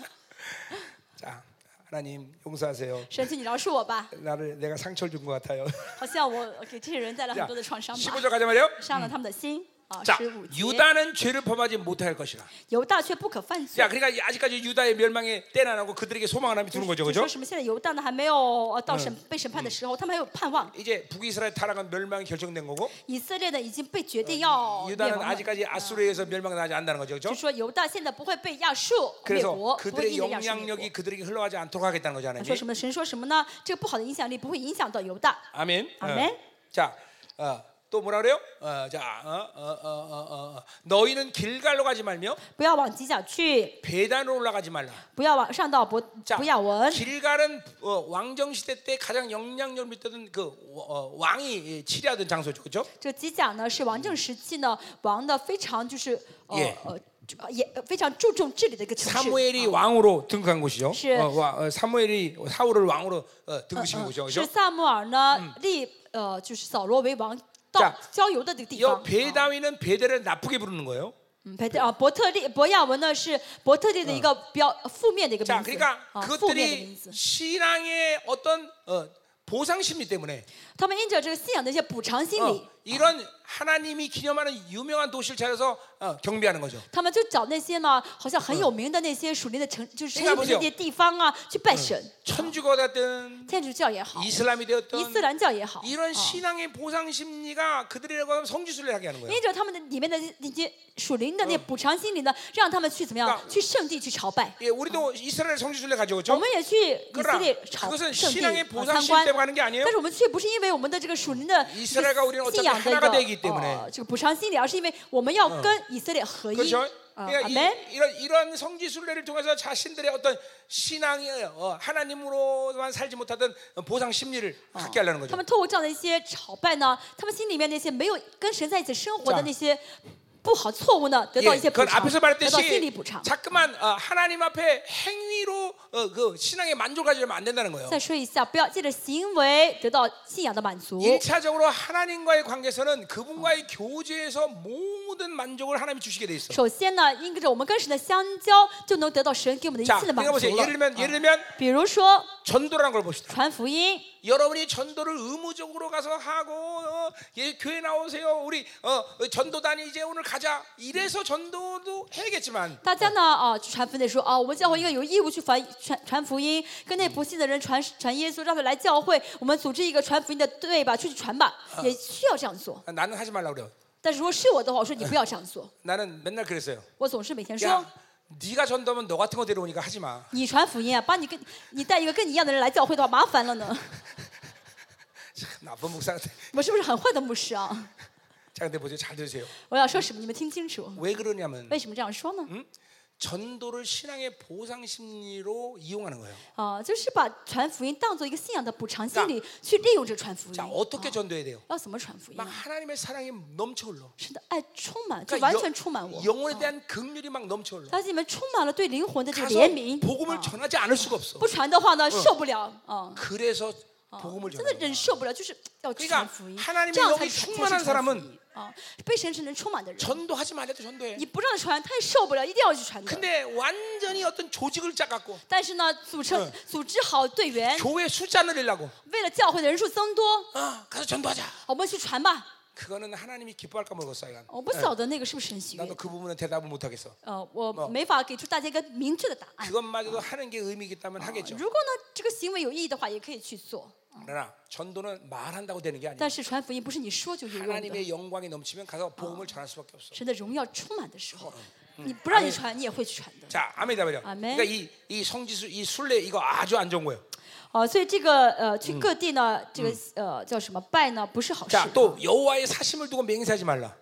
A: 자, 하나님 용서하세요.
B: 神，请你饶恕我吧，
A: 나를 내가 상처를 준 것 같아요.
B: 好像我呃给这些人带来
A: 자,
B: 很多的创伤吧，
A: 15절 가자 말이요.
B: 伤了他们的心啊。
A: 자,
B: 十五节，
A: 유다는 죄를 범하지 못할 것이라.
B: 犹大却不可犯罪
A: 야, 。 그러니까 이- 아직까지 유다의 멸망에 때는 안 하고 그들에게 소망을 하나 두는 거죠,
B: 就
A: 그죠?
B: 说什么？现在犹大呢还没有呃到审被审判的时候，他们还有盼望。
A: 이제 북이스라엘 타락은 멸망이 결정된 거고
B: 以色列呢已经被决定要灭
A: 유다는
B: 亡了，
A: 어, 아직까지 아수르에서 멸망나지 않는다는 거죠,
B: 就
A: 그렇죠?
B: 说犹大现在不会被亚述灭
A: 그래서
B: 国，不会
A: 그들의
B: 因着亚述灭国
A: 영향력이 。 아, 그들에게 흘러가지 않도록 하겠다는 거죠,
B: 说
A: 하나님.
B: 什么？神说什么呢？这个不好的影响力不会影响到犹大。
A: 아멘. 어.
B: 아멘.
A: 자, 어, 또 뭐라 그래요? 어, 자, 어, 어, 어, 어, 어, 어. 너희는 길갈로 가지 말며
B: 不要往犄角去，
A: 배단으로 올라가지 말라.
B: 不要往上到伯
A: 자
B: 不要文。
A: 길갈은 어, 왕정 시대 때 가장 영향력을 미쳤던 그 어, 왕이 치리하던 장소죠, 그렇죠?
B: 这犄角呢是王政时期呢王的非常就是呃
A: 예
B: 呃呃也呃非常注重治理的一个城市。啊
A: 사무엘이 왕으로 등극한 곳이죠.
B: 시-
A: 어, 와- 어, 사무엘이 사울을 왕으로 어, 등극시킨 곳이죠.
B: 是
A: 그죠?
B: 萨穆尔呢立呃就是扫罗为王
A: 자
B: 到郊游的这个地
A: 여
B: 方。啊
A: 베다위는 베델을 나쁘게 부르는 거예요.
B: 嗯，伯特啊，伯特利伯亚文呢是伯特利的一个标呃负面的一个
A: 자,
B: 名字，
A: 그러니까
B: 啊，负面的名
A: 그것들이
B: 字。
A: 신앙의 어떤 어, 보상 심리 때문에
B: 他们因着这个信仰的一些补偿心
A: 어,
B: 理，
A: 이런 하나님이 기념하는 유명한 도시를 찾아서 어, 경배하는 거죠.
B: 他们就找那些呢，好像很有名的那些属灵的城，就是
A: 你
B: 很
A: 看
B: 有
A: 不就
B: 名的那些地方啊，去拜神。
A: 천주가 됐든
B: 天主教也好，伊
A: 이슬람이 어.
B: 斯
A: 되었든
B: 兰教也好，
A: 이런
B: 啊
A: 신앙의 보상 심리가 그들이라고 하면 성지순례를 하게 하는
B: 因
A: 거예요.
B: 着他们的里面的那些属灵的那补偿心灵的，嗯让他们去怎么样
A: 那？
B: 去圣地去朝拜。
A: 예, 우리도 이스라엘 성지순례
B: 我
A: 가져오죠. 그렇죠?
B: 们也去以色
A: 그러나
B: 列朝
A: 그것은
B: 圣地
A: 신앙의
B: 呃
A: 보상
B: 参
A: 심
B: 观
A: 때문에 ， 가는 게 아니에요.
B: 但是我们却不是因为我们的这个属灵的
A: 이스라엘과우리는
B: 这
A: 어차피
B: 个信仰的
A: 하나가되기때문에
B: 呃这个补偿心理，而是因为我们要跟以色列合一
A: 그렇죠? 。
B: 啊
A: 그러니까
B: 阿门。
A: 이, 이런 이런 성지 순례를 통해서 자신들의 어떤 신앙이 어, 하나님으로만 살지 못하던 보상 심리를 갖게 하려는
B: 他
A: 거죠.
B: 们透过这样的一些朝拜呢，他们心里面那些没有跟神在一起生活的
A: 자
B: 那些不好错误呢，得到
A: 예,
B: 一些补
A: 그건
B: 偿，
A: 앞에서
B: 得到心理
A: 말했듯이
B: 补偿。
A: 자꾸만 어, 하나님 앞에 행위로 어, 그 신앙에 만족하지면 안 된다는 거예요.
B: 再说一下，不要借着行为得到信仰的满足。
A: 일차적으로 하나님과의 관계에서는 그분과의 교제에서 모든 만족을 하나님이 주시게 돼 있어.
B: 首先呢，因着我们跟神的相交，就能得到神给我们的一
A: 자,
B: 切的满
A: 그러니까
B: 足
A: 보세요.
B: 了
A: 예를 。 들면
B: 啊
A: 예를 들면
B: 比如说
A: 전도라는 걸 봅시다.
B: 传福音，
A: 여러분이 전도를 의무적으로 가서 하고 어, 예, 교회 나오세요. 우리 어, 어, 전도단이 이제 오늘 가자. 이래서 전도도 해야겠지만
B: 大家呢啊去传福音的时候啊，我们教会应该有义务去传传传福音，跟那不信的人传传耶稣，让他来教会，我们组织一个传福音的队吧，去传吧，也需要这样做。
A: 아, 나는 하지 말라 그래요.
B: 但是如果是我的话，我说你不要这样 做，
A: 나는 맨날 그랬어요.
B: 我总是每天说
A: 야 。 네가 전도하면 너 같은 거 데려오니까 하지 마.
B: 你传福音啊，把你跟你带一个跟你一样的人来教会的话，麻烦 了呢。
A: 참, 나쁜 목사한테.
B: 我是不是很坏的牧师啊？
A: 자, 근데 보세요. 잘 들으세요.
B: 我要说什么，你们听清楚。
A: 왜 그러냐면
B: 为什么这样说呢？
A: 음? 전도를 신앙의 보상 심리로 이용하는 거예요.
B: 啊，就是把传福音当做一个信仰的补偿心理
A: 자
B: 去利用这传福音。
A: 자, 어떻게 전도해야 돼요?
B: 要怎么传福音
A: 막
B: 啊？
A: 하나님의 사랑이 넘쳐 흘러.
B: 神的爱充满，就
A: 그러니까
B: 完
A: 영-
B: 全充满我。
A: 영혼에 대한 긍휼이 막 넘쳐 흘러.
B: 但是你们充满了对灵魂的这个
A: 가서
B: 怜悯，
A: 복음을
B: 啊
A: 전하지 않을 수가 없어.
B: 不传的话
A: 嗯
B: 呢，受不了啊！
A: 그래서 복음을
B: 真的
A: 전해.
B: 忍受不了，就是要去传福音，
A: 그러니까하나님의
B: 这样
A: 영이
B: 才才
A: 충만한
B: 是传
A: 사람은
B: 福音啊！被神圣灵充满的人，
A: 전도하지 말아도 전도해.
B: 你不让他传，他也受不了，一定要去传的。
A: 근데 완전히 어떤 조직을 짜갖고
B: 但是呢，组成组织好队员，
A: 교회 숫자 늘리려고
B: 为了教会的人数增多，
A: 어, 가서 전도하자.
B: 我们去传吧。
A: 그거는 하나님이 기뻐할까 모르겠어. 이건.
B: 我不晓得哎那个是不是神喜悦
A: 나도
B: 的，
A: 그 부분은 대답을 못하겠어.
B: 呃，我没法给出大家一个明确的答
A: 아.
B: 案。
A: 그것마저도 하는 게 의미 있다면 하겠죠.
B: 如果呢，这个行为有意义的话，也可以去做。
A: 그러나 전도는 말한다고 되는 게 아니야.
B: 但是传福音不是你说就有用的。
A: 하나님의 영광이 넘치면 가서 복음을 전할 수밖에 없어.
B: 神的荣耀充满的时候，你不让你传，你也会去传的。
A: 자, 아멘이다 말이야.
B: 아멘.
A: 그러니까 이, 이 성지수 이 순례 이거 아주 안 좋은 거예요.
B: 哦，所以这个呃，去各地呢，这个呃叫什么拜呢，不是好事
A: 자, ，또 여호와의 사심을 두고 맹세하지 말라.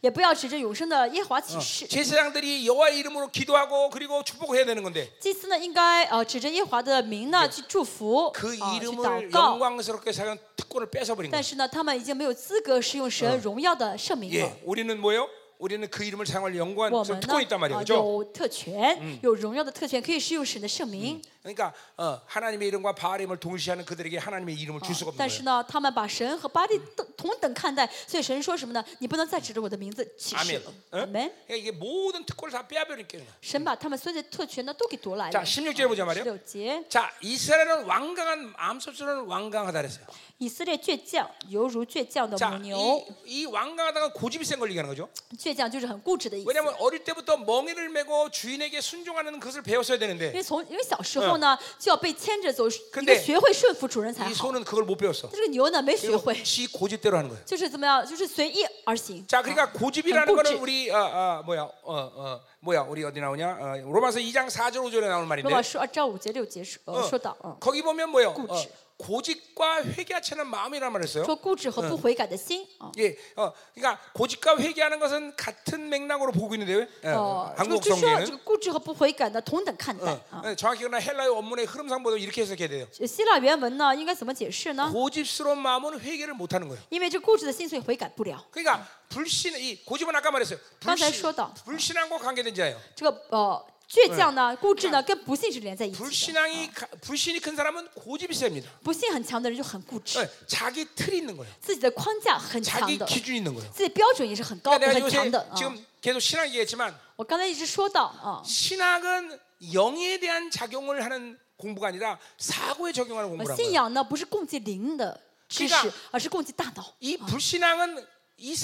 B: 也不要指着永生的耶和华起誓。
A: 제사장들이 여호와의 이름으로 기도하고 그리고 축복을 해야 되는 건데
B: 祭司呢，应该呃指着耶和华的名呢去祝福，啊
A: 그
B: 去
A: 이름을
B: 祷告。
A: 영광스럽게 사용 특권을 뺏어버린
B: 但
A: 거예요.
B: 是呢，他们已经没有资格使用神荣耀的圣名了
A: 예, 。 우리는 뭐예요? 우리는 그 이름을 사용할
B: 我
A: 영광스러운
B: 们
A: 특권이 있단
B: 呢、
A: 말이에요.
B: 啊
A: 그죠?
B: 有特权，有荣耀的特权，可以使用神的圣名。
A: 그러니까 어, 하나님의 이름과 바알 이름을 동시하는 그들에게 하나님의 이름을 줄 수가 없는
B: 但是
A: 거예요.
B: 呢，他们把神和巴利等同等看待，所以神说什么呢？你不能再指着我的名字起誓
A: 아멘.
B: 了。
A: 어?
B: 我们
A: 그러니까 이게 모든 특권을 다 빼앗버리니까.
B: 神把他们所有的特权呢都给夺来
A: 자
B: 了。
A: 16절 보자
B: 十
A: 말이에요.
B: 六节，
A: 자 이스라엘은 왕강한 암sob스러운 왕강하다 그랬어요.
B: 以色列倔强，犹如倔强的母牛。
A: 자이 왕강하다가 고집이 센 걸 얘기하는 거죠.
B: 倔强就是很固执的意思。
A: 왜냐하면 어릴 때부터 멍에를 메고 주인에게 순종하는 것을 배웠어야
B: 因
A: 되는데
B: 为从因为小时候呢，就要被牵着走，
A: 근데
B: 应该学会顺服主人才
A: 이
B: 好。
A: 소는 그걸 못 배웠어.
B: 这个牛呢，没学会，
A: 지 고집대로 하는 거예요.
B: 就是怎么样，就是随意而行。啊
A: 자, 그러니까 고집이라는
B: 그냥
A: 거는
B: 꼬집.
A: 우리 어, 어, 뭐야, 어, 어, 뭐야, 우리 어디 나오냐? 어, 로마서 2장 4절 5절에 나오는
B: 罗
A: 말인데,
B: 马书二章啊五节六节说、呃
A: 嗯
B: 说到，嗯，
A: 거기 보면 뭐요? 어,
B: 꼬집.
A: 고집과 회개하치는 마음이란 말했어요.
B: 说固执和不悔改的心啊。
A: 예, 어, 그러니까 고집과 회개하는 것은 같은 맥락으로 보고 있는데요. 예, 어, ，
B: 哦就
A: 한국
B: 就说这
A: 성경에는
B: 个固执和不悔改呢，同等看待
A: 어,
B: 啊。呃
A: 예, 정확히 그러나 헬라의 원문의 흐름상 보도 이렇게 해석해야 돼요.
B: 希腊原文呢，应该怎么解释呢？
A: 고집스러운 마음은 회개를 못하는 거예요.
B: 因为这固执的心，所以悔改不了。
A: 그러니까 불신, 이 고집은 아까 말했어요. 불신,
B: 刚才说到。
A: 불신앙과 관계된 자예요.
B: 这个呃，倔强呢，固执呢，跟嗯不信是连在一起的。
A: 불신앙이 가- 불신이 큰 사람은 고집이 셉니다.
B: 不信很强的人就很固执，
A: 예, 자기 틀이 있는 거예요.
B: 自己的框架很强
A: 자기
B: 的，
A: 기준이 있는 거예요.
B: 自己标准也是很高、
A: 그러니까
B: 很
A: 내가 요새
B: 强的啊。
A: 지금 계속 신학 얘기했지만
B: 我刚才一直说到啊，
A: 신학은 영에 대한 작용을 하는 공부가 아니라 사고에 적용하는
B: 我
A: 공부라고 해요.
B: 信仰呢不是供给灵的知
A: 그러니까
B: 识，而是供给大脑。
A: 이 불신앙은 이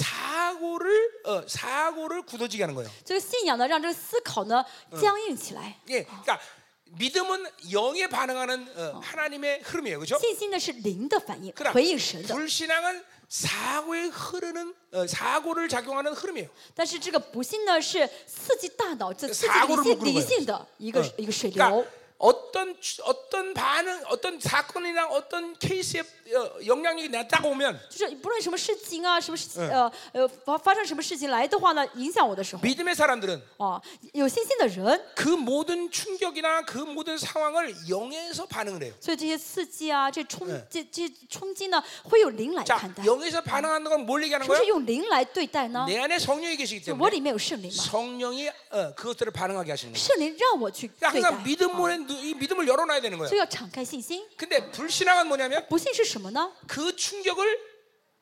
A: 사고를 어, 사고를 굳어지게 하는 거예요.
B: 这个信仰呢，让这个思考呢僵硬起来。
A: 예, 그러니까 믿음은 영에 반응하는 어, 하나님의 흐름이에요, 그렇죠?
B: 信心呢是灵的反应，
A: 그러나
B: 回应神的；
A: 불신앙은 사고에 흐르는 어, 사고를 작용하는 흐름이에요.
B: 但是这个不信呢是刺激大脑、刺刺激
A: 사고를
B: 理
A: 묶는
B: 性、理
A: 거예요
B: 性的一个
A: 어.
B: 一个水流
A: 그러니까 。 어떤 추- 어떤 반응, 어떤 사건이나 어떤 케이스에 어, 영향력이 났다고 오면
B: 就是不论什么事情啊，什么事情呃呃发发生什么事情来的话呢，影响我的时候
A: 믿음의 사람들은
B: 啊，有信心的人，
A: 그 모든 충격이나 그 모든 상황을 영에서 반응을 해요.
B: 所以这些刺激啊，这冲
A: 嗯
B: 这这冲击呢，会有灵来
A: 자,
B: 看待。是
A: 영에서 반응하는 건 뭘 얘기하는
B: 不是
A: 거예요?
B: 用灵来对待呢？
A: 내 안에 성령이 계시기
B: 就我
A: 때문에
B: 里面有圣灵嘛，
A: 성령이 어, 그것들을 반응하게 하시는 거예요.
B: 圣灵让我去对
A: 그러니까
B: 待，
A: 항상 믿음을 이 믿음을 열어놔야 되는
B: 所
A: 거예요.
B: 以要敞开信心。
A: 근데 불신앙은 뭐냐면
B: 不信是什么呢？
A: 그 충격을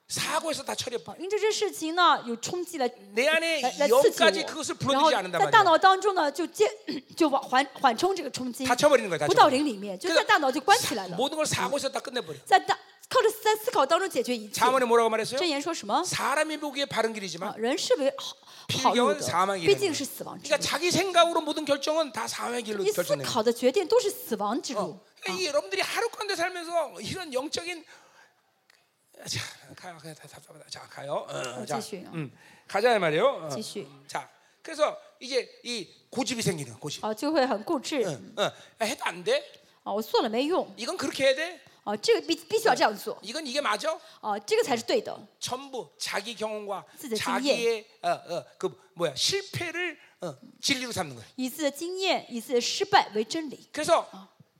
A: 사고에서 다 처리해
B: 啊，因为这些事情呢，有冲击来
A: 내
B: 来
A: 안에
B: 来刺激
A: 영까지 그것을
B: 我，然后
A: 불러들이지 않는단
B: 在大
A: 말이에요.
B: 脑当中呢，就接就往缓缓冲这个冲击，
A: 다쳐버리는 거예요.
B: 不到
A: 다쳐버리는
B: 灵里面，就在大脑就关起来
A: 거예요.
B: 了，
A: 모든 걸 사고에서 다 끝내버려.
B: 在大靠着在思考当中解决一切。
A: 자문에 뭐라고 아,
B: 箴
A: 말했어요?
B: 言说什么？
A: 사람이 보기에 바른
B: 啊
A: 길이지만 ，
B: 人是为好好
A: 필경
B: 路
A: 은사망이라는
B: 的，毕竟是死亡之
A: 그러니까
B: 路。
A: 자기 생각으로 모든 결정은 다 사망의 길로
B: 你哦思
A: 결정되는 거예요.
B: 考的决定都是死亡之路。
A: 그러니까 이 여러분들이 하루간데 살면서 이런 영적인 자 가요 그냥 다 답답하다 자 가요 어,
B: 어,
A: 자
B: 지수예요.
A: 음, 가자 이 말이에요 어.
B: 지수.
A: 자 그래서 이제 이 고집이 생기는 거야, 고집
B: 啊，就会很固执
A: 어, 어, 해도 안돼
B: 啊！我做了没用
A: 이건 그렇게 해야 돼
B: 啊！这个必必须要这样做
A: 이건 이게 맞아
B: 啊！这个才是对的。
A: 전부 자기 경험과
B: 진짜
A: 자기의 어, 어, 그 뭐야 실패를 어, 진리로 삼는 거예요
B: 以自己的经验，以自己的失败为真理。
A: 그래서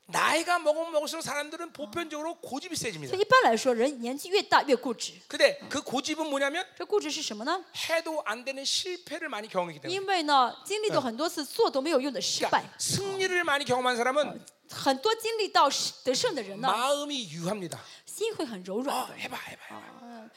A: 나이가 먹으면 먹을수록 사람들은 보편적으로 고집이 세집니다
B: 所以一般来说，人年纪越大越固执。
A: 근데 그 고집은 뭐냐면
B: 这固执是什么呢？
A: 해도 안 되는 실패를 많이 경험했기 때문에
B: 因为呢，经历过很多次做都没有用的失败
A: 그러니까 ， 승리를 어, 많이 경험한 사람은
B: 很多经历到失得胜的人呢，
A: 마음이 유합니다.
B: 心会很柔软
A: 어,
B: 的。
A: 해봐, 해봐,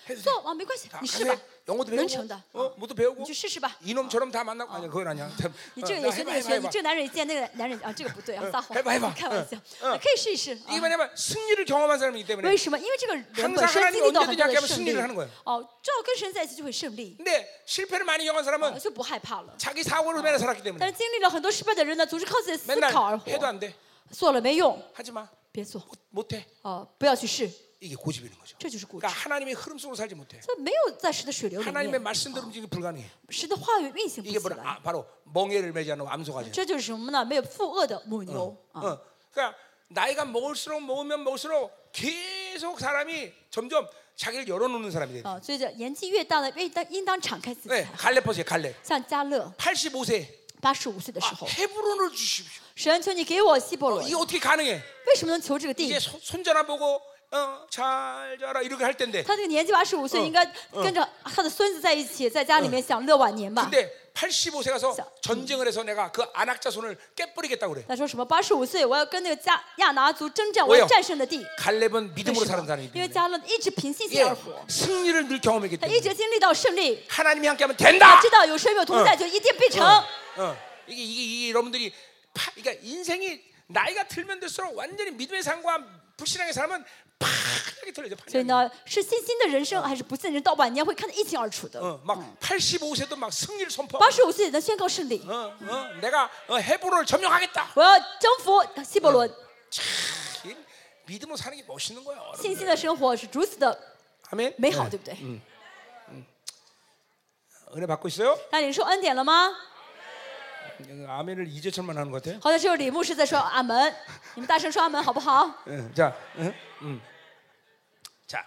A: 해봐.
B: 做啊，没关系，你试吧
A: 가서 ， 영어도
B: 能成的
A: 배우고, ， 어, 뭐도 배우고.
B: 你去试试吧。
A: 이놈처럼 다 만나고 아니야, 그건 아니야. 참,
B: 你
A: 어,
B: 这个
A: 나
B: 也学，
A: 해봐,
B: 那个
A: 해봐,
B: 也学，你
A: 해봐.
B: 这个男人也见那个男人啊，这个不对啊，撒谎，
A: 해봐해봐
B: 开玩笑，啊可以试一试。啊
A: 이게 뭐냐면 승리를 경험한 사람이기
B: 为
A: 때문에.
B: 什么？因为这个人
A: 항상
B: 本身经历到很多
A: 하나님이언제든지약하면
B: 的胜利
A: 승리를하는거예요 ，
B: 哦，只要跟神在一起就会胜利，
A: 근데 실패를 많이 경험한 사람은
B: 啊就不害怕了。
A: 자기 사고로 맨날 살았기
B: 但
A: 때문에
B: 是经历了很多失败的人呢，总是靠自己的思
A: 맨날
B: 考而活，
A: 해도 안 돼,
B: 做了没用，
A: 하지 마,
B: 别做，
A: 못, 못해.
B: 哦，不要去试，
A: 이게 고집이는 거죠.
B: 这就是固执
A: 그러니까 。 하나님의 흐름 속으로 살지 못해.
B: 这没有在神的水流里
A: 하나님의
B: 面，
A: 말씀대로 움직이기 불가능해.
B: 神的话语运行不啊
A: 이게
B: 起
A: 바로,
B: 来，
A: 아, 바로 멍해를 매지 않는 암소가지.
B: 这就是什么呢？没有负恶的母牛啊。
A: 그렇죠. 어, 그러니까 나이가 먹을수록 먹으면 먹을수록 계속 사람이 점점 자기를 열어놓는 사람이 돼.
B: 啊，所以这年纪越大呢，越当应当敞开自己。
A: 네, 갈렙 보세요, 갈렙.
B: 像加勒
A: 85세.
B: 八十五岁的
A: 아,
B: 时候，
A: 헤브론을 주십시오.
B: 神求你给我希伯
A: 어,
B: 伦，
A: 이게 어떻게 가능해?
B: 为什么能求哦这个地
A: 이제 ？ 손- 손자나 보고 어, 잘 자라 이렇게 할 텐데.
B: 他这个年纪八十五岁，应该跟着他的孙子在一起，在家里面享乐晚年吧。
A: 근데 85세 가서
B: 자,
A: 전쟁을 해서 내가 그 안악자 손을 깨뿌리겠다고 그래.
B: 他说什么八十五岁，我要跟那个加亚拿族征战，
A: 我
B: 我
A: 有
B: 要战胜的地。
A: 갈렙은
B: 为
A: 믿음으로
B: 什
A: 사는
B: 么？因
A: 사람이기
B: 为
A: 때문에.
B: 加勒一直凭信心
A: 예,
B: 而活，
A: 승리를 늘 경험했기
B: 他一
A: 때문에.
B: 直经历到胜利，
A: 하나님이 함께하면
B: 他
A: 된다.
B: 知道有神有同在，就一定必
A: 嗯
B: 成。
A: 어, 이게, 이게, 이게 여러분들이 파, 그러니까 인생이 나이가 들면 들수록 완전히 믿음의 삶과 불신앙의 삶은 팍하게 틀려져.
B: 所以呢，是信心的人生还是不信的人，到晚年会看得一清二楚的。
A: 어, 막 85세도 막 승리를 선포하고
B: 八十五岁能宣告胜利，
A: 어, 어, 내가 어, 헤브론을 점령하겠다.
B: 我要征服希伯伦。
A: 이 믿음으로 사는 게 멋있는 거야.
B: 信
A: 여러분.
B: 心的生活是如此的
A: 아멘.
B: 美好，
A: 네.
B: 对不对？
A: 은혜 받고 있어요?
B: 那你受恩典了吗？
A: 음, 아멘을 이제철만 하는 것 같아.
B: 好像只有李牧师在说阿门，你们大声说阿门好不好？
A: 응, 자, 응, 음. 자,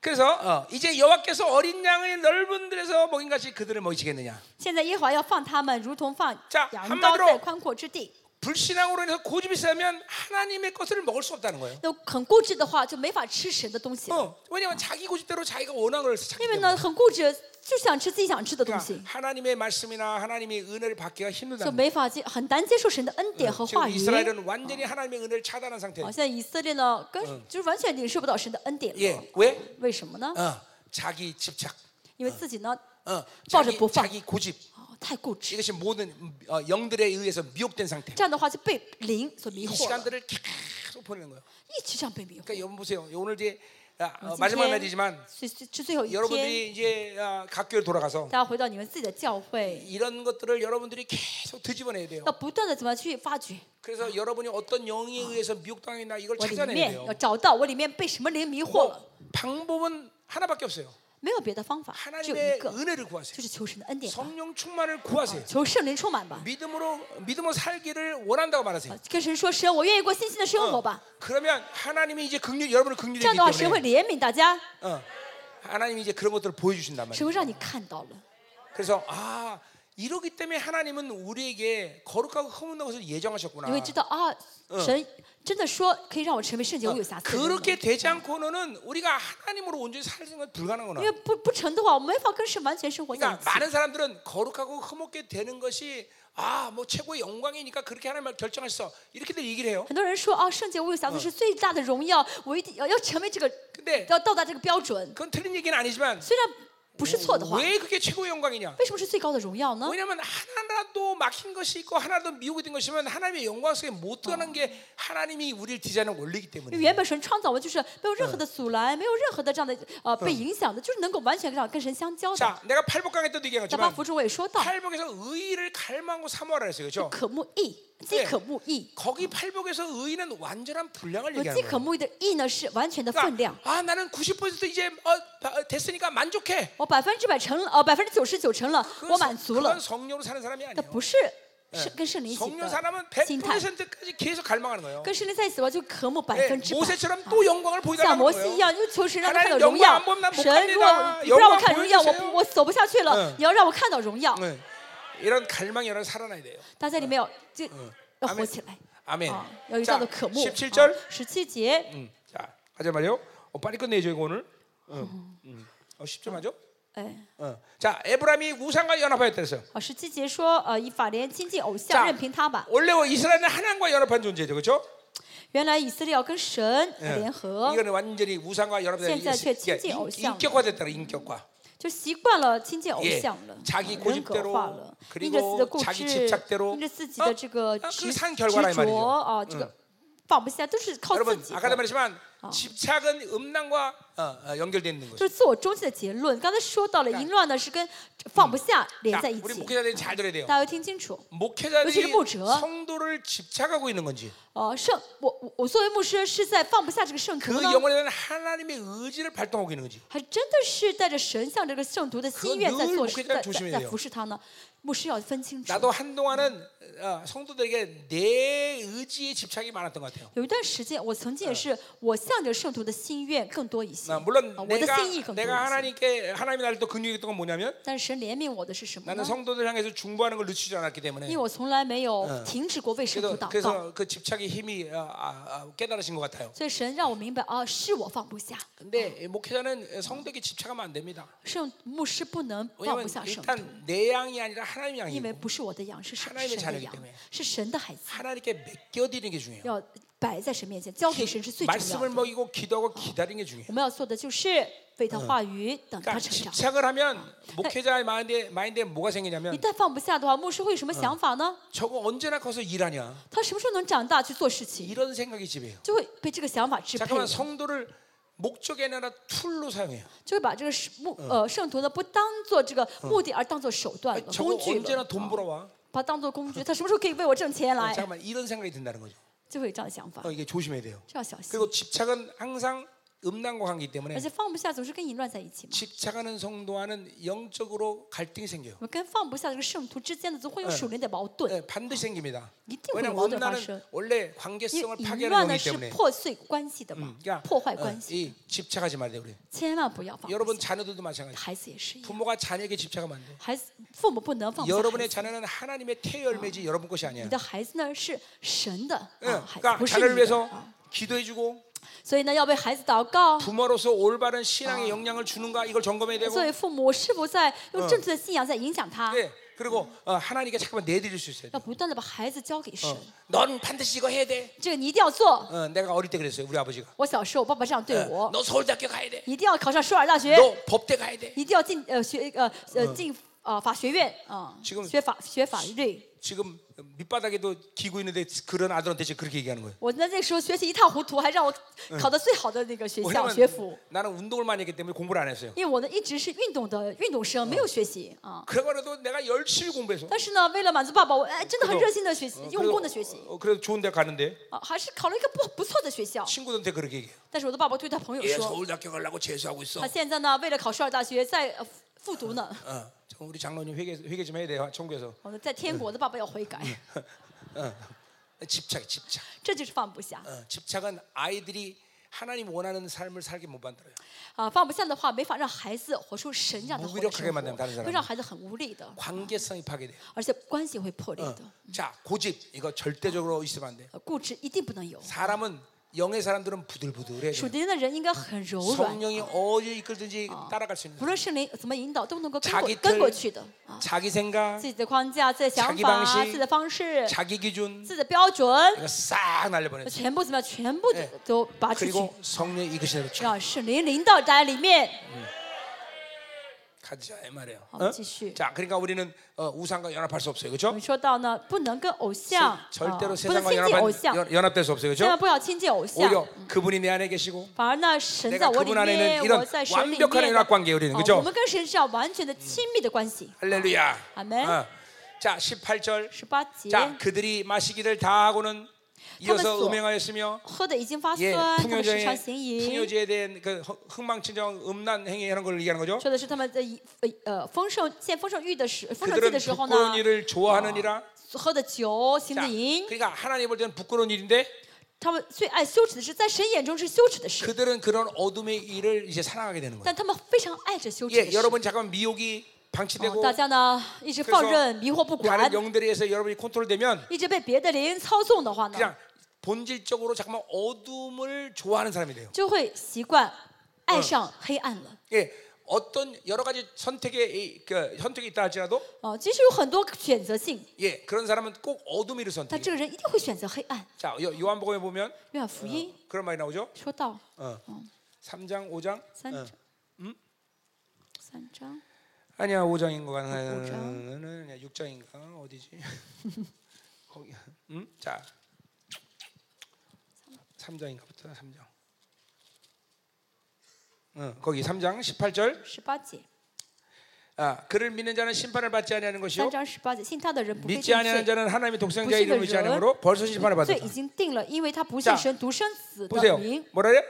A: 그래서 어, 이제 여호와께서 어린 양의 넓은 들에서 먹인 같이 그들을 먹이시겠느냐.
B: 现在耶和华要放他们，如同放
A: 자
B: 羊羔在
A: 한마디로
B: 宽阔之地。
A: 불신앙으로 인해서 고집이 세면 하나님의 것을 먹을 수 없다는 거예요.
B: 那很固执的话，就没法吃神的东西了，
A: 어, 왜냐면 자기 고집대로 자기가 원하는 걸 찾기
B: 因为
A: 때문에.
B: 呢，很固执就想吃自己想吃的东
A: 그러니까
B: 西，
A: 하나님의 말씀이나 하나님의 은혜를 받기가
B: 就
A: 힘들다는 거예요.
B: 没法接很难接受神的恩典和
A: 지금
B: 话语。
A: 이스라엘은 완전히 하나님의 은혜를 차단한
B: 好，
A: 상태예요.
B: 现在以色列呢，跟就是完全领受不到神的恩典
A: 예,
B: 了。
A: 왜?
B: 为什么呢？
A: 어, 자기 집착,
B: 因为自己呢
A: 어,
B: 빠져
A: 자기,
B: 못 봐.
A: 자기 고집
B: 哦太固执，
A: 이것이 모든 어, 영들에 의해서 미혹된 상태.
B: 这样的话就被灵所迷
A: 이
B: 惑了，
A: 시간들을 계속 보내는 거예요.
B: 一直这样被迷惑。
A: 그러니까 여러분 보세요. 오늘 이제 야, 어,
B: 我们今
A: 마지막
B: 天
A: 날이지만
B: 是是是最后一天，
A: 여러분들이 이제 아, 각 교회 돌아가서
B: 大家回到你们自己的教会，
A: 이런 것들을 여러분들이 계속 뒤집어내야 돼요.
B: 要不断的怎么去发掘
A: 그래서 여러분이 어떤 영에 의해서 미혹당했나 이걸
B: 我里
A: 찾아내야
B: 面
A: 돼요.
B: 要找到我里面被什么灵迷惑了，
A: 뭐, 방법은 하나밖에 없어요.
B: 没有别的方法，只有一
A: 하나님의
B: 个，
A: 은혜를 구하세요.
B: 就是求神的恩典吧，
A: 성령 충만을 구하세요.
B: 求圣灵充满吧，
A: 믿음으로 믿음으로 살기를 원한다고 말하세요.
B: 跟神说神，我愿意过信心的生活吧，
A: 그러면 하나님이 이제 긍휼 여러분을
B: 这样的话
A: 긍휼이기
B: 神会
A: 때문에
B: 怜悯大家，
A: 어, 하나님이 이제 그런 것들을 보여주신단
B: 神
A: 말이에요.
B: 会让你看到了。
A: 그래서 아 이러기 때문에 하나님은 우리에게 거룩하고 허문한 것을
B: 你会
A: 예정하셨구나.
B: 知道啊，神真的说可以让我成为圣洁，我有瑕疵的人吗。
A: 그러니까 그렇게 되지 않고는 우리가 하나님으로 온전히 살는 건
B: 因为
A: 불가능하구나.
B: 不不成的话，我没法跟神完全生活在一
A: 그러니까
B: 起。
A: 많은 사람들은 거룩하고 흐뭇게 되는 것이 아 뭐 최고의 영광이니까 그렇게 하나님을 결정했어 이렇게들 얘기를 해요.
B: 很多人说啊，圣洁我有瑕疵是最大的荣耀，我一定要要成为这个
A: 对，
B: 要到达这个标准。
A: 그건 틀린 얘기는 아니지만
B: 虽然不是错的话，
A: 왜 그게 최고의 영광이냐?
B: 为什么是最高的荣耀呢？
A: 왜냐하면 하나라도 막힌 것이 있고 하나라도 미혹이 된 것이면 하나님의 영광 속에 못 들어가는 게 하나님이 우리를 디자인한 원리이기
B: 因
A: 때문에
B: 为原本神创造我就是没有任何的阻拦，没有任何的这样的呃被影响的，就是能够完全让跟神相交的。
A: 자 내가 팔복 강의 때도
B: 在八
A: 얘기했지만
B: 福中我也说到，
A: 팔복에서 의의를 갈망하고 사모하라 했어요 그렇죠?
B: 可慕义，既
A: 对
B: 可慕义。
A: 거기 팔복에서 의의는 완전한 분량을
B: 我既
A: 얘기하는
B: 可
A: 거예요
B: 慕义的义呢是完全的分量
A: 그러니까 。아 나는 90% 이제 어, 다- 어, 됐으니까 만족해
B: 我百分之百成了，呃，百分之九十九成了，我
A: 그건,
B: 满
A: 성-
B: 足
A: 뭐
B: 了
A: 그건 。 성령으로 그러니까 사는 사람이
B: 那
A: 아니에요
B: 不是哎是跟圣灵一起
A: 성령 사람은
B: 的心态，
A: 100%까지 계속 갈망하는 거예요
B: 跟圣灵在一起的话就渴慕百
A: 예,
B: 分之百。
A: 모세처럼 또 영광을 보이다가
B: 像摩西一样，就求神让他看到荣
A: 하나님영광안
B: 耀
A: 보면난못。
B: 神，如果
A: 갑니다
B: 你不让我
A: 영광
B: 看荣耀，我
A: 보여주세요
B: 不我走不下去了
A: 嗯。
B: 你要让我看到荣耀，
A: 네. 이런 갈망이 여러 살아나야 돼요.
B: 大家里面要就要
A: 阿
B: 火
A: 门
B: 起来
A: 아멘.
B: 啊，要有嗯这
A: 자,
B: 样的渴慕。啊
A: 17절.
B: 十七嗯节，
A: 음, 자, 하자 말이요. 어, 빨리 끝내죠 이거 오늘. 응. 음. 어, 10절 맞죠?
B: 哎，
A: 어. 자, 에브라임이 우상과 연합하였다 그랬어요.
B: 好，十七节说，呃，以法莲亲近偶像，
A: 자
B: 任凭他吧。
A: 원래 뭐 이스라엘은 하나님과 연합한 존재죠, 그렇죠?
B: 原来以色列要跟神
A: 예.
B: 联合，
A: 이거는 완전히 우상과 연합된
B: 현재
A: 이게
B: 최
A: 인-
B: 친지偶像.
A: 인격화됐다, 그래, 인격화.
B: 就习惯了亲近偶
A: 예,
B: 像了，
A: 자기
B: 人
A: 고집대로
B: 格化了，
A: 그리고
B: 因着自己的固
A: 자기
B: 执，
A: 집착대로
B: 因着自己
A: 어
B: 的这个
A: 어
B: 执
A: 그산
B: 执
A: 결과란말이죠
B: 着啊，这个放不下，都是靠自
A: 여러분,
B: 己
A: 아까도
B: 的，
A: 말했지만 어. 집착은 음란과 어, 어, 연결되어 있는 거죠.
B: 就是自我中心的结论。刚才说到了淫乱呢，是跟放不下连
A: 자,
B: 在一
A: 우리
B: 起，
A: 목회자들이 잘 들어야 돼요.
B: 大家要听清楚。
A: 목회자들이
B: 요즘 목회자.
A: 성도를 집착하고 있는 건지
B: 呃，圣，我我我作为牧师是在放不下这个圣徒
A: 그
B: 呢，
A: 영혼에 대한 하나님의 의지를 발동하고 있는 건지
B: 还真的是带着神向这个圣徒的心愿
A: 그건
B: 在
A: 늘
B: 做
A: 목회자는
B: 在
A: 조심해야
B: 在在
A: 돼요
B: 服侍他呢？牧师要分清楚。
A: 나도 한동안은 어, 성도들에게 내 의지에 집착이 많았던 것 같아요.
B: 有一段时间，我曾经也是，我向着圣徒的心愿更多一些，
A: 나
B: 啊
A: 물론
B: 我的
A: 내가
B: 心意更多
A: 내가
B: 一些。
A: 하나님께 하나님이 나를 또 근육했던 건 뭐냐면
B: 但是神怜悯我的是什么
A: 나는
B: 呢？
A: 성도들 향해서 중보하는 걸 늦추지 않았기
B: 因
A: 때문에
B: 为我从来没有停止过为圣徒
A: 그래서
B: 祷告，
A: 그래서 그 집착의 힘이 아, 아, 아, 깨달으신 것 같아요.
B: 所以神让我明白啊，是我放不下，
A: 근데 이 목회자는 성도에게 집착하면 안 됩니다.
B: 圣牧师不能放
A: 왜냐하면
B: 不下圣徒，
A: 일단 내 양이 아니라 하나님
B: 因为
A: 양이고
B: 不是我的羊，是神
A: 하나님의
B: 神的
A: 자녀이기
B: 羊
A: 때문에 ，
B: 是神的孩子，
A: 하나님께 맡겨드리는 게 중요해요.
B: 要摆在神面前，交给神是最重要
A: 말씀을
B: 的。
A: 먹이고 기도하고 기다리는 게 중요해요.
B: 我们要做的就是为他话语，等他
A: 그러니까
B: 成长。
A: 집착을 하면 목회자의 마인드에, 마인드에 뭐가
B: 一
A: 생기냐면
B: 旦放不下的话，牧师会有什么想法呢？
A: 저거 언제나 커서 일하냐
B: 他什么时候能长大去做事情？
A: 이런 생각이 지배해요.
B: 就会被这个想法支配
A: 잠깐만
B: 了，
A: 성도를 목적이 아니라 툴로 사용해요.
B: 就会把这个是目呃圣徒呢不当做这个目的而当做手段
A: 아니,
B: 了、
A: 저거
B: 工具
A: 언제나
B: 了，
A: 돈 벌어와.
B: 把它当做工具。他什么时候可以为我挣钱
A: 어,
B: 来？
A: 잠깐만 이런 생각이 든다는 거죠.
B: 就会有这样的想法
A: 어, ， 이게 조심해야 돼요.
B: 这要小心。
A: 그리고 집착은 항상 음란과 관계이기
B: 而
A: 때문에
B: 且放不下总是跟淫乱在一起嘛，
A: 집착하는 성도와는 영적으로 갈등이 생겨요.
B: 我们跟放不下这个圣徒之间的总会有属灵的矛盾，
A: 네, 반드시 생깁니다.
B: 이 띵,
A: 왜냐하면
B: 완전
A: 음란은
B: 발생.
A: 원래
B: 因
A: 관계성을
B: 为淫
A: 파괴하는
B: 乱呢
A: 거기
B: 是
A: 때문에
B: 破碎关系的嘛
A: 음, ， 그러니까
B: 破坏
A: 어,
B: 关系，
A: 이 집착하지 말래요 우리.
B: 千万不要放不
A: 여러분
B: 下。
A: 자녀들도 마찬가지.
B: 孩子也是一样，
A: 부모가 자녀에게 집착하면 안 돼.
B: 孩子父母不能放不下孩
A: 여러분의
B: 子。
A: 자녀는 하나님의 태열매지 여러분 어. 것이 아니야.
B: 你的孩子呢是神的
A: 예
B: 啊，孩子
A: 그러니까
B: 不是
A: 자녀를
B: 你的
A: 위해서
B: 啊，
A: 기도해주고
B: 所以呢要为孩子祷告。
A: 부모로서 올바른 신앙의 영향을 주는가 이걸 점검해야 되고.
B: 作为父母，是否在用正确的信仰在影响他？
A: 예. 그리고 어, 하나님께 잠깐만 내드릴 수 있어야 돼.
B: 要不断的把孩子交给神，
A: 嗯 넌 반드시 이거 해야 돼.
B: 这个你一定要做。
A: 어, 내가 어릴 때 그랬어요 우리 아버지가.
B: 我小时候，我爸爸这样对
A: 예,
B: 我，
A: 너 서울대학교 가야 돼.
B: 一定要考上首尔大学，
A: 너 법대 가야 돼.
B: 一定要进呃学呃呃进呃法学院啊，
A: 지금
B: 学法学法律。
A: 지금 밑바닥에도 기고 있는데 그런 아들한테 지금 그렇게 얘기하는 거예요.
B: 我那那时候学习一塌糊涂，还让我考到最好的那个学校
A: 왜냐면
B: 学府，
A: 나는 운동을 많이 했기 때문에 공부를 안 했어요.
B: 因为我呢一直是运动的运动生，没有学习啊。
A: 그래도 내가 열심히 공부해서
B: 但是呢，为了满足爸爸，我哎真的很
A: 그래도
B: 热心的学
A: 嗯
B: 习，用功的学习
A: 어, 그래도 좋은 데 가는데
B: 啊，还是考了一个不不错的学校。
A: 친구들한테 그렇게 얘기해요.
B: 但是我的爸爸对他朋友
A: 얘
B: 说，
A: 서울대학교 가려고 재수하고 있어.
B: 他现在呢为了考首尔大学在呃复复读呢。
A: 어, 저 우리 장로님 회개 회개 좀 해야 돼요. 청구해서
B: 我们在天国的爸爸要悔改，
A: 집착 집착.
B: 这就是放不下
A: 어, 집착은 아이들이 하나님 원하는 삶을 살게 못 만들어요.
B: 啊！放不下的话，没法让孩子活出神让他活的
A: 무기력하게만
B: 生
A: 된다는사람
B: 活，
A: 은
B: 会让孩子很无力的，
A: 관계성이 파괴돼요.
B: 而且关系会破裂
A: 어.
B: 的。
A: 자, 고집 이거 절대적으로 있으면 안 돼.
B: 呃固执一定不能有。
A: 사람은 영의 사람들은 부들부들해.
B: 属灵的人应该很柔软，
A: 성령이 어디 이끌든지 따라갈 수 있는.
B: 无论圣灵怎么引导，都能够跟过
A: 자기
B: 跟过
A: 틀,
B: 去的啊。
A: 자기 생각,
B: 自己的框架、自己的想
A: 자기방
B: 法、
A: 식
B: 自己的方式、
A: 자기 기준
B: 自己的标准，
A: 이거 싹 날려버렸어.
B: 全部怎么样？全部
A: 네
B: 都都拔出去，
A: 그리고 성령이 이끄시는 대로 쭉
B: 让圣灵领导在里面。
A: 가자 이 말이에요.
B: 好，我们继续。
A: 자, 그러니까 우리는 어, 우상과 연합할 수 없어요, 그렇죠?
B: 我们说到呢，不能跟偶像，啊，不
A: 절대로
B: 能亲
A: 세상과
B: 近偶像
A: 연합한, ， 연, 연합될 수 없어요,
B: 千
A: 그렇죠?
B: 万不要亲近偶像。
A: 오히려 그분이 내 안에 계시고
B: 反而呢，神在
A: 내가
B: 我里
A: 그분
B: 面
A: 안에는 ，
B: 我
A: 이런
B: 在神里面
A: 완벽한
B: 呢，
A: 연합 관계가 우리는
B: 好我
A: 그죠?
B: 们跟神是要完全的亲密的关系。
A: 할렐루야.
B: 아멘.
A: 어. 자, 18절.
B: 十八节，
A: 자, 그들이 마시기를 예. 다 하고는 이어서
B: 탐했어.
A: 음행하였으며
B: 喝的已经发
A: 예
B: 酸，他们时
A: 풍요제에
B: 常行淫。
A: 풍요제에 대한 그 흥- 흥망친창 음란 행위 하는 걸 얘기하는 거죠.
B: 说的是他们在一呃呃丰盛见丰盛欲的时丰盛期
A: 그들은 어.
B: 的时候呢，
A: 부끄러운 일을 좋아하느니라.
B: 喝的酒，行
A: 자,
B: 的淫，
A: 그러니까 하나님 볼 때는 부끄러운 일인데
B: 他们最爱羞耻的事，在神眼中是羞耻的事，
A: 그들은 그런 어둠의 일을 이제 사랑하게 되는 거예요.
B: 但他们非常爱这羞耻的
A: 예,
B: 事。
A: 여러분 잠깐 미혹이
B: 哦
A: 방치되고
B: 大家呢一直放任迷惑不
A: 다른
B: 管，
A: 영들에 의해서 여러분이 컨트롤되면
B: 一直被别的灵操纵的话呢，
A: 그러니까 그냥 본질적으로 잠깐만 어둠을 좋아하는 사람이 돼요.
B: 就会习惯爱上黑暗了。
A: 예, 어떤 여러 가지 선택의 이- 그 선택이 있다 할지라도
B: 哦，即使有很多选择性，
A: 예, 그런 사람은 꼭 어둠이를
B: 但
A: 선택.
B: 这个人一定会选择黑暗。
A: 자, 요- 요한복음에 보면
B: 约翰福音
A: 그런 말이 나오죠.
B: 说到
A: 어. 3장, 5장.
B: 三
A: 어.
B: 章，三章
A: 아니야, 5장인 거가
B: 오 장.
A: 나는 6장인가 어디지? 거기. 음? 자. 3장인가부터 3장. 어, 거기 3장 18절.
B: 十八节，
A: 아, 그를 믿는 자는 심판을 받지 아니하는
B: 三
A: 것이요
B: 章十八节，信他的人不被定
A: 믿지
B: 罪
A: 아니하는 。 자는 하나님의 독생자의
B: 부식을
A: 이름을 믿지 않으므로 벌써 심판을
B: 罪
A: 받았다.
B: 已经定了，因为他不信
A: 자
B: 神独生子的
A: 보세요.
B: 名，
A: 뭐라 그래?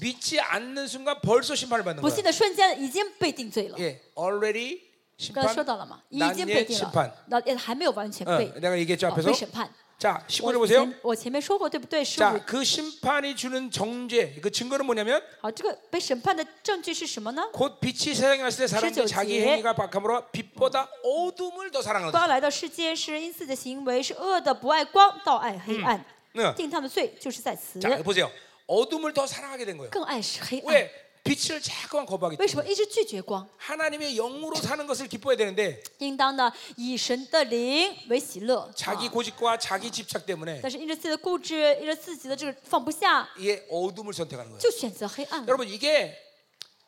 A: 믿지 않는 순간 벌써 심판을 받는
B: 不
A: 거야.
B: 信的瞬间已经被定罪了。
A: 예, already
B: 刚
A: 심판.
B: 才说到了嘛，已经被
A: 난예
B: 定
A: 심판.
B: 了，那也还没有完全
A: 어,
B: 被、
A: 내가 얘기했죠
B: 呃被
A: 앞에서.
B: 审判。
A: 자, 19절
B: 我
A: 보세요.
B: 前我前面说过对不对？十五
A: 자, 그 심판이 주는 정죄. 그 증거는 뭐냐면
B: 好，这个被审判的证据是什么呢？
A: 곧 빛이 세상에 왔을 때 사람들이
B: 실제
A: 자기
B: 어찌?
A: 행위가 박함으로 빛보다 어둠을 더 사랑하는.
B: 光来到世间是因自己的行为是恶的，不爱光，倒爱黑暗。
A: 嗯
B: 定他们罪就是在此，
A: 자, 보세요. 어둠을 더 사랑하게 된 거예요.
B: 更爱是黑暗。
A: 왜 빛을 자꾸만 거부하기
B: 为
A: 때문에
B: 什么一直拒绝光？
A: 하나님의 영으로 사는 것을 기뻐해야 되는데
B: 应当呢以神的灵为喜乐。
A: 자기
B: 啊
A: 고집과 자기 집착 때문에
B: 但是因着自己的固执，因着自己的这个放不下，
A: 이게 어둠을 선택하는 거예요.
B: 就选择黑暗了。
A: 여러분 이게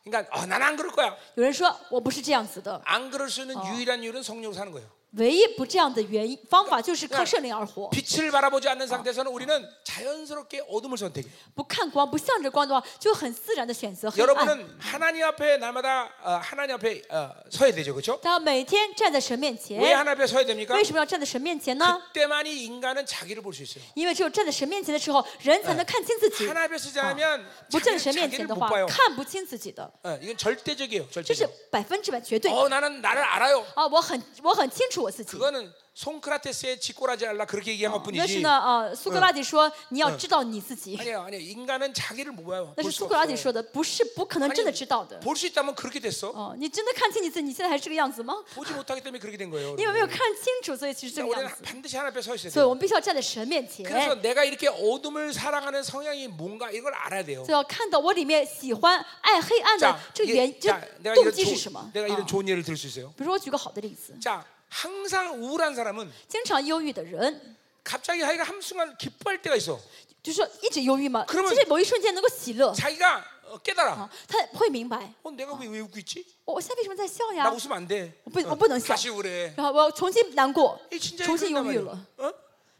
A: 그러니까 어, 난안 그럴 거야.
B: 有人说我不是这样子的，
A: 안 그럴 수 있는 유일한 이유는 성령으로 사는 거예요.
B: 唯一不这样的原因方法就是靠圣灵而活，
A: 빛을 바라보지 않는 상태에서는 우리는 자연스럽게 어둠을 선택해요.
B: 不看光，不向着光的话，就很自然的选择黑暗。
A: 여러분은 하나님 앞에 날마다 어, 하나님 앞에 어, 서야 되죠, 그렇죠?
B: 他每天站在神面
A: 왜
B: 前，
A: 하나님 앞에 서야 됩니까?
B: 为什么要站在神面前呢？
A: 그때만이 인간은 자기를 볼 수 있어요.
B: 因为只有站在神面前的时候，人才能看清自己。啊
A: 하나님 앞에 서지 않으면
B: 不站
A: 자기,
B: 在神面
A: 자기를
B: 前的
A: 못
B: 话
A: 봐요. ，
B: 看不清自己的，
A: 어, 이건 절대적이에요,
B: 这哦是
A: 절대적.
B: 百分之百绝对。
A: 어 나는 나를 알아요.
B: 啊，我很我很清楚我自己。
A: 그거는 송크라테스의 지꼬라지 알라 어, 그렇게 얘기한
B: 那是
A: 것뿐이지.
B: 呢，啊，苏格拉底说你要知道你自己，
A: 아니야, 아니야. 인간은 자기를 못 봐요.
B: 那是
A: 볼
B: 苏
A: 수
B: 格拉底
A: 없어요.
B: 说的，不是不可能真的知道的。
A: 볼수 있다면 그렇게 됐어.
B: 哦，你真的看清你自己，你现在还是这个样子吗？
A: 보지 못하기 때문에 그렇게 된 거예요.
B: 因为
A: 여러분.
B: 没有看清楚，所以其实这个
A: 우리는
B: 样子。
A: 반드시 하나님 앞에 서 있어야
B: 所以
A: 돼요.
B: 我们必须要站在神面前，
A: 그래서
B: 就
A: 내가 이렇게 어둠을 사랑하는 성향이 뭔가 이걸 알아야 돼요.
B: 要看到我里面喜欢爱黑暗的这个
A: 이게-
B: 原，这
A: 자, 내가
B: 动
A: 이런,
B: 机
A: 조-
B: 是什么？啊
A: 내가
B: 比
A: 이런 좋은 예를 들 수 있어요.
B: 如说，我举个好的例子，
A: 자, 항상 우울한 사람은
B: 经常忧郁的人，
A: 갑자기 자기가 한순간 기뻐할 때가 있어.
B: 就说一直忧郁嘛，
A: 그러면
B: 其实某一瞬间能够喜乐，
A: 자기가 어, 어, 깨달아.
B: 啊，他会明白
A: 어, 내가 왜, 왜 웃고 있지?
B: 我我现在为什么在笑
A: 나
B: 呀？
A: 웃으면 안 돼.
B: 我不
A: 어
B: 我不能笑，
A: 다시 그래.
B: 然后我要重新难过
A: 이 ， 진짜
B: 重新
A: 그런단
B: 忧郁
A: 말이야.
B: 了。
A: 어?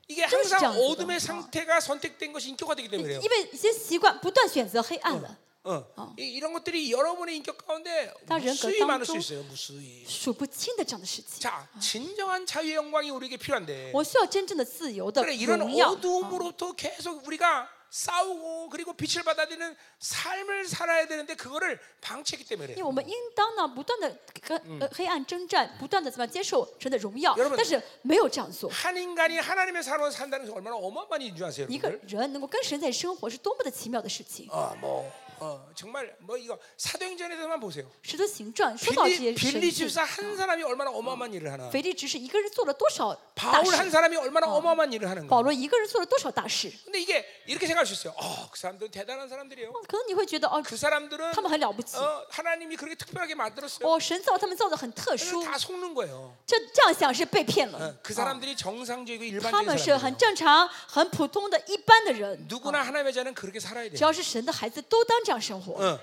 A: 이게
B: 좀
A: 항상
B: 쉽지 않거든.
A: 어둠의 상태가 선택된 것이 인격화 되기
B: 因
A: 때문에 그래요.
B: 为一些习惯不断选择黑暗了，
A: 어. 이, 이런 것들이 여러분의 인격 가운데
B: 다
A: 무수히
B: 연결
A: 많을 수
B: 깡통.
A: 있어요. 무수히.
B: 数不清的这样的事情。
A: 자, 진정한 자유의 영광이 우리에게 필요한데.
B: 我需要真正的自由的
A: 그래 이런
B: 荣耀。啊
A: 어둠으로부터 계속 우리가 싸우고 그리고 빛을 받아들이는 삶을 살아야 되는데 그거를 방치했기 때문에
B: 因为
A: 그래요.
B: 我们应当呢，不断的跟呃黑暗征战，不断的怎么样接受神的荣耀
A: 여러분 ，
B: 但是没有这样做。
A: 한 인간이 하나님의 사로 산다는 것이 얼마나 어마어마한 일인 줄 아세요,
B: 一个
A: 여러분들?
B: 人能够跟神在生活，是多么的奇妙的事情。
A: 어, 뭐, 어, 정말 뭐 이거 사도행전에서만 보세요.
B: 使徒行传说到这些
A: 빌리,
B: 神
A: 빌리
B: 迹，
A: 집사 한 사람이 얼마나 어마어마한 일을 하나?
B: 腓力只是一个人做了多少大
A: 바울 한
B: 事，
A: 사람이 얼마나 어마어마한 일을
B: 保
A: 하는가?
B: 罗一个人做了多少大事。
A: 근데 이게 이렇게 생각할 수 있어요. 어, 그 사람들은 대단한 사람들이에요.
B: 可呃能你会觉得哦，
A: 그 사람들은
B: 他们很了不起，
A: 어, 하나님이 그렇게 특별하게 만들었어요.
B: 哦，神造他们造的很特
A: 그래서
B: 殊，
A: 다 속는 거예요.
B: 这这样想是被骗了
A: 어, 。그 사람들이 정상적이고
B: 他们
A: 일반적인
B: 是很
A: 사람들.
B: 正常、很普通的一般的人，
A: 누구나 하나님의 아. 자는 그렇게 살아야 돼.
B: 只要是神的孩子，都当这样生活，
A: 어,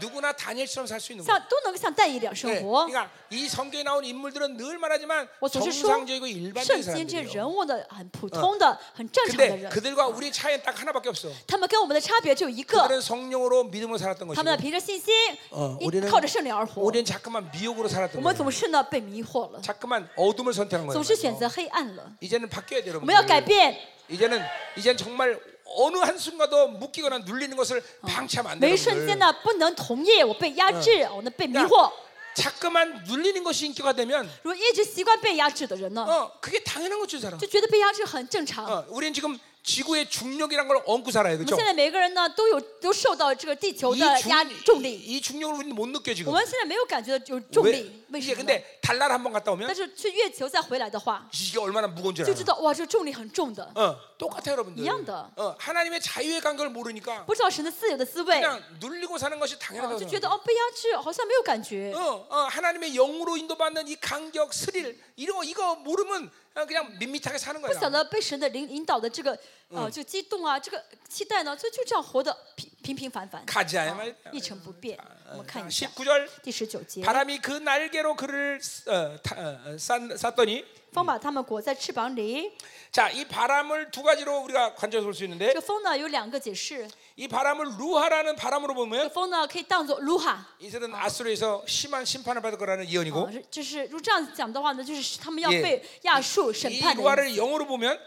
A: 누구나 다니엘처럼 살 수 있는 거야.
B: 像都能够像但以理一样生
A: 네,
B: 活。
A: 그러니까 이 성경에 나온 인물들은 늘 말하지만
B: 我总是说
A: 정상적이고 ，
B: 圣
A: 일반적인
B: 经这些
A: 사람들이에요.
B: 人物的嗯很普通的、很正常的
A: 근데
B: 人，
A: 그들과 우리 차이는 딱 하나밖에 없어.
B: 他们跟我们的差别只有一个，
A: 그들은 성령으로 믿음으로 살았던
B: 他
A: 것이고
B: 们呢凭着信心
A: 어，
B: 依
A: 우리는
B: 靠着圣灵而活。
A: 우리는 자꾸만 미혹으로
B: 我
A: 살았던
B: 们
A: 거예요.
B: 总是呢被迷惑了，
A: 자꾸만 어둠을 선택한 거예요.
B: 总是选择黑暗了。
A: 이제는 바뀌어야 돼요,
B: 我
A: 여러분.
B: 们要改变，
A: 이제는 이제는 정말 어느 한 순간도 묶이거나 눌리는 것을 방치하면 안
B: 每
A: 돼요.
B: 一瞬
A: 여러분들.
B: 间呢不能同意，我被压制，我呢被迷
A: 그러니까
B: 惑。
A: 자꾸만 눌리는 것이 인기가 되면
B: 如果一直习惯被压制的人呢，
A: 어 그게 당연한 것죠 사람.
B: 就觉得被压制很正常。
A: 어 우리는 지금 지구의 중력이란 걸 얹고 살아요,
B: 我
A: 그렇죠?
B: 们现在每个人呢，都有都受到这个地球
A: 이
B: 的
A: 중-
B: 压重力。
A: 이 중력을 우리는 못 느껴
B: 我
A: 지금.
B: 们现在没有感觉到有重力，为
A: 이게
B: 什么呢？
A: 근데 달나라 한번 갔다
B: 但
A: 오면
B: 是去月球再回来的话，
A: 이게 얼마나 무거운 줄
B: 就知
A: 알아요.
B: 道哇，这重力很重的，
A: 어, 똑같아요, 여러분들.
B: 이해한다.
A: 어, 하나님의 자유의 관계를 모르니까
B: 不知道神的自由的滋味，
A: 그냥 눌리고 사는 것이
B: 啊
A: 당연하다고
B: 就觉
A: 생각해요.
B: 得哦被压制好像没有感觉
A: 어, 。 어, 하나님의 영으로 인도받는 이 감격, 스릴 이런 거 이거 모르면 어, 그냥 밋밋하게 사는
B: 不晓
A: 거야.
B: 得被神的领引导的这个呃，这个激动啊，这个期待呢，就就这样活得平平平凡凡，
A: 가자야
B: 啊
A: 말이야.
B: 一成不变。我们看一下
A: 19절
B: 第十九节，
A: 바람이 그 날개로 그를 어, 타, 어, 싼- 쌌더니
B: 风把他们裹在翅膀里。
A: 자, 이 바람을 두 가지로 우리가 관절해서 볼 수
B: 这
A: 있는데
B: 个风呢有两个解释，
A: 이 바람을 루하라는 바람으로
B: 这
A: 보면
B: 个风呢可以当做卢哈，
A: 이들은 아수르에서 심한 심판을 받을 거라는 예언이고
B: 啊，是就是如果这样讲的话呢，就是他们要
A: 예
B: 被亚述审
A: 이
B: 判的意思。
A: 루하를 영어로 보면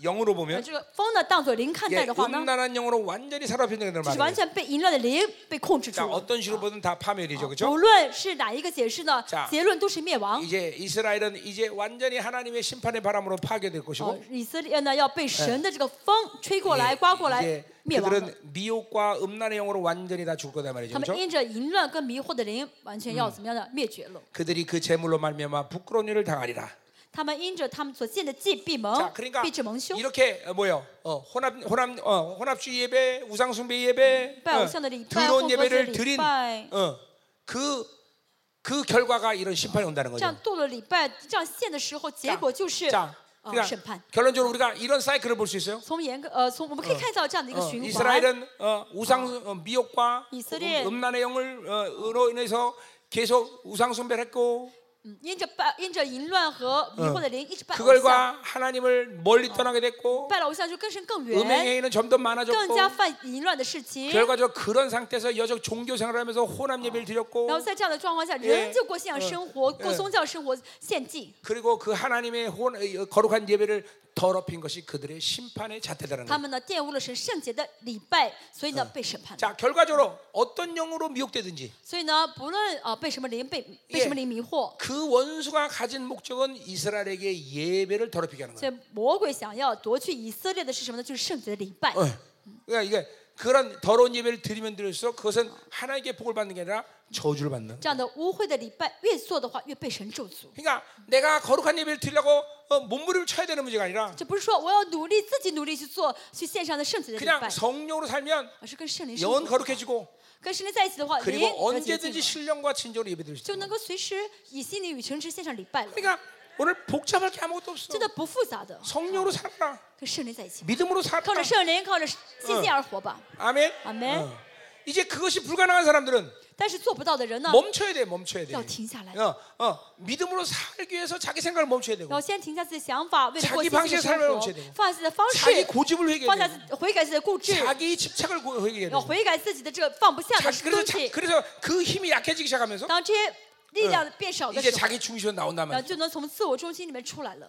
A: 영어로
B: 而
A: 보면
B: 这个风呢当做灵看
A: 예,
B: 待的话呢，
A: 음란한 영어로 완전히 그 아. 사로잡힌다는
B: 就是完
A: 말이에요.
B: 全被淫乱的灵被控制住
A: 자
B: 了。
A: 어떤 식으로 보든 다 파멸이죠, 그렇죠?
B: 无论是哪一个解释呢
A: 자 ，
B: 结论都是灭亡。
A: 이제 이스라엘은 이제 완전히 하나님의 심판의 바람으로 파괴될
B: 哦
A: 것이고 ，
B: 以色列呢要被神的这个风吹过来、
A: 예,
B: 刮过来
A: 이제 ，
B: 灭亡了。
A: 그들은 미혹과 음란의 영으로 완전히 다 죽을 거다 말이죠,
B: 他们
A: 그렇죠?
B: 因着淫乱跟迷惑的灵，完全要怎么样的灭绝了？
A: 그들이 그 재물로 말미암아 부끄러운 일을 당하리라.
B: 他们因着他们所建的祭闭
A: 자
B: 蒙，
A: 그러니까
B: 闭着蒙羞，
A: 이렇게 어, 뭐요? 어, 혼합 혼합 어, 혼합주의 예배, 우상 숭배 예배, 어,
B: 拜偶像的礼拜，或
A: 드러운
B: 者是
A: 예배를
B: 礼
A: 드린 어,
B: 拜，
A: 그그 그 결과가 이런 심판이 온다는
B: 这样
A: 거죠.
B: 做了礼拜，这样献的时候，结果就是
A: 자
B: 呃
A: 그러니까
B: 审判。
A: 결론적으로 우리가 이런 사이클을 볼 수 있어요.
B: 从严格呃，从我们嗯可以看到这样的一个
A: 어,
B: 循环。
A: 이스라엘은 어, 우상 어, 미혹과
B: 이스라엘.
A: 음, 음란의 영을 어, 으로 인해서 계속 우상 숭배했고
B: 嗯，因着拜，因着淫乱和迷惑的灵，一直拜偶像，
A: 그걸과 하나님을 멀리 떠나게 됐고
B: 拜了偶像就更深更
A: 음행
B: 远，
A: 행위는 점점
B: 更
A: 많아졌고
B: 加犯淫乱的事情。
A: 결과적으로 그런 상태에서 여적 종교 생활하면서 혼합 예배를 드렸고
B: 然后在这样的状况下，
A: 예
B: 人就过信仰生活，过宗教生活，献祭。
A: 그리고 그 하나님의 혼, 어, 거룩한 예배를 더럽힌 것이 그들의 심판의 자태다라는
B: 他
A: 거예요.
B: 们呢玷污了神圣洁的礼拜，所以呢被审判了。
A: 자, 결과적으로 어떤 영으로 미혹되든지
B: 所以呢，不论啊被什么灵被被
A: 예
B: 什么灵迷惑，
A: 그 원수가 가진 목적은 이스라엘에게 예배를 더럽히게 하는 거예요.
B: 所以魔鬼想要夺去以色列的是什么呢？就是圣洁的礼拜。
A: 嗯 그러니까 이게 그런 더러운 예배를 드리면 드릴수록 그것은 하나님께 복을 받는 게 아니라 저주를 받는.
B: 这样的污秽的礼拜越做的话，越被神咒诅。
A: 그러니까 내가 거룩한 예배를 드리려고 어, 몸부림을 쳐야 되는 문제가 아니라
B: 这不是说我要努力自己努力去做去献上的圣洁的礼
A: 그냥
B: 拜，
A: 성령으로 살면
B: 而是跟圣灵生
A: 영
B: 活，
A: 거룩해지고
B: 跟圣灵在一起的话，灵
A: 예, 그리고
B: 得洁净
A: 언제든지
B: 了
A: 신령과 진정으로 예배 드릴 수 있어.
B: 就能够随时以心灵与诚实献上礼拜了。
A: 그러니까 오늘 복잡할 게 아무것도 없어.
B: 真的不复杂的，
A: 성령으로 살아라. 嗯
B: 跟圣灵在一起吧。
A: 믿음으로 살아라.
B: 靠着圣灵，靠着信心而活吧。
A: 아멘.
B: 아멘.
A: 어. 이제 그것이 불가능한 사람들은
B: 但是做不到的人呢，
A: 멈춰야 돼, 어. 멈춰야 돼.
B: 要停下来，
A: 어, 어, 믿음으로 살기 위해서 자기 생각을 멈춰야
B: 要
A: 되고
B: 先停下自己的想法，为了过
A: 자기
B: 现在
A: 방식에
B: 的
A: 살아가고
B: 生
A: 있어야
B: 活
A: 되고 ，
B: 放下自己的方式，
A: 자기 고집을
B: 放下
A: 회개해야
B: 自
A: 되고
B: 悔改自己的固执，
A: 자기 집착을 고- 회개해야
B: 要
A: 되고
B: 悔改自己的这个放不下的
A: 자기-
B: 东
A: 그래서, 자,
B: 西。
A: 그래서 그 힘이 약해지기 시작하면서
B: 当这些力量变少的
A: 이제
B: 时候，
A: 자기 중심으로 나온단
B: 然后
A: 말이야.
B: 就能从自我中心里面出来了。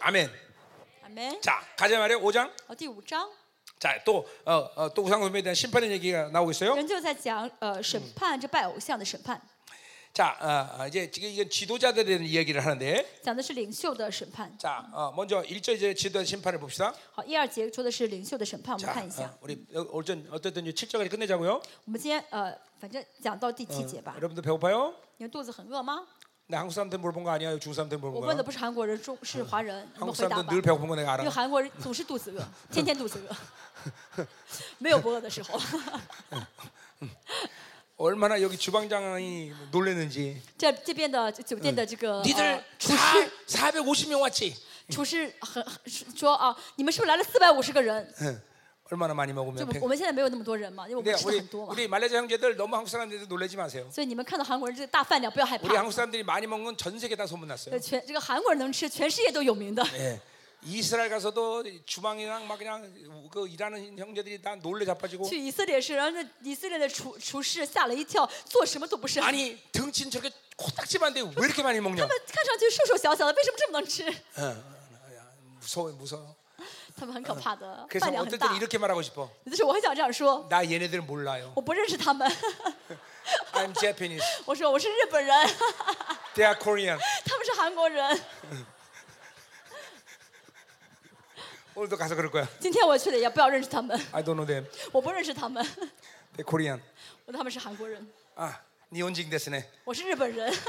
A: 아멘.
B: 阿门。
A: 자, 가자 말이야. 5장.
B: 好，第五章，
A: 자, 또, 어, 어, 또 우상 선배에 대한 심판의 얘기가 나오고 있어요.
B: 人就在讲呃审判这拜偶像的审判，
A: 자, 어, 어, 이제 지금 이건 지도자들에 대한 이야기를 하는데,
B: 讲的是领袖的审判。
A: 자, 어, 먼저 1절 이제 지도자 심판을 봅시다.
B: 好，一二节说的是领袖的审判，我们
A: 자,
B: 看一下
A: 어, 。 우리 어쨌든 어쨌든 7절까지 끝내자고요.
B: 我们今天呃，反正讲到第七节吧。
A: 여러분들 배고파요?
B: 你们肚子很饿吗？
A: 나 한국 사람한테 물어본 거 아니야? 중국 사람한테
B: 我
A: 물어본
B: 问的
A: 거야?
B: 不是韩国人，中是华人，你们
A: 한국
B: 回答
A: 사람들
B: 吧
A: 늘 。 배고픈 거 내가
B: 因
A: 알아.
B: 为韩国人总是肚子饿，天天肚子饿， 没有不饿的时候。
A: 얼마나 여기 주방장이 놀랬는지.
B: 这这边的酒店的这
A: 어,
B: 个、呃
A: 니들 、4 450명 왔지?
B: 厨师很很说啊，你们是不是来了四百五十个人？
A: 응. 얼마나 많이
B: 就
A: 네. 먹으면
B: 我
A: 백.
B: 我们现在没有那么多人嘛，因为我
A: 근데
B: 们吃的
A: 우리
B: 很多嘛。
A: 우리 말레이시아 형제들 너무 한국 사람들한테 놀라지 마세요.
B: 所以你们看到韩国人这个大饭量，不要害
A: 우리
B: 怕
A: 한국 。 사람들이 많이 먹는 건 전 세계 다 소문났어요.
B: 这全这个韩国人能吃，全世界都有名的。
A: 예. 이스라엘 가서도 주방이랑 막 그냥 그 일하는 형제들이 다 놀래 자빠지고
B: 去以色列是，然后那以色列的厨厨师吓了一跳，做什么都不是。
A: 아니 등치는 저렇게 코딱지만데 왜 이렇게 많이 먹냐?
B: 他们看上去瘦瘦小小的，为什么这么能吃？
A: 무서워 무서워.
B: 他们很嗯可怕的，
A: 그래서
B: 饭量很
A: 어떨 때는
B: 大。
A: 이렇게 말하고 싶어.
B: 就是我很想这样说，
A: 나 얘네들 몰라요.
B: 我不认识他们，
A: I'm Japanese.
B: 我说我是日本人，
A: They are Korean.
B: 他们是韩国人。
A: 오늘도 가서 그럴 거야.
B: 今天我去的也不要认识他们，
A: I don't know them.
B: 我不认识他们，
A: They Korean.
B: 我他们是韩国人，
A: 아, 니혼징 됐으네.
B: 我是日本人。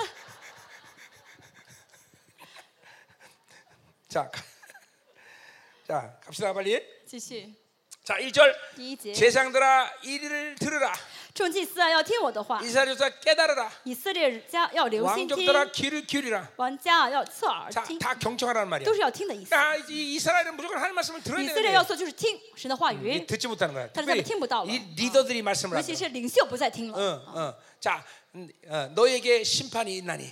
A: 자, 가- 자 갑시다 빨리.
B: 继续，
A: 자 1절
B: 第一节，
A: 제상들아 이를 들으라
B: 众祭司啊要听我的话，
A: 이스라엘 조사 깨달으라
B: 以色列家要留心听，
A: 왕족들아 귀를 기울이라
B: 王家啊要侧耳
A: 자
B: 听，
A: 다 경청하라는
B: 都
A: 말이야
B: 是要听的意思。
A: 야, 이 이스라엘은 무조건 하나님 말씀을
B: 以
A: 들어야
B: 色列要
A: 되는데
B: 做就是嗯听神的话
A: 이게
B: 语，
A: 듣지 못하는 거야
B: 다른
A: 특별히
B: 사람이 팀 못하고.
A: 이 리더들이 말씀을
B: 尤
A: 안
B: 其
A: 들어
B: 是领袖不嗯再听
A: 응,
B: 了，
A: 응. 자 음, 어, 너에게 심판이 있나니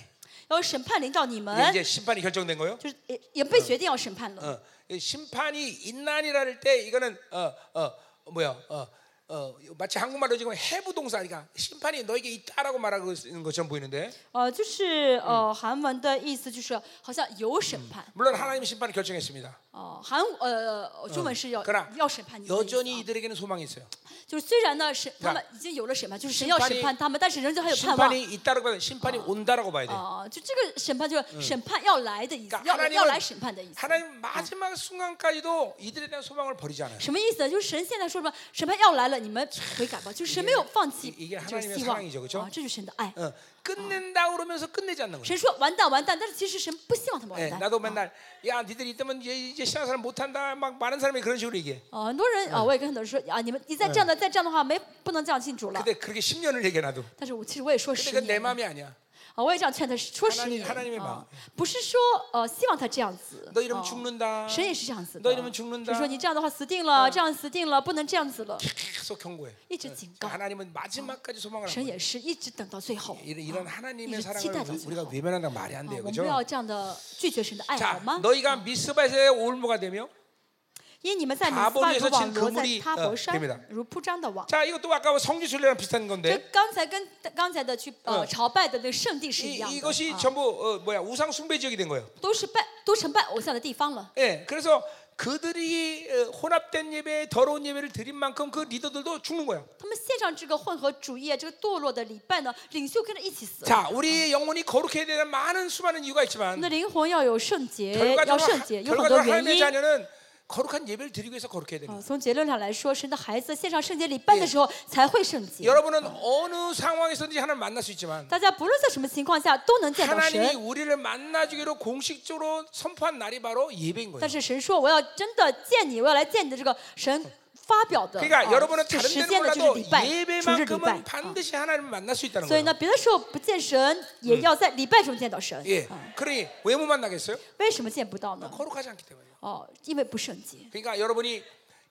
B: 要审判领导你
A: 이게
B: 们，
A: 이제 심판이 결정된 거예요
B: 就是也也被决定要审判了。
A: 어, 이 심판이 있나니라 할 때 이거는 어, 어, 뭐야 어, 어, 마치 한국말로 지금 해부동사 그러니까 심판이 너에게 있다라고 말하고 있는 것처럼 보이는데
B: 呃，就是呃，韩文的意思就是好像有审判。
A: 물론 하나님의 심판을 결정했습니다
B: 哦，韩呃，中文是要
A: 그러나
B: 要审判你们的意思
A: 여전히
B: 啊，
A: 이들에게는 소망이 있어요
B: 就是虽然呢审
A: 그러나
B: 他们已经有了审判，就是神要审判他们，但是仍旧还有盼望。
A: 심판이 있다라고 봐야 돼. 심판이 온다라고 봐야 돼.
B: 哦，就这个审判就是审判要来的意思，
A: 그러니까
B: 要要来
A: 하나님은
B: 审判的意思。
A: 하나님 마지막 순간까지도 이들에 대한 소망을 버리지 않아요.
B: 什么意思呢？就是神现在说什么审判要来了，你们悔改吧。就是神没有放弃
A: 이게이게하나님의
B: 这个希望
A: 사랑이죠그죠
B: 啊，这就是神的爱。
A: 어, 끝낸다 그러면서 끝내지 않는 거예요.
B: 神说完蛋完蛋，但是其实神不希望他们
A: 예,
B: 完蛋。
A: 나도 맨날 야 니들 이때면 이제, 이제 신앙생활 못한다 막 많은 사람이 그런 식으로 얘기해.
B: 啊，很多人啊，我也跟很多人说啊，你们你再这样的再这样的话，没不能这样信主了。
A: 근데 그렇게 10년을 얘기해 나도.
B: 但是我其实我也说
A: 근데
B: 十
A: 그 내
B: 年了
A: 마음이 아니야.
B: 啊，我也这样劝他说十
A: 하나님
B: 年
A: 하나님의마음
B: 啊，不是说呃希望他这样子。
A: 너 이러면
B: 啊
A: 죽는다.
B: 神也是这样子
A: 너이
B: 的
A: 러면죽는다 ，
B: 就说你这样的话死定了，这样死定了，不能这样子了。
A: 계속 경고해. 그러니까
B: 一直警告，
A: 하나님은 마지막까지 소망을 안
B: 神
A: 거예요.
B: 也是一直等到最后。
A: 이런, 어. 이런
B: 一
A: 하나님의
B: 直期
A: 사랑을
B: 待到
A: 우-
B: 最
A: 우리가
B: 后。
A: 외면한다는 어, 말이 안
B: 啊
A: 돼요,
B: 我们不要
A: 그죠?
B: 这样的拒绝神的爱，好
A: 자
B: 吗？
A: 너희가 미스바에서의 올무가 되며
B: 因为你们在米
A: 다
B: 斯
A: 보기
B: 巴
A: 위해서
B: 如
A: 진
B: 网罗
A: 그물이
B: 在他
A: 어
B: 活山
A: 됩니다
B: 如铺张的网。
A: 자 이것도 뭐 아까 성지 순례랑 비슷한
B: 这
A: 건데
B: 刚才跟刚才的去
A: 어
B: 呃朝拜的那个圣地是一
A: 이,
B: 样的，
A: 이것이
B: 啊
A: 전부 어, 뭐야 우상 숭배 지역이 된 거예요.
B: 都是拜都成拜偶像的地方了。
A: 예, 그래서 그들이 어, 혼합된 예배, 더러운 예배를 드린 만큼 그 리더들도 죽는 거예요.
B: 他们献上这个混合主义啊，这个堕落的礼拜呢，领袖跟着一起死。
A: 자, 우리의 영혼이 거룩해야 되는 많은 수많은 이유가
B: 我们
A: 있지만
B: 的灵魂要有圣洁，
A: 결과적으로,
B: 要圣
A: 하-
B: 洁，有很多
A: 결과적으로
B: 原
A: 하나님의
B: 因。
A: 자녀는 거룩한 예배를 드리기 위해서 거룩해야 됩니다.
B: 啊，从结论上来说，神的孩子献上圣洁礼拜的时候才会圣洁。
A: 여러분은 어느 상황에서든지 하나님 만날 수 있지만
B: 大家不论在什么情况下都能见到
A: 하나님이
B: 神，
A: 우리를 만나주기로 공식적으로 선포한 날이 바로 예배인 거예요.
B: 但是神说我要真的见你，我要来见你的这个神发表的
A: 그러니까
B: 啊
A: 여러분은
B: 这
A: 다른
B: 时
A: 데는
B: 间的就是礼
A: 몰라도
B: 拜，主日礼拜
A: 예배만큼은 。
B: 啊
A: 반드시 하나님을 만날 수 있다는
B: 所以
A: 거예요.
B: 呢，别的时候不见神，也要在礼拜中见到神。
A: 예.
B: 啊
A: 그러니 왜 못 만나겠어요?
B: 为什么见不到呢？
A: 거룩하지 않기 때문에.
B: 哦，因为不圣洁。
A: 그러니까 여러분이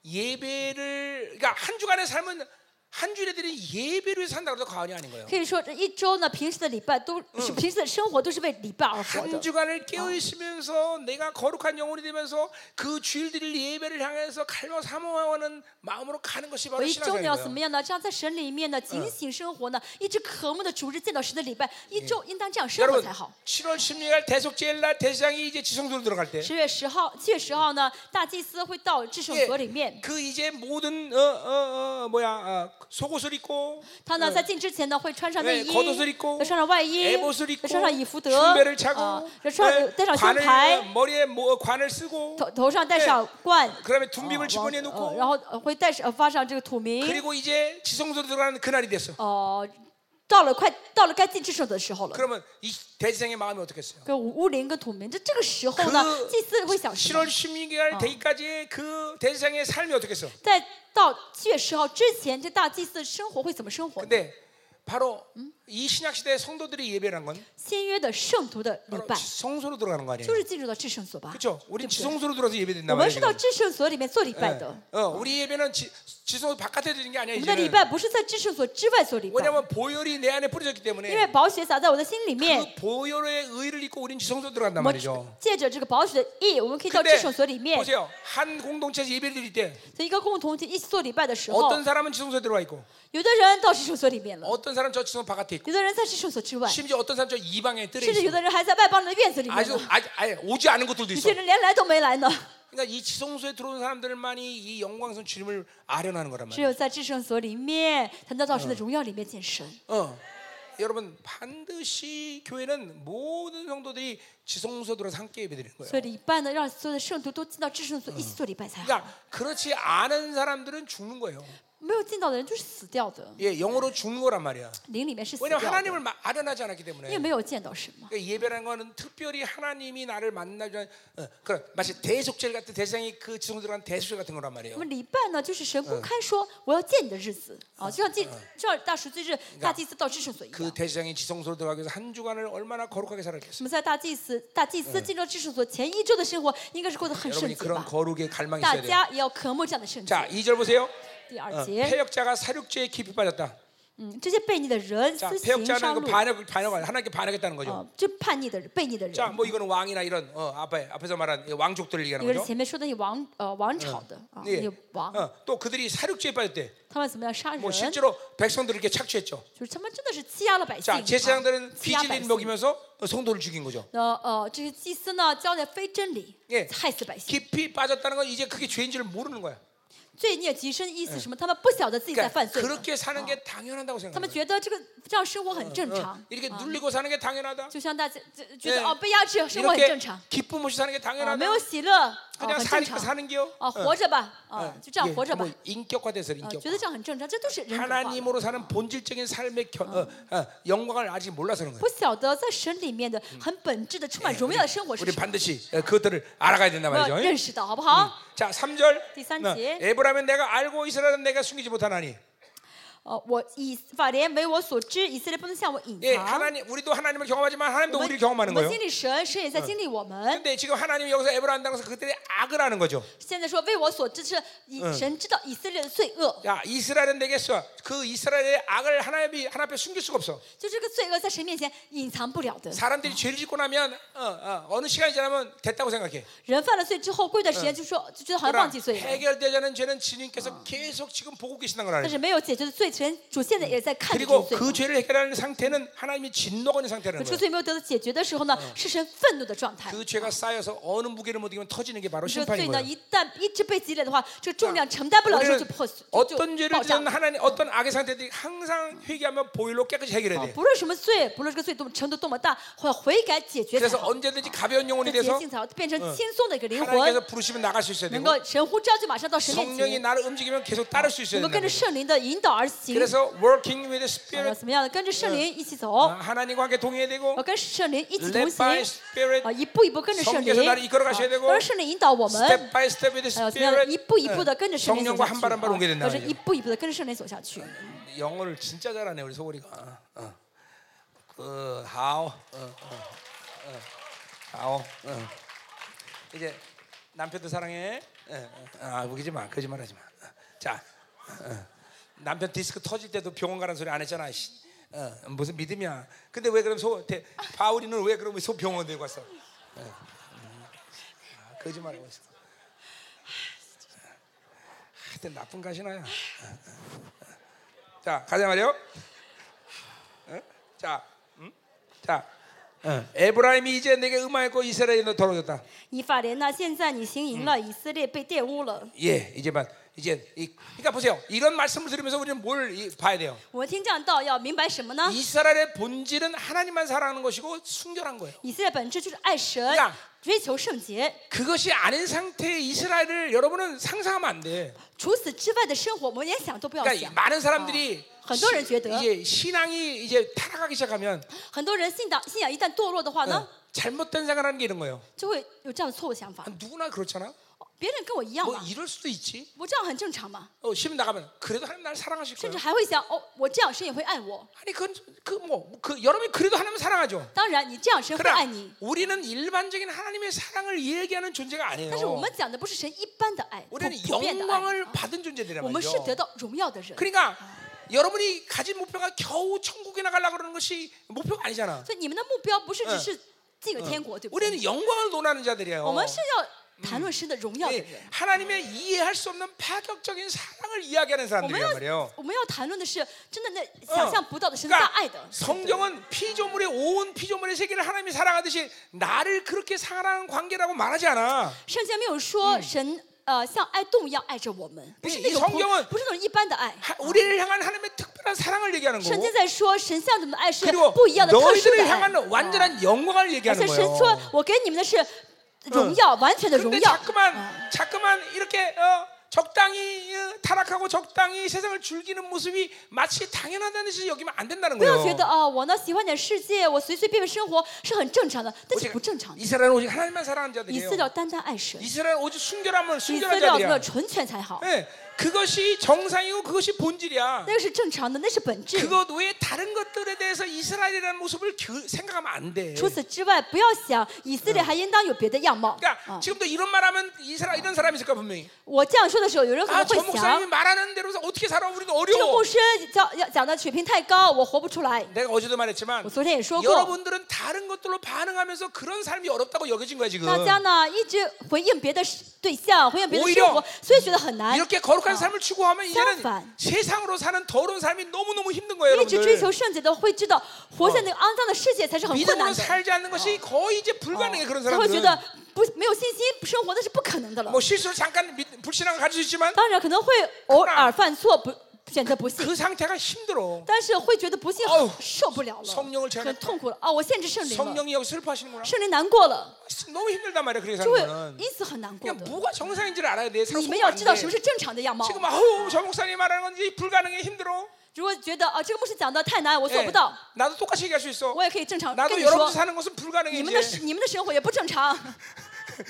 A: 예배를 그러니까 한 주간의 삶은 한 주일 애들이 예배로 해서 산다고 해서 과언이 아닌 거예요.
B: 可以说这一周呢，平时的礼拜都是平时的生活都是为礼拜而活
A: 한
B: 的。
A: 주간을 깨어 있으면서 내가 거룩한 영혼이 되면서 그 주일들을 예배를 향해서 갈망 사모하는 마음으로 가는 것이
B: 我
A: 바로
B: 一周你要怎
A: 신앙생활이에요.
B: 么样呢？这样在神里面呢，警醒生活呢，一直渴慕的逐日见到神的礼拜，一周应当这样生活
A: 여러분,
B: 才好。
A: 7월 16일 대속제일 날 대장이 이제 지성소로 들어갈 때,
B: 十月十号，七月十号呢，大祭司会到至圣所里
A: 예,
B: 面，
A: 그 이제 모든 어, 어, 어, 뭐야 어, 속옷을 입고
B: 他呢在进之前呢会穿上内衣，
A: 겉옷을입고
B: 要穿上外衣，
A: 애모을입고
B: 要穿上以福德，
A: 흉배를
B: 啊
A: 차고 ，
B: 要穿
A: 예,
B: 戴上胸
A: 관을
B: 牌
A: 어, ， 머리에 뭐 관을 쓰고
B: 头头上戴上冠，
A: 그 다음에
B: 啊
A: 둠빔을
B: 往
A: 집어넣고
B: 呃然后呃会戴上呃发上这个土名，
A: 그리고 이제 지성소로 들어가는 그날이 됐어.
B: 哦，到了快到了该进至圣所的时候了。
A: 그러면 이 대지상의 마음이 어떻겠어요?
B: 跟乌灵跟土民，这这个时候呢
A: 그 ，
B: 祭司会想什
A: 7월
B: 么？
A: 16일 되기까지 그 대지상의 삶이 어떻겠어?
B: 在到七月十号之前，这大祭司的生活会怎么生活呢？
A: 근데 바로 이 신약 시대의 성도들이 예배를 한 건
B: 新约的圣徒的礼
A: 바로
B: 拜，
A: 성소로 들어가는 거 아니에요?
B: 哦就是进入到至圣所吧？
A: 그렇죠? 우리 지성소로 들어서 예배된다
B: 我们是
A: 말이에요.
B: 到至圣所里面做礼拜
A: 예.
B: 的，
A: 어, 우리 예배는 지, 지성소 바깥에 드리는 게 아니야
B: 我们的礼
A: 이제는.
B: 拜不是在至圣所之外做礼拜，
A: 왜냐하면 보혈이 내 안에 뿌려졌기
B: 因为
A: 때문에
B: 宝血洒在我的心里面
A: 그 ， 보혈의 의를 입고 우린 뭐 지성소 들어간단
B: 我们
A: 말이죠.
B: 借着这个宝血的意，我们可以到至
A: 근데
B: 圣所里面，
A: 보세요. 한 공동체에서 예배를 드릴 때
B: 所以一个共同体一起做礼拜的时候，
A: 어떤 사람은 지성소에 들어와 있고
B: 有的人到至圣所里面了，
A: 어떤 사람은 저 지성소 바깥에 있고
B: 有的人在至圣所之外，
A: 심지어 어떤 사람은 저 이방에 뜰에
B: 甚至有
A: 있고
B: 的人还在外邦人的院子里面
A: 아주
B: 呢，
A: 아직 아예 오지 않은 것들도
B: 有
A: 있어.
B: 些人连来都没来呢。
A: 그러니까 이 지성소에 들어온 사람들만이 이 영광선 주님을 아련하는 거란
B: 只
A: 말이에요.
B: 有在至圣所里面，才能到神的荣耀里面见神。
A: 어. 여러분 반드시 교회는 모든 성도들이 지성소 들어서 함께 예배드리는 거예요.
B: 所以礼拜呢，让所有的圣徒都进到至圣所，一起做礼拜才好。
A: 그러니까 그렇지 않은 사람들은 죽는 거예요.
B: 没有进到的人就是死掉的，
A: 예, 영어로 죽는 거란 말이야.
B: 灵里面是死掉
A: 왜냐면
B: 的，
A: 하나님을 마- 아련하지 않았기 때문에.
B: 因为没有见到神嘛。
A: 그러니까 예배라는 거는 특별히 하나님이 나를 만나주는 어, 그런 마치 대속죄 같은 대상이 그 지성 들어간 대속죄 같은 거란
B: 那
A: 말이에요.
B: 么礼拜呢，就是神公开说我要见你的日子啊，就像祭，就像大赎罪日、大祭司到至圣所一
A: 그
B: 样。
A: 대상이 지성소로 들어가기 위해서 한 주간을 얼마나 거룩하게 살았겠어요.
B: 我们在大祭司、大祭司进到至圣所前一周的生活，应该是过得很圣
A: 여러분이
B: 洁
A: 그런
B: 吧？
A: 거룩의 갈망이
B: 大
A: 있어야 돼요.
B: 家也要渴慕这样的圣洁。
A: 자, 2절 보세요.
B: 第二
A: 어,
B: 节，
A: 패역자가 사륙죄에 깊이 빠졌다.
B: 嗯，这些悖逆的人
A: 자,
B: 私行商
A: 패역자는 그
B: 路
A: 반역 반역 하나님께 반역했다는 거죠.
B: 啊，这叛逆的人、悖逆的人。
A: 자, 뭐 이거는 왕이나 이런 어, 앞에 앞에서 말한 이 왕족들을
B: 一
A: 얘기하는
B: 个是
A: 거죠.
B: 前面说的那王呃王朝的啊，
A: 예
B: 那个王，
A: 어, 또 그들이 사륙죄에 빠졌대.
B: 他们怎么样杀人？
A: 뭐
B: 就
A: 실제로 백성들을 이렇게 착취했죠.
B: 是他们真的是欺压了百姓，啊
A: 자
B: 欺压百
A: 제사장들은
B: 姓。
A: 비질린 먹이면서 어, 성도를 죽인 거죠.
B: 那呃，这些祭司呢，交代非真理
A: 예 ，
B: 害死百姓，
A: 깊이 빠졌다는 건 이제 그게 죄인 줄 모르는 거야.
B: 罪孽极深，意思什么？他们不晓得自己在
A: 그러니까
B: 犯罪了，
A: 그렇게 사는 게 당연하다고
B: 他们
A: 생각해요.
B: 觉得这个这样生活很正常，
A: 어, 이렇게 눌리고 사는 게 당연하다.
B: 就像大家就觉
A: 예
B: 得哦被压制生活很
A: 이렇게
B: 正常，
A: 기쁨 없이 사는 게
B: 啊
A: 당연하다.
B: 没有喜乐，啊
A: 그냥
B: 很正
A: 사니까
B: 常，
A: 사는 게요.
B: 啊活着吧，
A: 아, 어,
B: 啊就这样
A: 예,
B: 活着吧
A: 뭐 ， 인격화돼서
B: 啊
A: 인격화.
B: 觉得这样很正常，这都是人格化的。
A: 하나님으로 사는 본질적인 삶의 겨, 어, 어, 영광을 아직 몰라서 그런 거예요.
B: 不晓得在神里面的很本质的充满荣耀的生活是
A: 우리
B: 什么。
A: 반드시 어, 그것들을 알아가야 된단
B: 我们要
A: 말이죠.
B: 认识到，好不好？
A: 자, 3절. 어,
B: 디산지.
A: 에브라임은 내가 알고 이스라엘은 내가 숨기지 못하나니.
B: 哦，我以法莲为我所知，以色列不能向我隐
A: 예,
B: 藏。
A: 하나님 우리도 하나님을 경험하지만 하나님도
B: 我们
A: 우리를 경험하는
B: 我们
A: 거예요.
B: 经历神，神也在经历我们。
A: 근데 지금 하나님 여기서 에브라임이라고 해서 그들의 악을 하는 거죠.
B: 现在说为我所知是以神知道以色列的罪恶，
A: 야, 이스라엘은 내겠어. 그 이스라엘의 악을 하나님이 하나 앞에 숨길 수가 없어.
B: 就这个罪恶在神面前隐藏不了的。
A: 사람들이 죄를 짓고 나면 어, 어, 느 시간이 지나면 됐다고 생각해.
B: 人犯了罪之后，过一段时间就说就觉得好像
A: 그러나
B: 忘记罪了，
A: 해결되지 않은 죄는 주님께서 계속 지금 보고 계신다는 걸
B: 但
A: 알아요.
B: 是没有解决的罪，神主现在也在看着这个
A: 그리고
B: 罪
A: 그
B: 恶。
A: 죄를 해결하는 상태는 하나님이 진노가 있는 상태라는
B: 这个
A: 거예요.
B: 罪没有得到解决的时候呢，是神愤怒的状态。
A: 그 죄가 쌓여서 어느 무게를 못 이기면 터지는 게 바로
B: 这个罪
A: 심판인
B: 呢，
A: 거예요.
B: 一旦一直被积累的话，这个重量承担不了的时候就
A: 우리는
B: 破碎，就
A: 어떤
B: 就
A: 죄를
B: 爆炸
A: 지은 。 하나님 어떤 악의 상태들이 항상 회개하면 아, 보일로 깨끗이 해결해야
B: 啊
A: 돼.
B: 不论什么罪，不论这个罪多么程度多么大，会悔改解决才
A: 그래서
B: 好。
A: 언제든지 가벼운 영혼이
B: 这洁
A: 돼서
B: 净才好，变成
A: 嗯
B: 轻松的一个灵魂，
A: 하나님께서 부르시면 나갈 수 있어야
B: 能
A: 되고
B: 够神呼召就马上到神面
A: 성령이
B: 前，
A: 나를 움직이면 계속 따를 수
B: 能
A: 있어야
B: 够跟着
A: 된다.
B: 圣灵的引导而行。
A: 그래서 working with the
B: 啊
A: spirit
B: 怎么样的？跟着圣灵一起
A: 아
B: 走，
A: 하나님과 함께 동의해야 되고
B: 要跟圣灵一起同
A: 啊 led
B: 行
A: by spirit
B: 啊，一步一步跟着圣
A: 성령께서
B: 灵，
A: 나를이끌어가셔야되고
B: 让圣灵引导我们，
A: step by step with the
B: 呃，怎么样的？
A: spirit É. 嗯
B: 一步一步的跟着圣灵走
A: 성령과
B: 下
A: 한
B: 去，
A: 발 한 발
B: 啊
A: 옮겨야
B: 要是
A: 된다.
B: 一步一步的跟着圣灵走下去。
A: 영어를 진짜 잘하네 우리 소골이가. 어. 그 how 어, 어, 어. how 어. 이제 예, 남편도 사랑해. 어, 어. 아 우기지 마 거짓말하지 마. 어. 자 어, 남편 디스크 터질 때도 병원 가는 소리 안 했잖아. 씨. 어, 무슨 믿음이야. 근데 왜 그럼 소 대, 바울이는 왜 그럼 소 병원 데리고 왔어? 어, 음. 아, 거짓말하고 있어. 아, 하여튼 나쁜 가시나야. 어, 어, 어. 자 가자 말이요. 어? 자, 음? 자, 어, 에브라임이 이제 내게 음하였고 이스라엘은 떨어졌다.
B: 以法莲呐，现在你行淫了，
A: 嗯
B: 以色列被玷污了。
A: 예, 이제 막 이제 이, 그러니까 보세요. 이런 말씀을 들으면서 우리는 뭘 이- 봐야 돼요?
B: 我们听这样道要明白什么呢？
A: 이스라엘의 본질은 하나님만 사랑하는 것이고 순결한 거예요.
B: 以色列本质就是爱神
A: 呀，
B: 追求圣洁。
A: 그것이 아닌 상태의 이스라엘을 여러분은 상상하면 안 돼.
B: 除此之外的生活，我们连想都不要
A: 그러니까
B: 想。
A: 많은 사람들이
B: 어, 很多人
A: 시-
B: 觉得-
A: 이제 신앙이 이제 타락하기 시작하면
B: 哦很多人信仰信仰一旦堕落的话
A: 어,
B: 呢，
A: 잘못된 생각하는 게 이런 거예요.
B: 就会有这样的错误想法。哦
A: 누구나 그렇잖아.
B: 别人跟我嗯一样
A: 뭐
B: 嘛，
A: 이럴 수도 있지.
B: 我这样很正常嘛，
A: 어, 시험 나가면 그래도 하나님 나를 사랑하실
B: 甚
A: 거예요.
B: 至还会想哦，我这样神也会爱我。
A: 아니 그건 그뭐 그 여러분이 그래도 하나님 사랑하죠.
B: 当然，你这样神会爱
A: 그러나
B: 你，
A: 우리는 일반적인 하나님의 사랑을 얘기하는 존재가
B: 但是我
A: 아니에요.
B: 啊们讲的不是神一般的爱，普
A: 우리는
B: 普遍的爱，哦
A: 영광을 받은 존재들이란
B: 我们是
A: 말이죠.
B: 得到荣耀的人。
A: 그러니까 여러분이 가진 목표가 겨우 천국에 나가려고 그러는 것이 목표가 아니잖아.
B: 所以你们的目标不是只
A: 嗯
B: 是进入天国，对不对？
A: 우리는 영광을 논하는
B: 我
A: 자들이에요.
B: 们是要谈论神的荣耀的
A: 예,
B: 人。
A: 하나님의 이해할 수 없는 파격적인 사랑을 이야기하는
B: 我们
A: 사람들이란
B: 要
A: 말이에요.
B: 我们要谈论的是真的那想象不到的神的大爱的。
A: 성경은 피조물의 온 피조물의 세계를 하나님이 사랑하듯이 나를 그렇게 사랑하는 관계라고 말하지 않아.
B: 圣经没有说神呃像爱动物一样爱着我们，不是那种
A: 성경은
B: 不不是那种一般的爱。
A: 하- 우리를 향한 하나님의 특별한 사랑을 얘기하는
B: 圣
A: 거고
B: 经在说神向你们的爱是
A: 그리고
B: 不一样的、特殊
A: 너희들을
B: 的爱啊
A: 향한 。 완전한 영광을
B: 而
A: 얘기하는
B: 且神
A: 거예요.
B: 说：“我哦嗯给你们的是荣耀，完全的荣
A: 근데
B: 耀。
A: 자꾸만 자꾸만 이렇게 어, 적당히 어, 타락하고 적당히 세상을 즐기는 모습이 마치 당연하다는 듯이 여기면 안 된다는
B: 不
A: 거예요.
B: 要觉得啊，我呢喜欢点世界，我随随便便生活是很正常的，但是
A: 오직-
B: 不正常的。
A: 이스라엘은 오직 하나님만 사랑하는
B: 以
A: 자들이에요.
B: 色列单单爱神，
A: 이스라엘 오직 순결하면
B: 以色
A: 순결한
B: 列要哎做
A: 자들이야.
B: 纯全才好，
A: 예, 그것이 정상이고 그것이 본질이야.
B: 那个是正常的，那是本质。
A: 네, 그것 외에 다른 것들에 대해서 이스라엘이라는 모습을 그- 생각하면 안 돼.
B: 除此之外，不要想以色列还应当有别的样貌。
A: 그러니까
B: 啊
A: 지금도 이런 말하면 이스라 이런 사람이 있을까 분명히.
B: 我这样说的时候，有人可能
A: 아 저
B: 会想
A: 목사님이 ， 말하는 대로 어떻게 살아 우리도
B: 这个
A: 어려워.
B: 牧师讲要讲的水平太高，我活不出来。
A: 내가 어제도 말했지만
B: 我昨天也说过。
A: 여러분들은 다른 것들로 반응하면서 그런 삶이 어렵다고 여겨진 거야 지금.
B: 大家呢一直回应别的事对象，回应别的
A: 오히려
B: 生活，所以觉得很难。
A: 이렇게 거룩한 삶을 추구하면 이제는
B: 상관.
A: 세상으로 사는 더러운 삶이 너무 너무 힘든 거예요
B: 一直追
A: 여러분들.
B: 求圣洁的会知道，活在那个肮脏的世界才是很困
A: 믿음으로
B: 难的。
A: 살지 않는 것이 거의 이제 불가능해 어. 그런
B: 才会觉
A: 사람들은.
B: 得不没有信心生活那是不可能的了
A: 뭐 。 실수로 잠깐 믿- 불신앙을 가질 수 있지만
B: 当然可能会偶尔犯错，不选择不信，
A: 그 상태가 힘들어.
B: 但是会觉得不信
A: 어휴
B: 受不了
A: 성령을
B: 了
A: 제가 ，
B: 很痛苦了啊！我限制圣灵了，
A: 성령이 여기 슬퍼하시는구나. 아,
B: 圣灵难过了，
A: 너무 힘들단 말이야 그렇게
B: 就
A: 사는
B: 会
A: 거는.
B: 因此很难过
A: 그냥
B: 的。
A: 뭐가 정상인지를 알아야 돼. 상
B: 你们
A: 속
B: 要
A: 안
B: 知道什么
A: 돼.
B: 是正常的样貌。
A: 지금 아우 저 목사님 말하는 건지 불가능해 힘들어.
B: 如果觉得啊这个牧师讲的太难，我
A: 예,
B: 做不到，
A: 나도 똑같이 얘기할 수 있어.
B: 我也可以正常跟
A: 나도
B: 你
A: 여러분
B: 说，
A: 사는 것은
B: 你
A: 불가능해
B: 们的
A: 이제.
B: 你们的生活也不正常。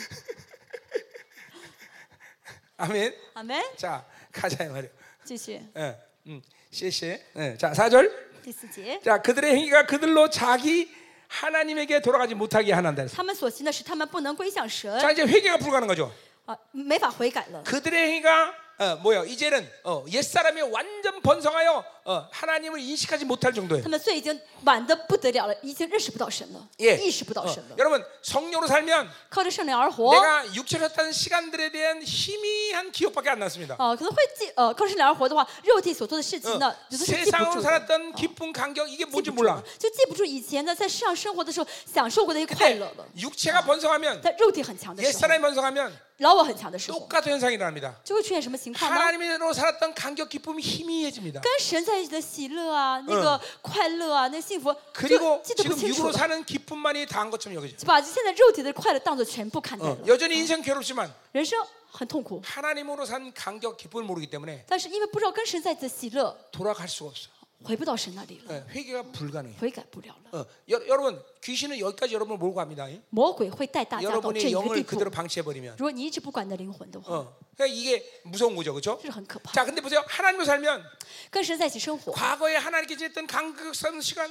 A: 아멘.
B: 阿门。
A: 자 가자 이 말이야.
B: 继续
A: 예, 음, 시시. 예, 자 4절.
B: 第四节，
A: 자 그들의 행위가 그들로 자기 하나님에게 돌아가지 못하게 하는다.
B: 他们所行的是他们不能归向神
A: 자 이제 회개가 불가능한 거죠.
B: 啊，没法悔改了。
A: 그들의 행위가 어, 뭐요? 이제는 어, 옛 사람이 완전 번성하여 어, 하나님을 인식하지 못할 정도예요.
B: 他们罪已经晚的不得了了，已经认识不到神了，
A: 예.
B: 意识不到
A: 어,
B: 神了。
A: 여러분 성령으로 살면
B: 靠着圣灵而活，
A: 내가 육체로 살던 시간들에 대한 희미한 기억밖에 안 남습니다.
B: 呃，可能会记，呃，靠着圣灵而活的话，肉体所做的事情
A: 어,
B: 呢，就是记不
A: 세상으로
B: 住的，
A: 살았던 기쁨, 감격 이게
B: 记
A: 뭔지
B: 不住了
A: 몰라.
B: 就记不住以前呢在世上生活的时候享受过的一些快
A: 근데
B: 乐了。
A: 육체가 번성하면
B: 在肉体很强的
A: 옛
B: 时候，
A: 사람이 번성하면
B: 老我很强的时候，
A: 똑같은 현상이 일어납니다.
B: 就会出现什么情况呢？
A: 하나님으로 살았던 감격, 기쁨이 희미해집니다.
B: 跟神在一起的喜乐啊，那个快乐啊，那幸福，就
A: 그리고
B: 记得不
A: 지금
B: 清楚
A: 육으로
B: 了，
A: 사는 기쁨만이 다한 것처럼 여기죠.
B: 就把现在肉体的快乐当做全部看待
A: 어,
B: 了。
A: 여전히 인생 괴롭지만
B: 人生很痛苦，
A: 하나님으로 산 감격, 기쁨을 모르기 때문에
B: 但是因为不知道跟神在一起的喜乐，
A: 돌아갈 수가 없어.
B: 回不到神那里了，
A: 예, 회개가 불가능해.
B: 悔改不了了。
A: 어, 여, 여러분 귀신은 여기까지 여러분을 몰고 갑니다. 예?
B: 魔鬼会带大家到
A: 여러분의
B: 这一个地
A: 영을
B: 步
A: 그대로 。 방치해 버리면
B: 如果你一直不管你的灵魂的话，
A: 어, 그러니까 이게 무서운 거죠, 그렇죠?
B: 这是很可怕。
A: 자 근데 보세요 하나님으로 살면
B: 跟神在一起生活，
A: 과거에 하나님께 지냈던 강극성 시간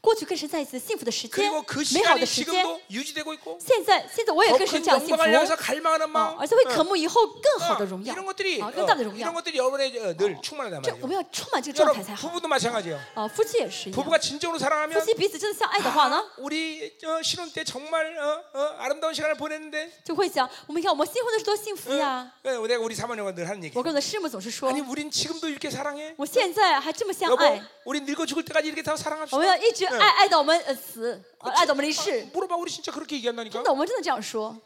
B: 过去跟神在一起的幸福的时间
A: 그리고 그 ，
B: 美好的
A: 시간이
B: 时间，
A: 지금도 유지되고 있고
B: 现在现在我也跟
A: 더
B: 神
A: 큰
B: 这样幸福
A: 영광을 ， 향해서 갈망하는
B: 啊
A: 마음 ，
B: 而且会
A: 응.
B: 渴慕以后更好的荣
A: 응.
B: 耀
A: 어, 이런 ， 것들이
B: 啊，
A: 어,
B: 更大的荣
A: 이런
B: 耀。
A: 것들이 여러분의 어, 늘 충만하단
B: 这我
A: 말이에요.
B: 们要充满这个状态
A: 여러분
B: 才好。
A: 부부도 마찬가지예요.
B: 啊，夫妻也是一样，
A: 부부가 진정으로
B: 夫
A: 사랑하면
B: 妻彼此真的相爱的话呢，
A: 우리 어, 신혼 때 정말 어, 어, 아름다운 시간을 보냈는데
B: 就会想，我们看我们新婚的时候多幸福
A: 응.
B: 呀！
A: 어, 내가 우리 사모님과 늘 하는 얘기.
B: 我跟我的师母总是说
A: 아니 ， 우린 지금도 이렇게 사랑해.
B: 我现在还这么相
A: 여보,
B: 爱，
A: 우리 늙어 죽을 때까지 이렇게 다
B: 我
A: 사랑합시다.
B: 们要一直爱爱到我们呃死，啊爱到我们离
A: 어, 아,
B: 世。
A: 물어봐 우리 진짜 그렇게 얘기한다니까.
B: 真的，我们真的这样说。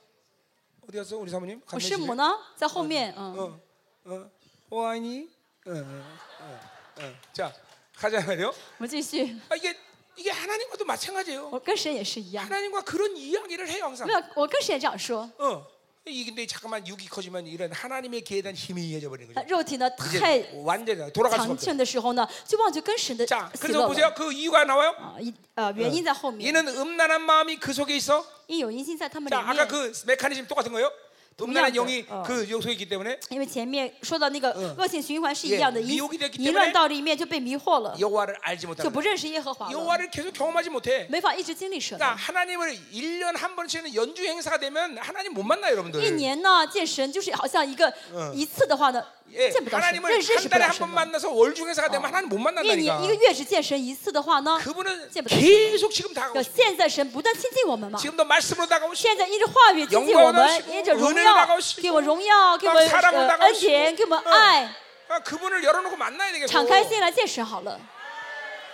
A: 어디 갔어 우리 사모님?
B: 我
A: 갔네,
B: 师
A: 집에?
B: 母呢，在后面，嗯，
A: 어, 어, 오하니. 어, 어, 어, 어. 자, 가자 말이요.
B: 我们继续。
A: 아, 이게 이게 하나님과도 마찬가지예요.
B: 我跟神也是一样，
A: 하나님과 그런 이야기를 해요
B: 没
A: 항상.
B: 有，我跟神也这样说。
A: 어. 이 근데 잠깐만 육이 커지면 이런 하나님의 계에 대한 힘이 이해져 버리는
B: 那
A: 거죠.
B: 肉体呢
A: 이제
B: 太
A: 완전히 돌아갈 수가
B: 强
A: 없죠.
B: 盛的时候呢，就忘记跟神的
A: 자,
B: 喜
A: 그래서
B: 乐了
A: 보세요. 그 이유가 나와요.
B: 啊，一呃原因在后面，
A: 얘는 음란한 마음이 그 속에 있어.
B: 因有因心在他们里
A: 자, 아까
B: 面。
A: 그 메커니즘 똑같은 거예요. 음란한 영이
B: 어.
A: 그 요소에 있기 때문에
B: 因为前面说到那个恶性循环是
A: 예
B: 一样的，
A: 미혹 이
B: 淫
A: 됐기때문에
B: 淫乱到里面就被迷惑了，
A: 여호와를 알지
B: 就
A: 못하는
B: 不
A: 거예요.
B: 认识耶和华了，
A: 여호와를 계속 경험하지 못해.
B: 没法一直经历神。
A: 그러니까 하나님을 1년 한 번씩은 연주 행사가 되면 하나님 못 만나요,
B: 一
A: 여러분들.
B: 年呢见神就是好像一个一次的话呢，
A: 예,
B: 见不到神，
A: 하나님을
B: 认识
A: 한
B: 识不
A: 달에
B: 了
A: 한
B: 神
A: 번
B: 了。
A: 만나서 월주 행사가 되면 하나님 못
B: 一年一个
A: 만난다니까.
B: 月只见神一次的话呢，
A: 그분은
B: 쟤보다
A: 계속 지금 다가오고
B: 可
A: 싶어.
B: 现在神不但亲近我们嘛，
A: 지금도 말씀으로 다가오고 싶어.
B: 现在依着话语亲近我
A: 영광을
B: 们
A: 하시고，
B: 依着荣
A: 은혜를나가
B: 耀
A: 시고
B: 给我荣耀，给我们
A: 사랑을나가시
B: 呃
A: 고
B: 恩典，给我们
A: 어
B: 爱，
A: 그러니까 그분을 열어놓고 만나야
B: 敞开
A: 되겠고.
B: 心来见神好了。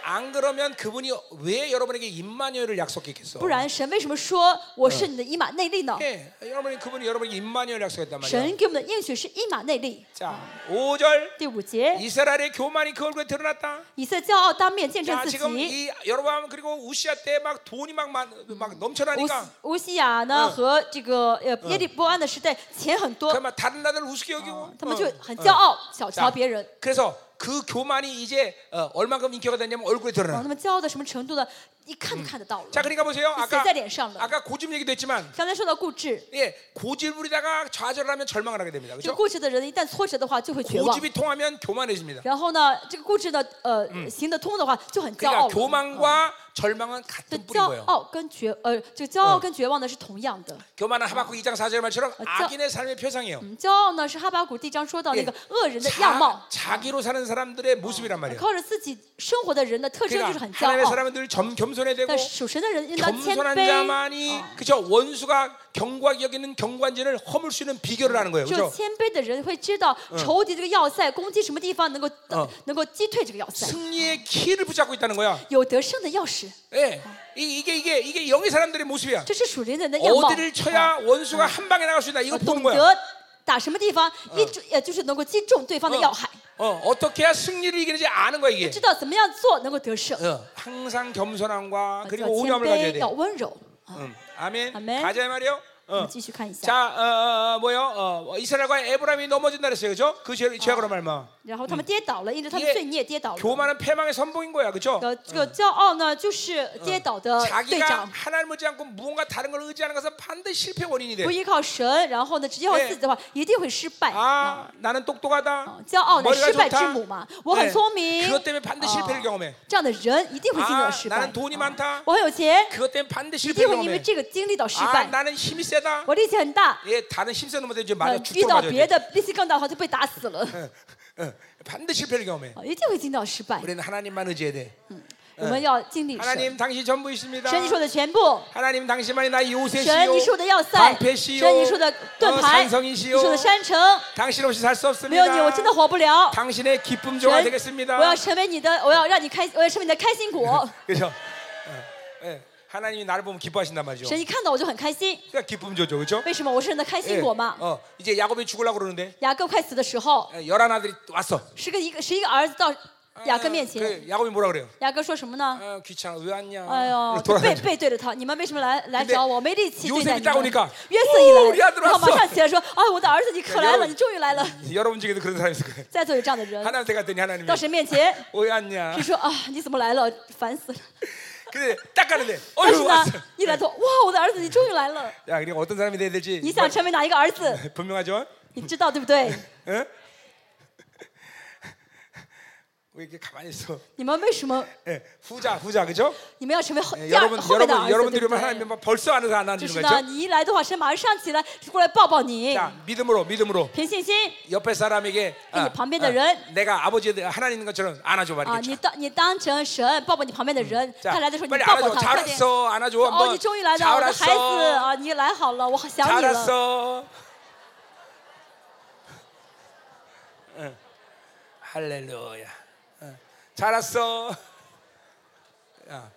A: 안 그러면 그분이 왜 여러분에게 임마녀를 약속했겠어?
B: 不然神为什么说我是你的以马内利呢？
A: 예, 여러분이 그분이 여러분에게 임마녀를 약속했단 말이야.
B: 神给我们的应许是以马内利。
A: 자, 5절
B: 第五节，
A: 이스라엘의 교만이 그 얼굴에 드러났다.
B: 以色骄傲当面见证
A: 자,
B: 自
A: 지금
B: 己。
A: 이 여러분 그리고 우시아 때 막 돈이 막막 막
B: 乌
A: 넘쳐나니까
B: 乌西亚
A: 嗯
B: 呢和这个呃耶利波安的时代钱很多，
A: 그러면 다른 나라를 우습게 여기고
B: 他们
A: 어,
B: 就很
A: 어.
B: 骄傲，小瞧
A: 자,
B: 别人。
A: 그래서 그 교만이 이제 어, 얼만큼 인기가 됐냐면 얼굴에
B: 啊，
A: 드러나.
B: 他们骄傲到什么程度呢？一看就看得到了。
A: 자, 그러니까 보세요. 아까
B: 写在脸上了。
A: 아까 고집 얘기도 했지만
B: 刚才说到固执，
A: 예, 고집 부리다가 좌절을 하면 절망을 하게 됩니다.
B: 这个
A: 그렇죠?
B: 固执的人一旦挫折的话，就会绝望。
A: 고집이 통하면 교만해집니다.
B: 然后呢，这个固执呢，呃，行得通的话，就很骄傲
A: 그러니까
B: 了。
A: 교만과 절망은
B: 这
A: 같은 뿌린
B: 骄
A: 거예요.
B: 傲跟绝，呃，这个骄傲跟绝望呢是同样的。
A: 교만은 하박국 2장 4절 말처럼
B: 어, 저-
A: 악인의 삶의 표상이에요.
B: 嗯骄傲呢是哈巴谷第一章说到那
A: 예
B: 个恶人的样貌
A: 자, ， 자기로 사는 사람들의 모습이란 말이에요.
B: 靠着自己生活的人的特征就是
A: 그러니까
B: 很骄
A: 하나님의
B: 傲。
A: 사람은 늘 점, 겸손해야 되고
B: 但是属神的人应当谦
A: 겸손한
B: 卑，
A: 자만이 그죠 원수가 경과하게 여기는 경관지를 허물 수 있는 비결을 하는 거예요.
B: 只有嗯
A: 그죠
B: 谦卑的人会知道仇敌这个要塞攻击什么地方能够
A: 嗯
B: 能够击退这个要塞，
A: 승리의 키를 붙잡고 있다는 거야.
B: 有得胜的钥匙，
A: 예. 이, 게 이게 이게 영의 사람들의 모습이야.
B: 这哦是属灵人的样貌。
A: 뭐. 어디를 어, 쳐야 원수가 한 방에 나갈 수 있다. 이거
B: 我
A: 보는
B: 懂
A: 거야.
B: 得打什么地方，一直也就是能够击中对方的要害，
A: 어, 어떻게 해야 승리를 이기는지 아는 거야, 이게.
B: 知道怎么样做能够得胜。
A: 어, 항상 겸손함과
B: 要
A: 그리고
B: 谦
A: 온유함을 가져야
B: 卑，
A: 돼.
B: 要温柔。啊
A: 음. 아멘.
B: 아멘.
A: 가자 말이요.
B: 我
A: 어.
B: 们继续看一下，
A: 자, 어, 어, 어, 뭐요? 어, 이스라엘과 에브라임이 넘어진다 그랬어요. 그죠? 그 죄- 죄악으로 말마.
B: 然后他们跌倒嗯了，因着他们
A: 예
B: 罪孽跌倒了。
A: 교만은 패망의 선봉인 거야. 그죠?
B: 呃，这个骄傲呢，就是跌倒的队
A: 자기가
B: 长，
A: 하나님을 의지 않고 무언가 다른 걸 의지하는 것은 반드시 실패 원인이 돼.
B: 不依 靠神，然后呢，只依靠
A: 예
B: 自己的话，一定会失败。
A: 아 나는 똑똑하다.
B: 啊骄傲乃
A: 啊 머리가
B: 失败之母
A: 좋다.
B: 嘛，我很
A: 네.
B: 聪明。
A: 그것 때문에 반드시 실패를
B: 啊
A: 경험해.
B: 这样的人一定会经历到
A: 아
B: 失败。
A: 나는 돈이
B: 啊
A: 많다.
B: 我很有钱，
A: 그것 때문에 반드시
B: 一定
A: 실패를
B: 会因为
A: 경험해.
B: 这个经历到失
A: 아
B: 败。
A: 나는 힘이 세다.
B: 我力气很大，
A: 예, 다른 힘센 놈한테 이제
B: 呃
A: 맞아
B: 遇
A: 죽도록
B: 到
A: 맞아.
B: 别的力气更大的话就被打死了，
A: 어, 반드시 실패를 경험해.
B: 啊一定会经历到失败。
A: 우리는 하나님만 의지해야 돼.
B: 我们要经
A: 네.
B: 历神，
A: 하나님 당신 전부이십니다.
B: 神你说的全部，
A: 하나님 당신만이 나의
B: 神
A: 요새시요.
B: 你说的要塞，神
A: 방패시요.
B: 你说的盾
A: 어,
B: 牌，
A: 산성이시요.
B: 你说的山城，
A: 당신 없이 살 수
B: 没有你我
A: 없습니다.
B: 真的活不了。
A: 당신의 기쁨
B: 神
A: 조가 되겠습니다.
B: 我要成为你的，我要让你开，我要成为你的开 心果。
A: 그죠? 어, 예. 하나님이 나를 보면 기뻐하신단 말이죠.
B: 神一看到我就很开心，
A: 그러니까 기쁨 조죠, 그죠?
B: 为什么？我是你的开
A: 예.
B: 心果嘛。
A: 어, 이제 야곱이 죽으려고 그러는데
B: 雅各快死的时候，
A: 예, 열한 아들이 왔어.
B: 十个一个十一个儿子到
A: 아,
B: 雅各面前，
A: 그 야곱이 뭐라 그래요?
B: 雅各说什么呢？
A: 아, 귀찮아, 왜 왔냐?
B: 哎 呦，就背
A: 돌아다니.
B: 背对着他，你们为什么来来
A: 근데
B: 找我？没力气
A: 요셉이
B: 对待你哦
A: 딱
B: 们。约
A: 오니까 오
B: 瑟一
A: 우리아들
B: 来，然后
A: 왔어
B: 马上起来 说：“啊，我的儿子，你可来了，你终于来了。
A: 여러분 중에도 그런 사람이 있을 거예요. ”
B: 再次有这样的人
A: 하나님 갔더니 하나님이
B: 到神面前，
A: 왜 왔냐?
B: 就说：“啊，你怎么来了？烦死了。
A: 근데 딱 가는데 ”
B: 但是
A: 어휴
B: 呢
A: 왔어. ，
B: 一来说：“哇，我的儿子，你终于来了。
A: 야, 그리고 어떤 사람이 돼야 될지 뭐,
B: 你想成为哪一个儿子？
A: 분명하죠?
B: 你知道对不对？”
A: 응? 왜 이렇게 가만히 있어?
B: 你们为什么
A: 예, 후자, 후자, 그죠?
B: 你们要成为后
A: 예,
B: 第二
A: 여러분,
B: 后面的
A: 여러분,
B: 儿子？
A: 여러분들이
B: 对不
A: 오면
B: 对
A: 하나님 막 벌써 안에서 안
B: 就
A: 하는
B: 是呢，
A: 거죠?
B: 你一来的话，神马上上起来过来抱抱你，
A: 자, 믿음으로, 믿음으로.
B: 凭信心
A: 옆에 사람에게 아,
B: 방패들은
A: 내가 아버지 하나님 있는 것처럼 안아줘
B: 啊，你
A: 말이죠.
B: 当你当成神抱抱你旁边的人，他来的时候你
A: 빨리
B: 抱抱
A: 안아줘.
B: 他，快点。
A: 뭐 잘했어, 안아줘
B: 哦，
A: 한번.
B: 你终于来了，我的孩子
A: 잘했어,
B: 啊，你来好了，我好想你了。
A: 잘했어. 응. 할렐루야. 응. 잘했어. 야,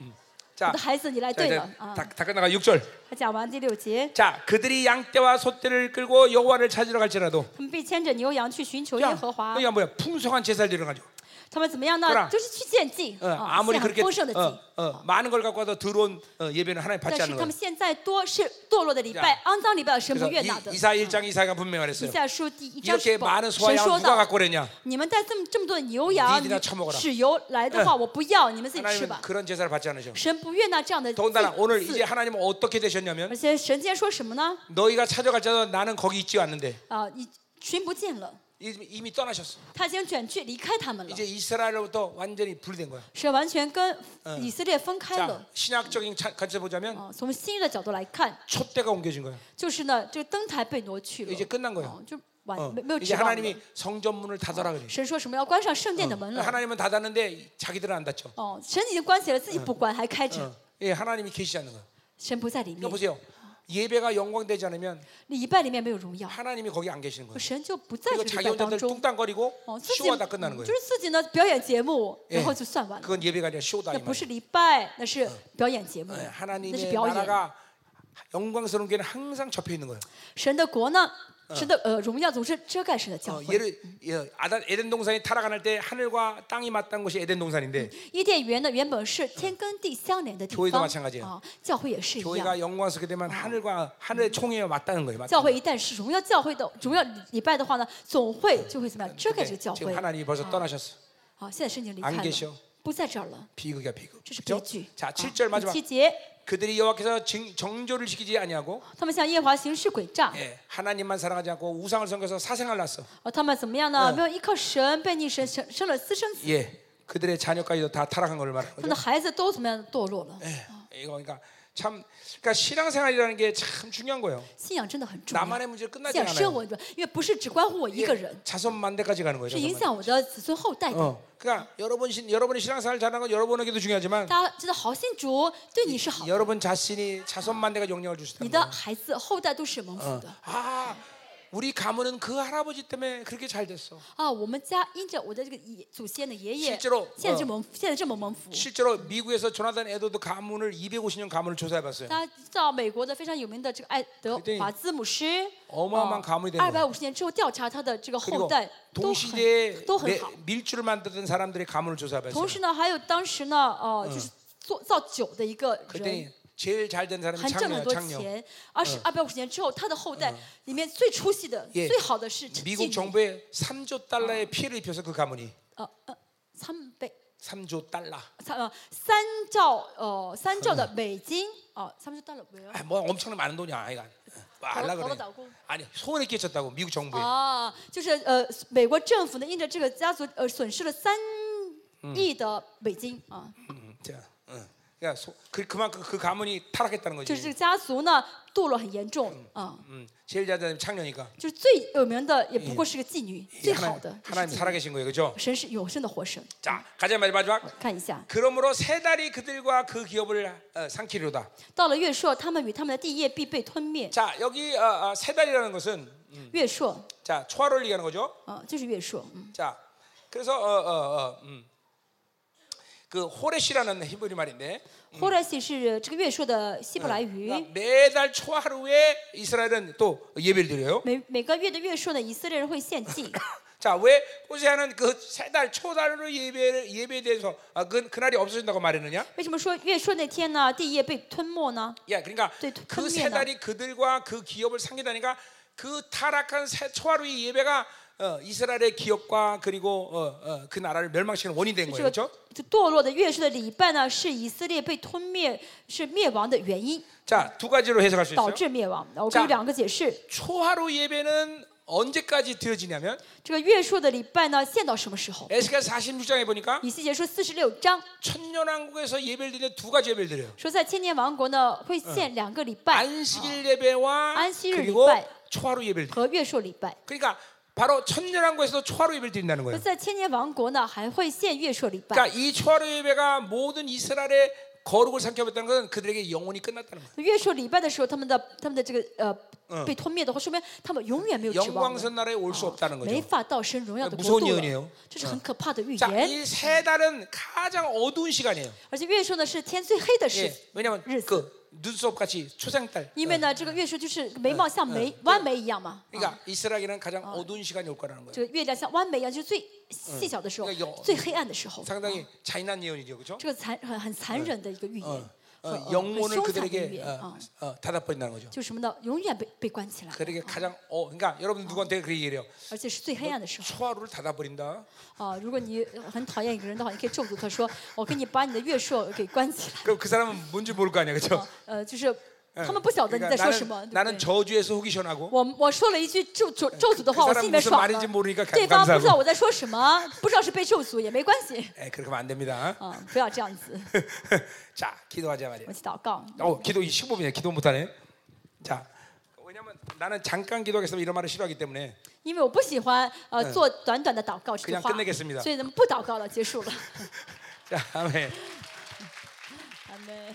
A: 음.
B: 我
A: 자,
B: 的孩子，你来
A: 자,
B: 对
A: 이제
B: 了啊！
A: 다, 다 끝나가 아. 6절.
B: 他讲完第六节，
A: 자, 그들이 양떼와 소떼를 끌고 여호와를 찾으러 갈지라도
B: 他们必牵着牛羊去寻求
A: 야,
B: 耶和华。
A: 그러니까 뭐야? 풍성한 제사를 드려가지고.
B: 他们怎么样
A: 그라
B: 呢？就是去献祭
A: 어,
B: 啊，
A: 아무리
B: 献很
A: 그렇게
B: 丰盛的
A: 어,
B: 祭。
A: 어, 많은 걸 갖고 와도 들어온 어, 예배는 하나님
B: 但
A: 받지
B: 是
A: 않는
B: 他
A: 거예요.
B: 们现在多是堕落的礼拜、肮脏礼拜，神不悦纳
A: 그래서
B: 的。
A: 이
B: 以
A: 이사 1장 어. 이사가 분명했어요.
B: 下书第一章
A: 이렇게
B: 十
A: 많은
B: 八，
A: 소와
B: 神
A: 양
B: 说
A: 누가
B: 道
A: 갖고 오느냐?
B: 你们带这么这么多的牛羊
A: 你你那吃먹어라
B: 脂油来的话，我不要，你们自己吃
A: 하나님은
B: 吧。
A: 그런 제사를 받지 않으셔.
B: 神不悦纳这样的祭
A: 더군다나 오늘 이제
B: 祀。
A: 하나님은 어떻게 되셨냐면
B: 而且神今天说什么呢？
A: 너희가 찾아갈지라도 나는 거기 있지 않는데
B: 啊，你寻不见了，
A: 이미 이미 떠나셨어.
B: 他已经卷去离开他们了
A: 이제 ， 이스라엘로부터 완전히 분리된 거야.
B: 是完全跟以色列分开
A: 자
B: 了。
A: 신학적인 차- 관점 보자면
B: 啊，从新约的角度来看，
A: 촛대가 옮겨진 거야.
B: 就是呢，这个灯台被挪去了，
A: 이제 끝난 거야.
B: 啊就完
A: 어. 어.
B: 没没有
A: 이제
B: 指望了
A: 하나님이 성전 문을 닫아라 그래.
B: 神说什么要关上圣殿
A: 어.
B: 的门了？
A: 하나님은 닫았는데 자기들은 안 닫죠.
B: 哦，神已经关起了，自己不关还开
A: 어.
B: 着，
A: 예, 하나님이 계시지 않는 거야.
B: 神嗯不在里
A: 이거
B: 面，
A: 보세요. 예배가 영광되지 않으면
B: 礼拜里面没有荣耀，
A: 하나님이 거기 안 계시는 거예요.
B: 神就不在
A: 그리고
B: 这个
A: 자기
B: 礼
A: 혼자
B: 拜当
A: 늘
B: 中。
A: 뚱땅거리고
B: 哦，自己
A: 쇼하다 끝나는
B: 就
A: 거예요.
B: 是自己呢表演节目，
A: 예
B: 然后就算完了。
A: 그건 예배가 아니라 쇼다 이
B: 那不是
A: 말이에요.
B: 礼拜，那是表演节目，
A: 예,
B: 那是
A: 하나님의
B: 表演。
A: 나라가 영광스러운 게 항상 접혀 있는 거예요.
B: 神的国呢，神的呃荣耀总是遮盖神的教
A: 어,
B: 会。
A: 예를 예, 아단 에덴 동산이 타락할 때 하늘과 땅이 맞닿은 곳이 에덴 동산인데
B: 伊甸园呢，原本是天跟地相连的地
A: 교회도
B: 方
A: 마찬가지예요
B: 啊，教会也是一样。
A: 교회가 영광스럽게 되면 하늘과 하늘의 총회와 맞닿는 거예요.
B: 教
A: 맞닿는
B: 会一旦是荣耀教会的荣耀礼拜的话呢，总会就会怎么样遮盖这个
A: 거예요.
B: 教
A: 네. 지금
B: 会。
A: 하나님이 벌써 떠나셨어.
B: 好，现在圣经离
A: 안
B: 开了
A: 계셔 ，
B: 不在这儿了，
A: 비극이야 비극.
B: 这是悲
A: 그죠?
B: 剧。
A: 자
B: 啊
A: 7절
B: 第
A: 마지막 어. 그
B: 七节，
A: 그들이 여호와께서 정- 정조를 지키지 아니하고
B: 他们向耶和华行事诡诈，
A: 예, 하나님만 사랑하지 않고 우상을 섬겨서 사생활 났어.
B: 而哦他们怎么样呢？
A: 嗯
B: 没有依靠神，被逆神生生了私生子，
A: 예, 그들의 자녀까지도 다 타락한 걸 말하는
B: 他们
A: 거죠.
B: 的孩子都怎么样堕落了？
A: 哎 예, 이거 그러니까 참, 그러니까 신앙생활이라는 게 참 중요한 거예요.
B: 信仰真的很重要。
A: 나만의 문제
B: 信
A: 끝나지
B: 仰生
A: 않아요.
B: 活中，因为不是只关乎我一个人，
A: 자손 만대까지 가는 거예요.
B: 是影
A: 자손
B: 响我的子孙后代
A: 만대.
B: 的。
A: 어, 그러니까 여러분 신 여러분이 신앙생활 잘하는 건 여러분에게도 중요하지만
B: 大家知道，好信主对你是好的，
A: 여러분 자신이 자손 만대가 영향을
B: 你
A: 주시는
B: 的
A: 거예요.
B: 孩子后代都是蒙福
A: 어.
B: 的。
A: 아, 우리 가문은 그 할아버지 때문에 그렇게 잘 됐어.
B: 啊，我们家因着我的这个爷祖先的爷爷，
A: 실제로
B: 现在这么现在这么蒙福。
A: 실제로 미국에서 조나단 에도드 가문을 250년 가문을 조사해봤어요.
B: 大家知道美国的非常有名的这个爱德华兹姆师，哦
A: 어마어마한가문이된거예요
B: 二百五十年之后调查他的这个后
A: 그리고
B: 代都很
A: 동시대에
B: 都很
A: 매-
B: 好。
A: 밀주를 만드던 사람들의 가문을 조사해봤어요.
B: 同时呢，还有当时呢，呃，就是做造酒的一个
A: 그때
B: 人，
A: 제일 잘 된 사람이
B: 还挣了很
A: 창녀예요.
B: 多
A: 창녀.
B: 钱。二十二百五十年之后，他的后代里面最出息的、
A: 예
B: 最好的是妓
A: 미국
B: 女，
A: 정부에 3조 달러의 피해를 입혀서 그 가문이
B: 呃呃，三百
A: 3조 달러.
B: 三呃三兆呃三兆的美金哦，他们就到了没有？
A: 아, 뭐 엄청나게 많은 돈이 아이가. 말라
B: 벌어-
A: 그래.
B: 벌어다고? 아.
A: 아니 소원에 끼쳤다고 미국 정부에.
B: 啊，就是呃，美国政府呢，因着这个家族呃，损失了三亿的美金啊，
A: 음, 자, 어. 그러니까 소, 그, 그만큼 그 가문이 타락했다는
B: 就是这
A: 거지.
B: 个家族呢堕落很严重啊，
A: 음, 제일 잘 된 창녀니까.
B: 就是最有名的也不过是个妓女，最好
A: 하나님,
B: 的也是
A: 하나님
B: 妓女
A: 살아계신 거예요, 그죠?
B: 神是永生的活神，
A: 자, 가자 마지막.
B: 看一下，
A: 그러므로 세 달이 그들과 그 기업을 어, 삼키리로다.
B: 到了月朔，他们与他们的地业必被吞灭。
A: 자 여기 어, 어, 세 달이라는 것은 음,
B: 月朔
A: 자 초하를 얘기하는 거죠.
B: 啊，就是月朔，嗯，
A: 자 그래서 어, 어, 어, 음. 그 호레시라는 히브리 말인데
B: 호莱西是这个月朔的希伯来语。
A: 그러니까 매달 초하루에 이스라엘은 또 예배를 드려요.
B: 每每个月的月朔呢，以色列人会献祭。
A: 자왜 호세아는 그 세 달 초하루 예배 예배에 대해서 아, 그 그날이 없어진다고 말했느냐?
B: 为什么说月朔那天呢，地业被吞没呢？
A: 야 그러니까
B: 네,
A: 그 세
B: 흥미에나.
A: 달이 그들과 그 기업을 상기다니까 그 타락한 세 초하루의 예배가 어, 이스라엘의 기업과 그리고 어, 어, 그 나라를 멸망시키는 원인 된
B: 这
A: 거예요,
B: 个
A: 그렇죠?
B: 就堕落的月朔的礼拜呢，是以色列被吞灭、是灭亡的原因，
A: 자, 두 가지로 해석할 수
B: 导
A: 있어요.
B: 致灭亡。我给你两个解释：
A: 초하루 예배는 언제까지 되어지냐면
B: 这个月朔的礼拜呢，献到什么时候？
A: 에스겔 46장에 보니까
B: 以西结书四十六章
A: 천년왕국에서 예배를 드리는 두 가지 예배를 드려요.
B: 说，在千年王国呢会献两个礼拜
A: 안식일 예배와
B: 안식일
A: 그리고
B: 礼拜.
A: 초하루 예배를 드려요.
B: 和月朔礼拜。
A: 그러니까 바로 천년왕국에서도 초하루 예배를 드린다는
B: 说
A: 거예요.
B: 在千年王国呢还会献月朔礼拜。
A: 그러니까 이 초하루 예배가 모든 이스라엘의 거룩을 삼켜봤다는 것은 그들에게 영혼이 끝났다는 거예요.
B: 月朔礼拜的时候，他们的他们的这个
A: 嗯
B: 呃被吞灭的话，说明他们永远没有指望了，
A: 영광선 나라에 올 수 없다는
B: 没
A: 거죠.
B: 法到神荣耀的
A: 무서운
B: 国度
A: 예언이에요
B: 了。这
A: 嗯
B: 是很可怕的预
A: 자,
B: 言。
A: 이 세 달은 가장 어두운 시간이에요.
B: 而且月朔呢是天最黑的时
A: 예, ， 왜냐하면
B: 르스.
A: 그 눈썹 같이 초상달.
B: 因为呢这个月朔就是眉毛像眉
A: 嗯
B: 弯眉一样嘛，
A: 그러니까 이스라엘은 가장 어두운 시간이 올 거라는 거예요.
B: 这个月亮像弯眉一样，就是最细小的时
A: 嗯
B: 候
A: 那有，
B: 最黑暗的时候。啊
A: 상당히 잔인한 예언이죠, 그렇죠?
B: 这个残很很残忍的一个预言，
A: 어,
B: 很很
A: 嗯 영혼을
B: 凶残的预
A: 그들에게 嗯
B: 言
A: 어,
B: 啊，
A: 어, 닫아버린다는 거죠.
B: 就什么呢？永远被被关起来，
A: 그들에게 가장 어, 그러니까 여러분 누구한테 그 얘기를 해요.
B: 而且是最黑暗的时候
A: 초하루를 닫아버린다.
B: 啊！如果你很讨厌一个人的话，你可以咒诅他说：“我给你把你的月朔给关起来。
A: 그럼 그 사람은 뭔지 모를 거 아니야, 그렇죠?
B: 啊”呃，就是
A: 嗯
B: 他们不晓得你在说什么，
A: 나는,
B: 对
A: 나는
B: 不对？
A: 저주에서 호기 시원하고
B: 我我说了一句咒咒咒诅的话，
A: 그
B: 我
A: 사람
B: 心里面
A: 무슨
B: 爽
A: 말인지모르니까
B: 了。
A: 감
B: 对方
A: 감사하고
B: 不知道我在说什么，不知道是被咒诅也没关系
A: 에, 그렇게 하면 안 됩니다.
B: 啊！不要这样子，
A: 자, 기도하자 말이야.
B: 我去祷告。
A: 어, 기도 15분이야. 기도 못하네. 자, 왜냐면 나는 잠깐 기도하겠으면 이런 말을 싫어하기 때문에
B: 因为我不喜欢呃做短短的祷告这句话
A: 그냥끝내겠습니다 ，
B: 所以咱们不祷告了，结束了。
A: 자, 아멘.
B: 阿门。